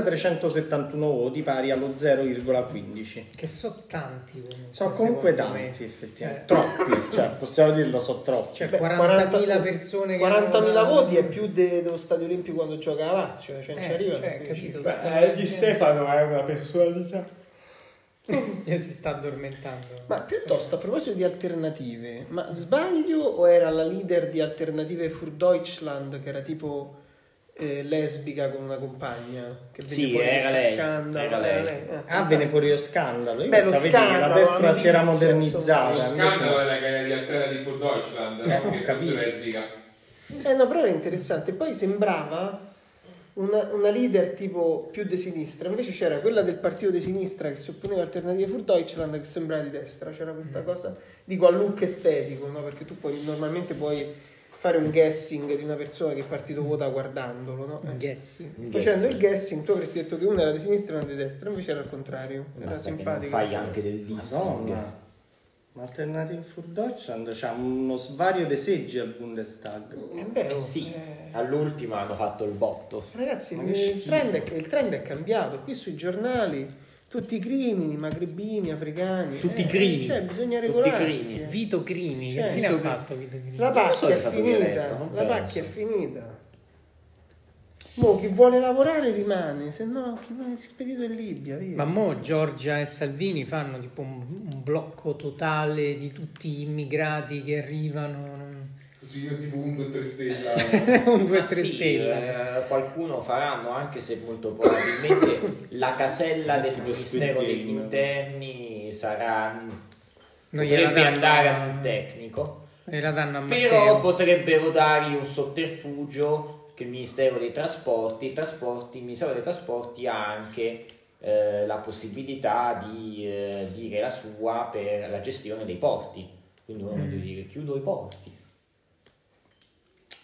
Speaker 5: 40.371 voti, pari allo 0,15.
Speaker 2: Che so tanti comunque.
Speaker 5: Sono comunque
Speaker 2: secondo me.
Speaker 5: tanti, effettivamente.
Speaker 2: Eh.
Speaker 5: Troppi, cioè, possiamo dirlo, sono troppi.
Speaker 2: Cioè,
Speaker 4: Beh,
Speaker 2: 40.000
Speaker 4: 40.000
Speaker 2: persone che
Speaker 4: 40.000
Speaker 2: erano-
Speaker 4: voti è più de- dello Stadio Olimpico quando gioca la Lazio, cioè non
Speaker 2: Eh,
Speaker 4: ci arriva.
Speaker 2: cioè,
Speaker 4: capisci?
Speaker 2: capito.
Speaker 3: Beh, eh, di Stefano è una personalità.
Speaker 2: Cioè, si sta addormentando.
Speaker 4: Ma piuttosto, a proposito di alternative, ma sbaglio o era la leader di alternative für Deutschland che era tipo eh, lesbica con una compagna? Che venne
Speaker 6: Sì,
Speaker 4: fuori questo
Speaker 6: era lei,
Speaker 4: Scandalo.
Speaker 6: era lei.
Speaker 4: eh.
Speaker 5: Ah, venne fuori lo scandalo. Io
Speaker 4: Beh, lo
Speaker 5: pensavo che
Speaker 4: scandalo, eh,
Speaker 5: la destra si era
Speaker 4: all'inizio, insomma,
Speaker 5: modernizzata.
Speaker 9: Lo
Speaker 5: invece
Speaker 9: scandalo
Speaker 5: no.
Speaker 9: è la gara di Altera di Full Deutschland, no? che fosse
Speaker 5: capito.
Speaker 9: lesbica.
Speaker 4: Eh no, però era interessante. Poi sembrava una, una leader tipo più di sinistra, invece c'era quella del partito di sinistra che si opponeva a alternative für Deutschland che sembrava di destra. C'era questa cosa, dico, a look estetico, no? Perché tu puoi, normalmente puoi fare un guessing di una persona che partito vota guardandolo, no? Eh.
Speaker 2: Guessi.
Speaker 4: Facendo il guessing tu avresti detto che una era di sinistra e una di destra, invece era al contrario. Era
Speaker 6: Basta che non
Speaker 4: simpatica.
Speaker 6: fai anche del dissing.
Speaker 5: Madonna. Ma Alternative für Deutschland c'ha uno svario dei seggi al Bundestag.
Speaker 4: Eh beh, oh,
Speaker 6: Eh sì,
Speaker 4: eh.
Speaker 6: all'ultima hanno fatto il botto.
Speaker 4: Ragazzi,
Speaker 5: Ma che
Speaker 4: il
Speaker 5: schifo.
Speaker 4: trend, è, il trend è cambiato. Qui sui giornali tutti i crimini, magrebini, africani.
Speaker 6: Tutti i crimini.
Speaker 4: Cioè, bisogna
Speaker 6: Tutti i
Speaker 4: regolarsi.
Speaker 6: crimini.
Speaker 4: eh.
Speaker 2: Vito Crimi,
Speaker 4: Cioè,
Speaker 2: che fine ha
Speaker 6: Vito Crimi.
Speaker 2: fatto Vito Crimi?
Speaker 4: La
Speaker 6: Non so
Speaker 4: pacchia
Speaker 6: se
Speaker 4: è
Speaker 6: è stato
Speaker 4: finita.
Speaker 6: rieletto, non
Speaker 4: La
Speaker 6: penso.
Speaker 4: pacchia è finita. Mo, chi vuole lavorare rimane, se no chi va è rispedito in Libia. Via.
Speaker 2: Ma mo Giorgia e Salvini fanno tipo un, un blocco totale di tutti gli immigrati che arrivano. non-
Speaker 3: Così io tipo un 2 3 stella.
Speaker 2: Eh,
Speaker 4: Ah.
Speaker 2: Un 2-3
Speaker 6: eh, Ma sì,
Speaker 2: stelle.
Speaker 6: eh, qualcuno faranno anche se molto probabilmente la casella del
Speaker 5: Tipo
Speaker 6: Ministero
Speaker 5: Squid
Speaker 6: degli
Speaker 5: Game.
Speaker 6: interni sarà
Speaker 2: Non gliela
Speaker 6: potrebbe
Speaker 2: danno-
Speaker 6: andare ad un tecnico.
Speaker 2: Gliela danno a Matteo.
Speaker 6: Però potrebbero dargli un sotterfugio che il Ministero dei Trasporti, i trasporti- il Ministero dei Trasporti ha anche eh, la possibilità di eh, dire la sua per la gestione dei porti. Quindi uno
Speaker 2: Mm.
Speaker 6: deve dire chiudo i porti.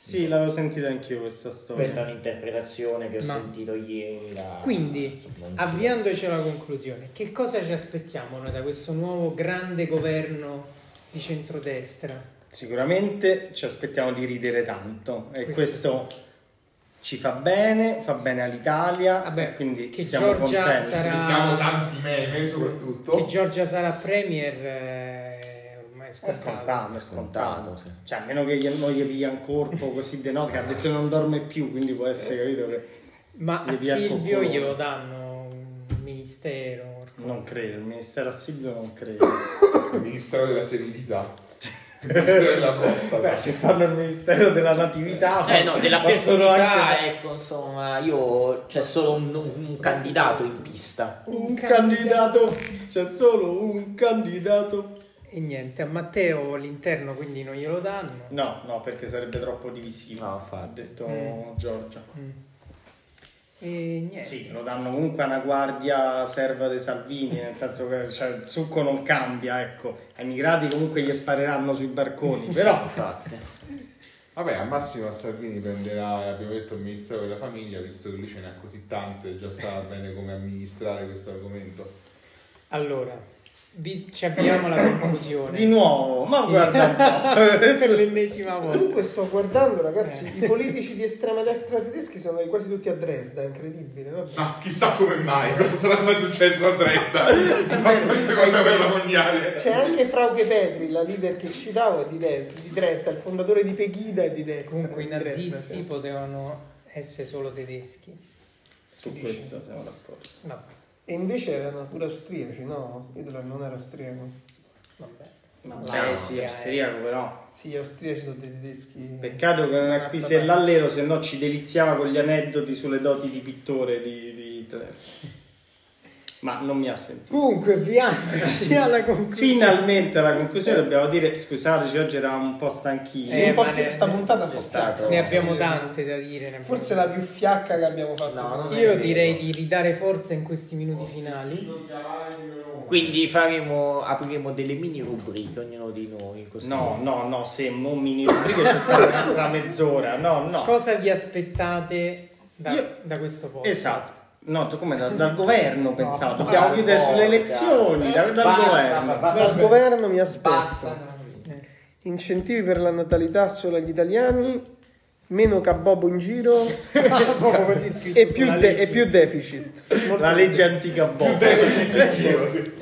Speaker 5: Sì, l'avevo sentita anch'io questa storia.
Speaker 6: Questa è un'interpretazione che ho
Speaker 2: Ma-
Speaker 6: sentito ieri. da-
Speaker 2: Quindi,
Speaker 6: insomma, in giro.
Speaker 2: avviandoci alla conclusione, che cosa ci aspettiamo noi da questo nuovo grande governo di centrodestra?
Speaker 5: Sicuramente ci aspettiamo di ridere tanto e
Speaker 2: Questo
Speaker 5: questo ci fa bene, fa bene all'Italia,
Speaker 2: Vabbè,
Speaker 5: e Ah, quindi
Speaker 2: che
Speaker 5: siamo
Speaker 2: Giorgia
Speaker 5: contenti.
Speaker 2: sarà-
Speaker 3: Sentiamo tanti meme soprattutto.
Speaker 2: Che Giorgia sarà premier eh, ormai è
Speaker 5: È
Speaker 2: scontato.
Speaker 5: scontato,
Speaker 6: Scontato,
Speaker 5: è scontato.
Speaker 6: sì.
Speaker 5: Cioè, a meno che gli- non gli piglia un corpo così de notte, che ha detto non dorme più, quindi può essere capito che...
Speaker 2: Ma a
Speaker 5: Gli dia il
Speaker 2: Silvio
Speaker 5: coccolone.
Speaker 2: glielo danno un ministero. qualcosa.
Speaker 5: Non credo, il ministero assiduo non credo.
Speaker 3: Il ministero della serenità. Il ministero della prostata.
Speaker 5: Beh, se fanno il ministero della natività...
Speaker 6: Eh no, della
Speaker 5: possono
Speaker 6: festività,
Speaker 5: anche-
Speaker 6: ecco, insomma, io c'è solo un, un candidato in pista.
Speaker 5: Un candidato, c'è solo un candidato.
Speaker 2: E niente, a Matteo l'interno quindi non glielo danno.
Speaker 5: No, no, perché sarebbe troppo divisivo.
Speaker 6: No,
Speaker 5: ha
Speaker 6: infatti.
Speaker 5: detto
Speaker 2: Mm.
Speaker 5: Giorgia.
Speaker 2: E
Speaker 6: Eh.
Speaker 2: niente.
Speaker 5: Sì, lo danno comunque a una guardia serva dei Salvini, nel senso che cioè, il succo non cambia, ecco. Ai migrati comunque gli spareranno sui barconi, però
Speaker 6: Infatti.
Speaker 3: Vabbè, a Massimo a Salvini prenderà, abbiamo detto, il ministero della famiglia, visto che lui ce n'ha così tante, già sa bene come amministrare questo argomento.
Speaker 2: Allora, vi- ci avviamo alla conclusione.
Speaker 5: Di nuovo, ma guarda un po'.
Speaker 2: Questa è l'ennesima volta.
Speaker 4: Comunque sto guardando, ragazzi,
Speaker 6: Eh.
Speaker 4: i politici di estrema destra tedeschi sono quasi tutti a Dresda, è incredibile. vabbè.
Speaker 3: Ah, chissà come mai, cosa sarà mai successo a Dresda dopo la seconda guerra mondiale.
Speaker 4: C'è anche Frauke Petri, la leader che citavo, è di, Des- di Dresda, il fondatore di Pegida è di destra.
Speaker 2: Comunque i
Speaker 4: di Dresda. cioè.
Speaker 2: nazisti potevano essere solo tedeschi.
Speaker 5: Su questo siamo d'accordo.
Speaker 2: No,
Speaker 4: E invece erano pure austriaci, no? Hitler non era austriaco.
Speaker 2: vabbè.
Speaker 5: Beh, sì,
Speaker 2: eh.
Speaker 5: austriaco però.
Speaker 4: Sì, gli austriaci sono dei tedeschi.
Speaker 5: Peccato che non acquise l'allero, se no ci deliziava con gli aneddoti sulle doti di pittore di, di Hitler. Ma non mi ha sentito.
Speaker 2: Comunque, avviandoci alla conclusione.
Speaker 5: Finalmente alla conclusione dobbiamo dire scusateci, oggi eravamo un po' stanchini.
Speaker 4: Sì,
Speaker 2: Eh,
Speaker 4: un po'
Speaker 2: ma
Speaker 4: fi-
Speaker 2: ne-
Speaker 4: sta puntata
Speaker 6: c'è
Speaker 4: un po'
Speaker 6: stato-
Speaker 4: fiacca.
Speaker 2: Ne abbiamo tante da dire. ne abbiamo-
Speaker 4: Forse la più fiacca che abbiamo fatto.
Speaker 5: No, non è
Speaker 2: Io
Speaker 5: vero.
Speaker 2: direi di ridare forza in questi minuti finali.
Speaker 6: Quindi faremo, apriremo delle mini rubriche ognuno di noi. Così.
Speaker 5: No, no, no, se mo mini rubriche c'è stata un'altra mezz'ora. No, no.
Speaker 2: Cosa vi aspettate da,
Speaker 5: Io-
Speaker 2: da questo podcast?
Speaker 5: Esatto. No, tu come da- dal governo pensavo.
Speaker 6: No,
Speaker 5: Dobbiamo
Speaker 6: dal
Speaker 5: chiudere sulle
Speaker 6: governo.
Speaker 5: elezioni, da- dal
Speaker 6: Basta,
Speaker 5: governo.
Speaker 6: basta.
Speaker 4: Dal governo mi aspetto. Eh.
Speaker 6: Basta.
Speaker 4: Incentivi per la natalità solo agli italiani, meno cabobo in giro
Speaker 2: Proprio così scritto sulla
Speaker 4: e più, de-
Speaker 2: legge.
Speaker 4: e più deficit.
Speaker 5: La legge antica
Speaker 3: Più
Speaker 5: boh. botta.
Speaker 3: deficit in giro, sì.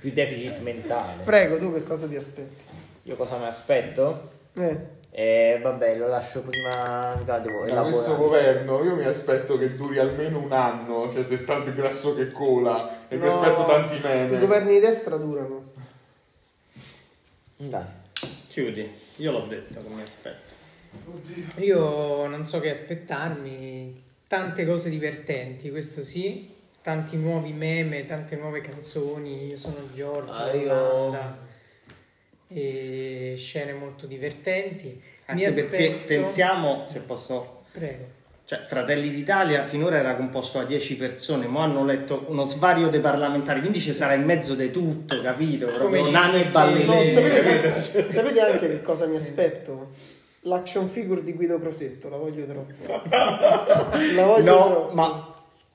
Speaker 6: Più deficit mentale.
Speaker 4: Prego, tu che cosa ti aspetti?
Speaker 6: Io cosa mi aspetto?
Speaker 4: Eh,
Speaker 6: Eh, vabbè, lo lascio prima. ancora Devo
Speaker 3: Da questo
Speaker 6: elaborare.
Speaker 3: governo io mi aspetto che duri almeno un anno, cioè se tanto grasso che cola, e mi
Speaker 4: no,
Speaker 3: aspetto tanti
Speaker 4: I
Speaker 3: meme.
Speaker 4: governi di destra durano.
Speaker 6: Dai.
Speaker 5: Chiudi, io l'ho detto come aspetto.
Speaker 2: Io non so che aspettarmi, tante cose divertenti, questo sì, tanti nuovi meme, tante nuove canzoni, io sono Giorgio,
Speaker 6: Ah, io-
Speaker 2: Rolanda, e scene molto divertenti. Mi
Speaker 5: Anche perché
Speaker 2: aspetto...
Speaker 5: pensiamo, se posso,
Speaker 2: Prego.
Speaker 5: cioè Fratelli d'Italia finora era composto da 10 persone, ma hanno letto uno svario dei parlamentari, quindi ci sarà in mezzo di tutto, capito? Proprio
Speaker 2: ci
Speaker 5: nani e
Speaker 2: vesti-
Speaker 4: Ah, No,
Speaker 5: ballerine.
Speaker 4: sapete, sapete anche che cosa mi aspetto? L'action figure di Guido Crosetto, la voglio troppo. La voglio
Speaker 5: No,
Speaker 4: troppo.
Speaker 5: ma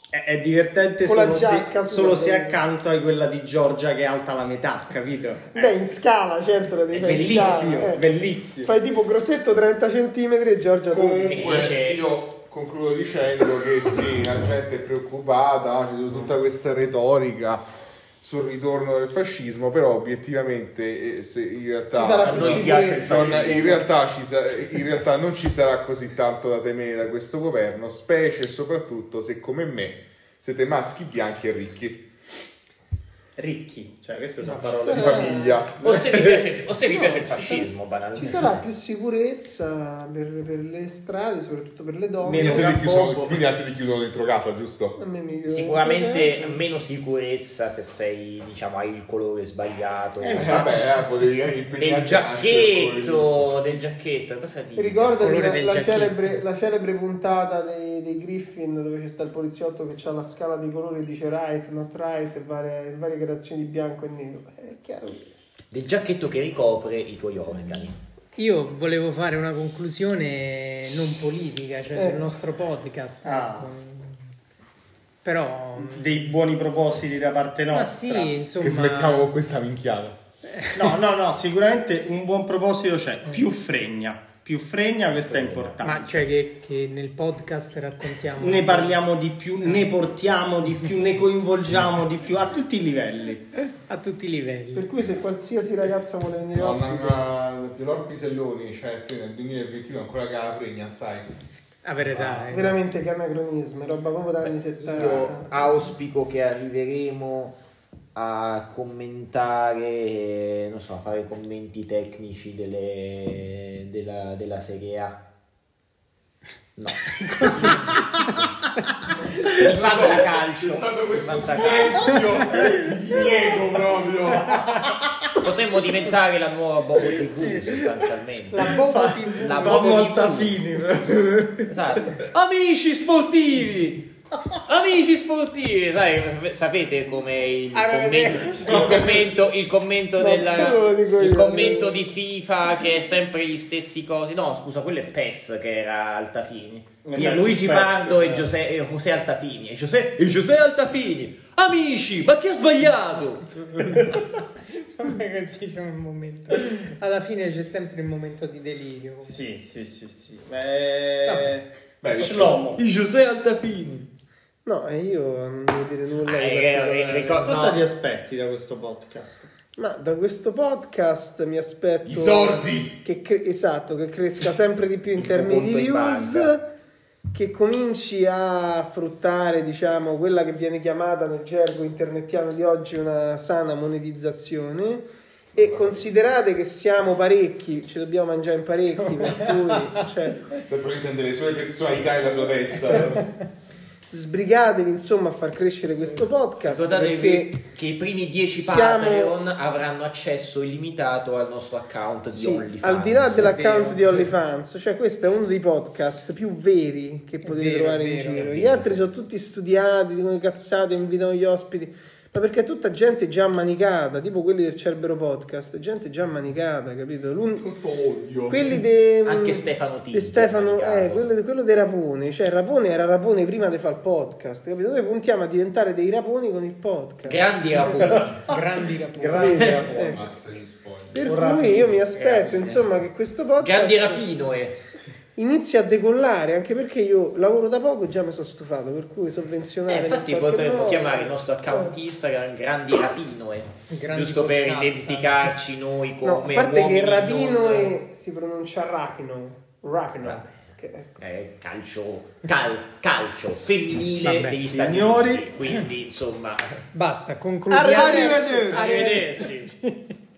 Speaker 5: è, è divertente
Speaker 4: Con la
Speaker 5: solo,
Speaker 4: giacca
Speaker 5: se, solo se
Speaker 4: super bella.
Speaker 5: accanto hai quella di Giorgia che è alta la metà, capito?
Speaker 4: Beh, in scala, certo, la
Speaker 5: È
Speaker 4: devi fare in scala,
Speaker 5: bellissimo,
Speaker 4: eh.
Speaker 5: bellissimo.
Speaker 4: Fai tipo Grossetto 30 cm e Giorgia tu.
Speaker 3: Comunque io concludo dicendo che sì, la gente è preoccupata, c'è tutta questa retorica sul ritorno del fascismo, però obiettivamente eh, se in realtà
Speaker 4: Ci sarà
Speaker 6: A
Speaker 4: più
Speaker 6: noi piace il
Speaker 4: sicurezza.
Speaker 3: Non-
Speaker 6: fascismo.
Speaker 3: in, realtà ci sa- in realtà non ci sarà così tanto da temere da questo governo, specie e soprattutto se come me siete maschi bianchi e ricchi
Speaker 5: Ricchi, cioè queste sono
Speaker 3: di
Speaker 4: Eh.
Speaker 5: parole.
Speaker 3: famiglia.
Speaker 6: O se vi piace, o se vi
Speaker 4: No,
Speaker 6: piace il
Speaker 4: ci sarà-
Speaker 6: fascismo, banalmente.
Speaker 4: Ci sarà più sicurezza per, per le strade, soprattutto per le donne.
Speaker 5: Meno-
Speaker 3: Niente di
Speaker 5: gran
Speaker 3: chiuso-
Speaker 5: poco.
Speaker 3: quindi altri ti chiudono dentro casa, giusto?
Speaker 4: A me mi-
Speaker 6: Sicuramente meno sicurezza se sei, diciamo, hai il colore sbagliato.
Speaker 3: Eh, vabbè, eh, potevi anche impegnarti
Speaker 6: del
Speaker 3: a nascere con il giusto.
Speaker 6: giacchetto, del giacchetto, cosa dici?
Speaker 4: Ricordati
Speaker 6: Colore
Speaker 4: la,
Speaker 6: del
Speaker 4: la
Speaker 6: giacchetto.
Speaker 4: celebre, la celebre puntata dei, dei Griffin dove c'è sta il poliziotto che ha la scala di colori e dice right, not right e varie, varie gradazioni di bianco e nero. Eh, È chiaro che-
Speaker 6: Del giacchetto che ricopre i tuoi organi.
Speaker 2: Io volevo fare una conclusione non politica, cioè
Speaker 4: Eh.
Speaker 2: sul nostro podcast.
Speaker 5: Ah.
Speaker 2: ecco. Però...
Speaker 5: Dei buoni propositi da parte nostra.
Speaker 2: Ma sì, insomma...
Speaker 3: Che smettiamo con questa minchiata.
Speaker 5: No, no, no, sicuramente un buon proposito c'è, più fregna, più fregna, questo è importante.
Speaker 2: Ma cioè che, che nel podcast raccontiamo...
Speaker 5: Ne parliamo di più, ne portiamo di più, ne coinvolgiamo di più a tutti i livelli.
Speaker 2: A tutti i livelli.
Speaker 4: Per cui se qualsiasi ragazza vuole venire ospite,
Speaker 3: Dell'Orpi Piselloni, cioè te nel 2021 ancora che la pregna stai.
Speaker 2: A verità, eh.
Speaker 4: veramente che anacronismo, roba proprio da anni 70.
Speaker 6: Io auspico che arriveremo a commentare, non so, a fare commenti tecnici delle- della, della Serie A. No, così. Il
Speaker 3: C'è
Speaker 6: fantacalcio.
Speaker 3: stato questo
Speaker 6: Il fantacalcio.
Speaker 3: silenzio di Diego proprio.
Speaker 6: Potremmo diventare la nuova Bobo TV sostanzialmente.
Speaker 4: La Bobo TV.
Speaker 6: La
Speaker 5: Fa
Speaker 6: Bobo
Speaker 5: molta
Speaker 6: TV.
Speaker 5: fine.
Speaker 6: Esatto.
Speaker 5: Amici sportivi,
Speaker 6: Amici sportivi, sai, sapete come il
Speaker 4: Ah,
Speaker 6: commento, il commento, il commento
Speaker 4: No,
Speaker 6: della-
Speaker 4: quello lo dico
Speaker 6: il
Speaker 4: io.
Speaker 6: commento di FIFA che è sempre gli stessi cosi. No, scusa, quello è PES che era Altafini.
Speaker 5: Ma
Speaker 6: Di
Speaker 5: sì,
Speaker 6: Luigi
Speaker 5: PES,
Speaker 6: Pardo e
Speaker 5: eh.
Speaker 6: Giuseppe e José Altafini. E José, e José Altafini. Amici, ma chi ha sbagliato?
Speaker 2: Vabbè, così c'è un momento. Alla fine c'è sempre il momento di delirio.
Speaker 5: Sì, sì, sì, sì. Eh,
Speaker 3: Beh,
Speaker 5: Shlomo.
Speaker 6: Di José Altafini.
Speaker 4: No, e io non devo dire nulla. di
Speaker 6: Ah, eh,
Speaker 4: particolare.
Speaker 6: eh, ricor-
Speaker 5: Cosa
Speaker 6: No.
Speaker 5: ti aspetti da questo podcast?
Speaker 4: Ma da questo podcast mi aspetto
Speaker 3: I sordi!
Speaker 4: che cre- esatto, che cresca sempre di più in
Speaker 6: Il
Speaker 4: termini
Speaker 6: conto
Speaker 4: di
Speaker 6: in
Speaker 4: views,
Speaker 6: banca.
Speaker 4: che cominci a fruttare, diciamo, quella che viene chiamata nel gergo internettiano di oggi una sana monetizzazione. E considerate che siamo parecchi, ci dobbiamo mangiare in parecchi, per cui cioè,
Speaker 3: Sempre intende le sue personalità e la sua testa.
Speaker 4: sbrigatevi insomma a far crescere questo podcast. perché-
Speaker 6: Ricordatevi che i primi 10
Speaker 4: siamo-
Speaker 6: Patreon avranno accesso illimitato al nostro account di
Speaker 4: Sì,
Speaker 6: OnlyFans.
Speaker 4: al di là dell'account
Speaker 2: vero,
Speaker 4: di
Speaker 2: vero.
Speaker 4: OnlyFans, cioè questo è uno dei podcast più veri che potete
Speaker 2: vero,
Speaker 4: trovare
Speaker 2: è
Speaker 4: in
Speaker 2: vero,
Speaker 4: giro.
Speaker 6: è
Speaker 4: Gli
Speaker 6: vero,
Speaker 4: altri
Speaker 6: sì.
Speaker 4: sono tutti studiati, dicono cazzate, invitano gli ospiti, ma perché è tutta gente già manicata, tipo quelli del Cerbero Podcast, gente già manicata, capito? L'un-
Speaker 3: Tutto odio.
Speaker 4: Quelli de...
Speaker 6: Anche Stefano Tinti
Speaker 4: De Stefano,
Speaker 6: è mancato.
Speaker 4: eh, quello, de- quello dei Rapone, cioè Rapone era Rapone prima di fare il podcast, capito? Noi puntiamo a diventare dei Raponi con il podcast.
Speaker 6: Grandi rapporti.
Speaker 2: Grandi rapporti.
Speaker 5: Grande
Speaker 4: Eh,
Speaker 10: Massa di spogli.
Speaker 4: per
Speaker 5: Un
Speaker 4: cui io mi
Speaker 5: rapino,
Speaker 4: aspetto
Speaker 5: grande.
Speaker 4: insomma che questo podcast
Speaker 6: eh, Grandi rapinoe.
Speaker 4: inizia a decollare anche perché io lavoro da poco e già mi sono stufato per cui
Speaker 6: Eh,
Speaker 4: sovvenzionare
Speaker 6: infatti Oh. potremmo chiamare il nostro account Instagram Grandi Rapinoe,
Speaker 2: Grandi
Speaker 6: giusto per
Speaker 2: podcast.
Speaker 6: identificarci noi come
Speaker 4: no, a parte
Speaker 6: uomini
Speaker 4: che rapino
Speaker 6: non-
Speaker 4: e si pronuncia rapino rapino
Speaker 6: Vabbè.
Speaker 4: che è
Speaker 6: Eh, calcio, cal- calcio femminile
Speaker 2: Vabbè,
Speaker 6: degli
Speaker 5: signori.
Speaker 6: Stati Uniti, quindi insomma,
Speaker 2: Basta, concludiamo.
Speaker 4: Arrivederci.
Speaker 6: arrivederci.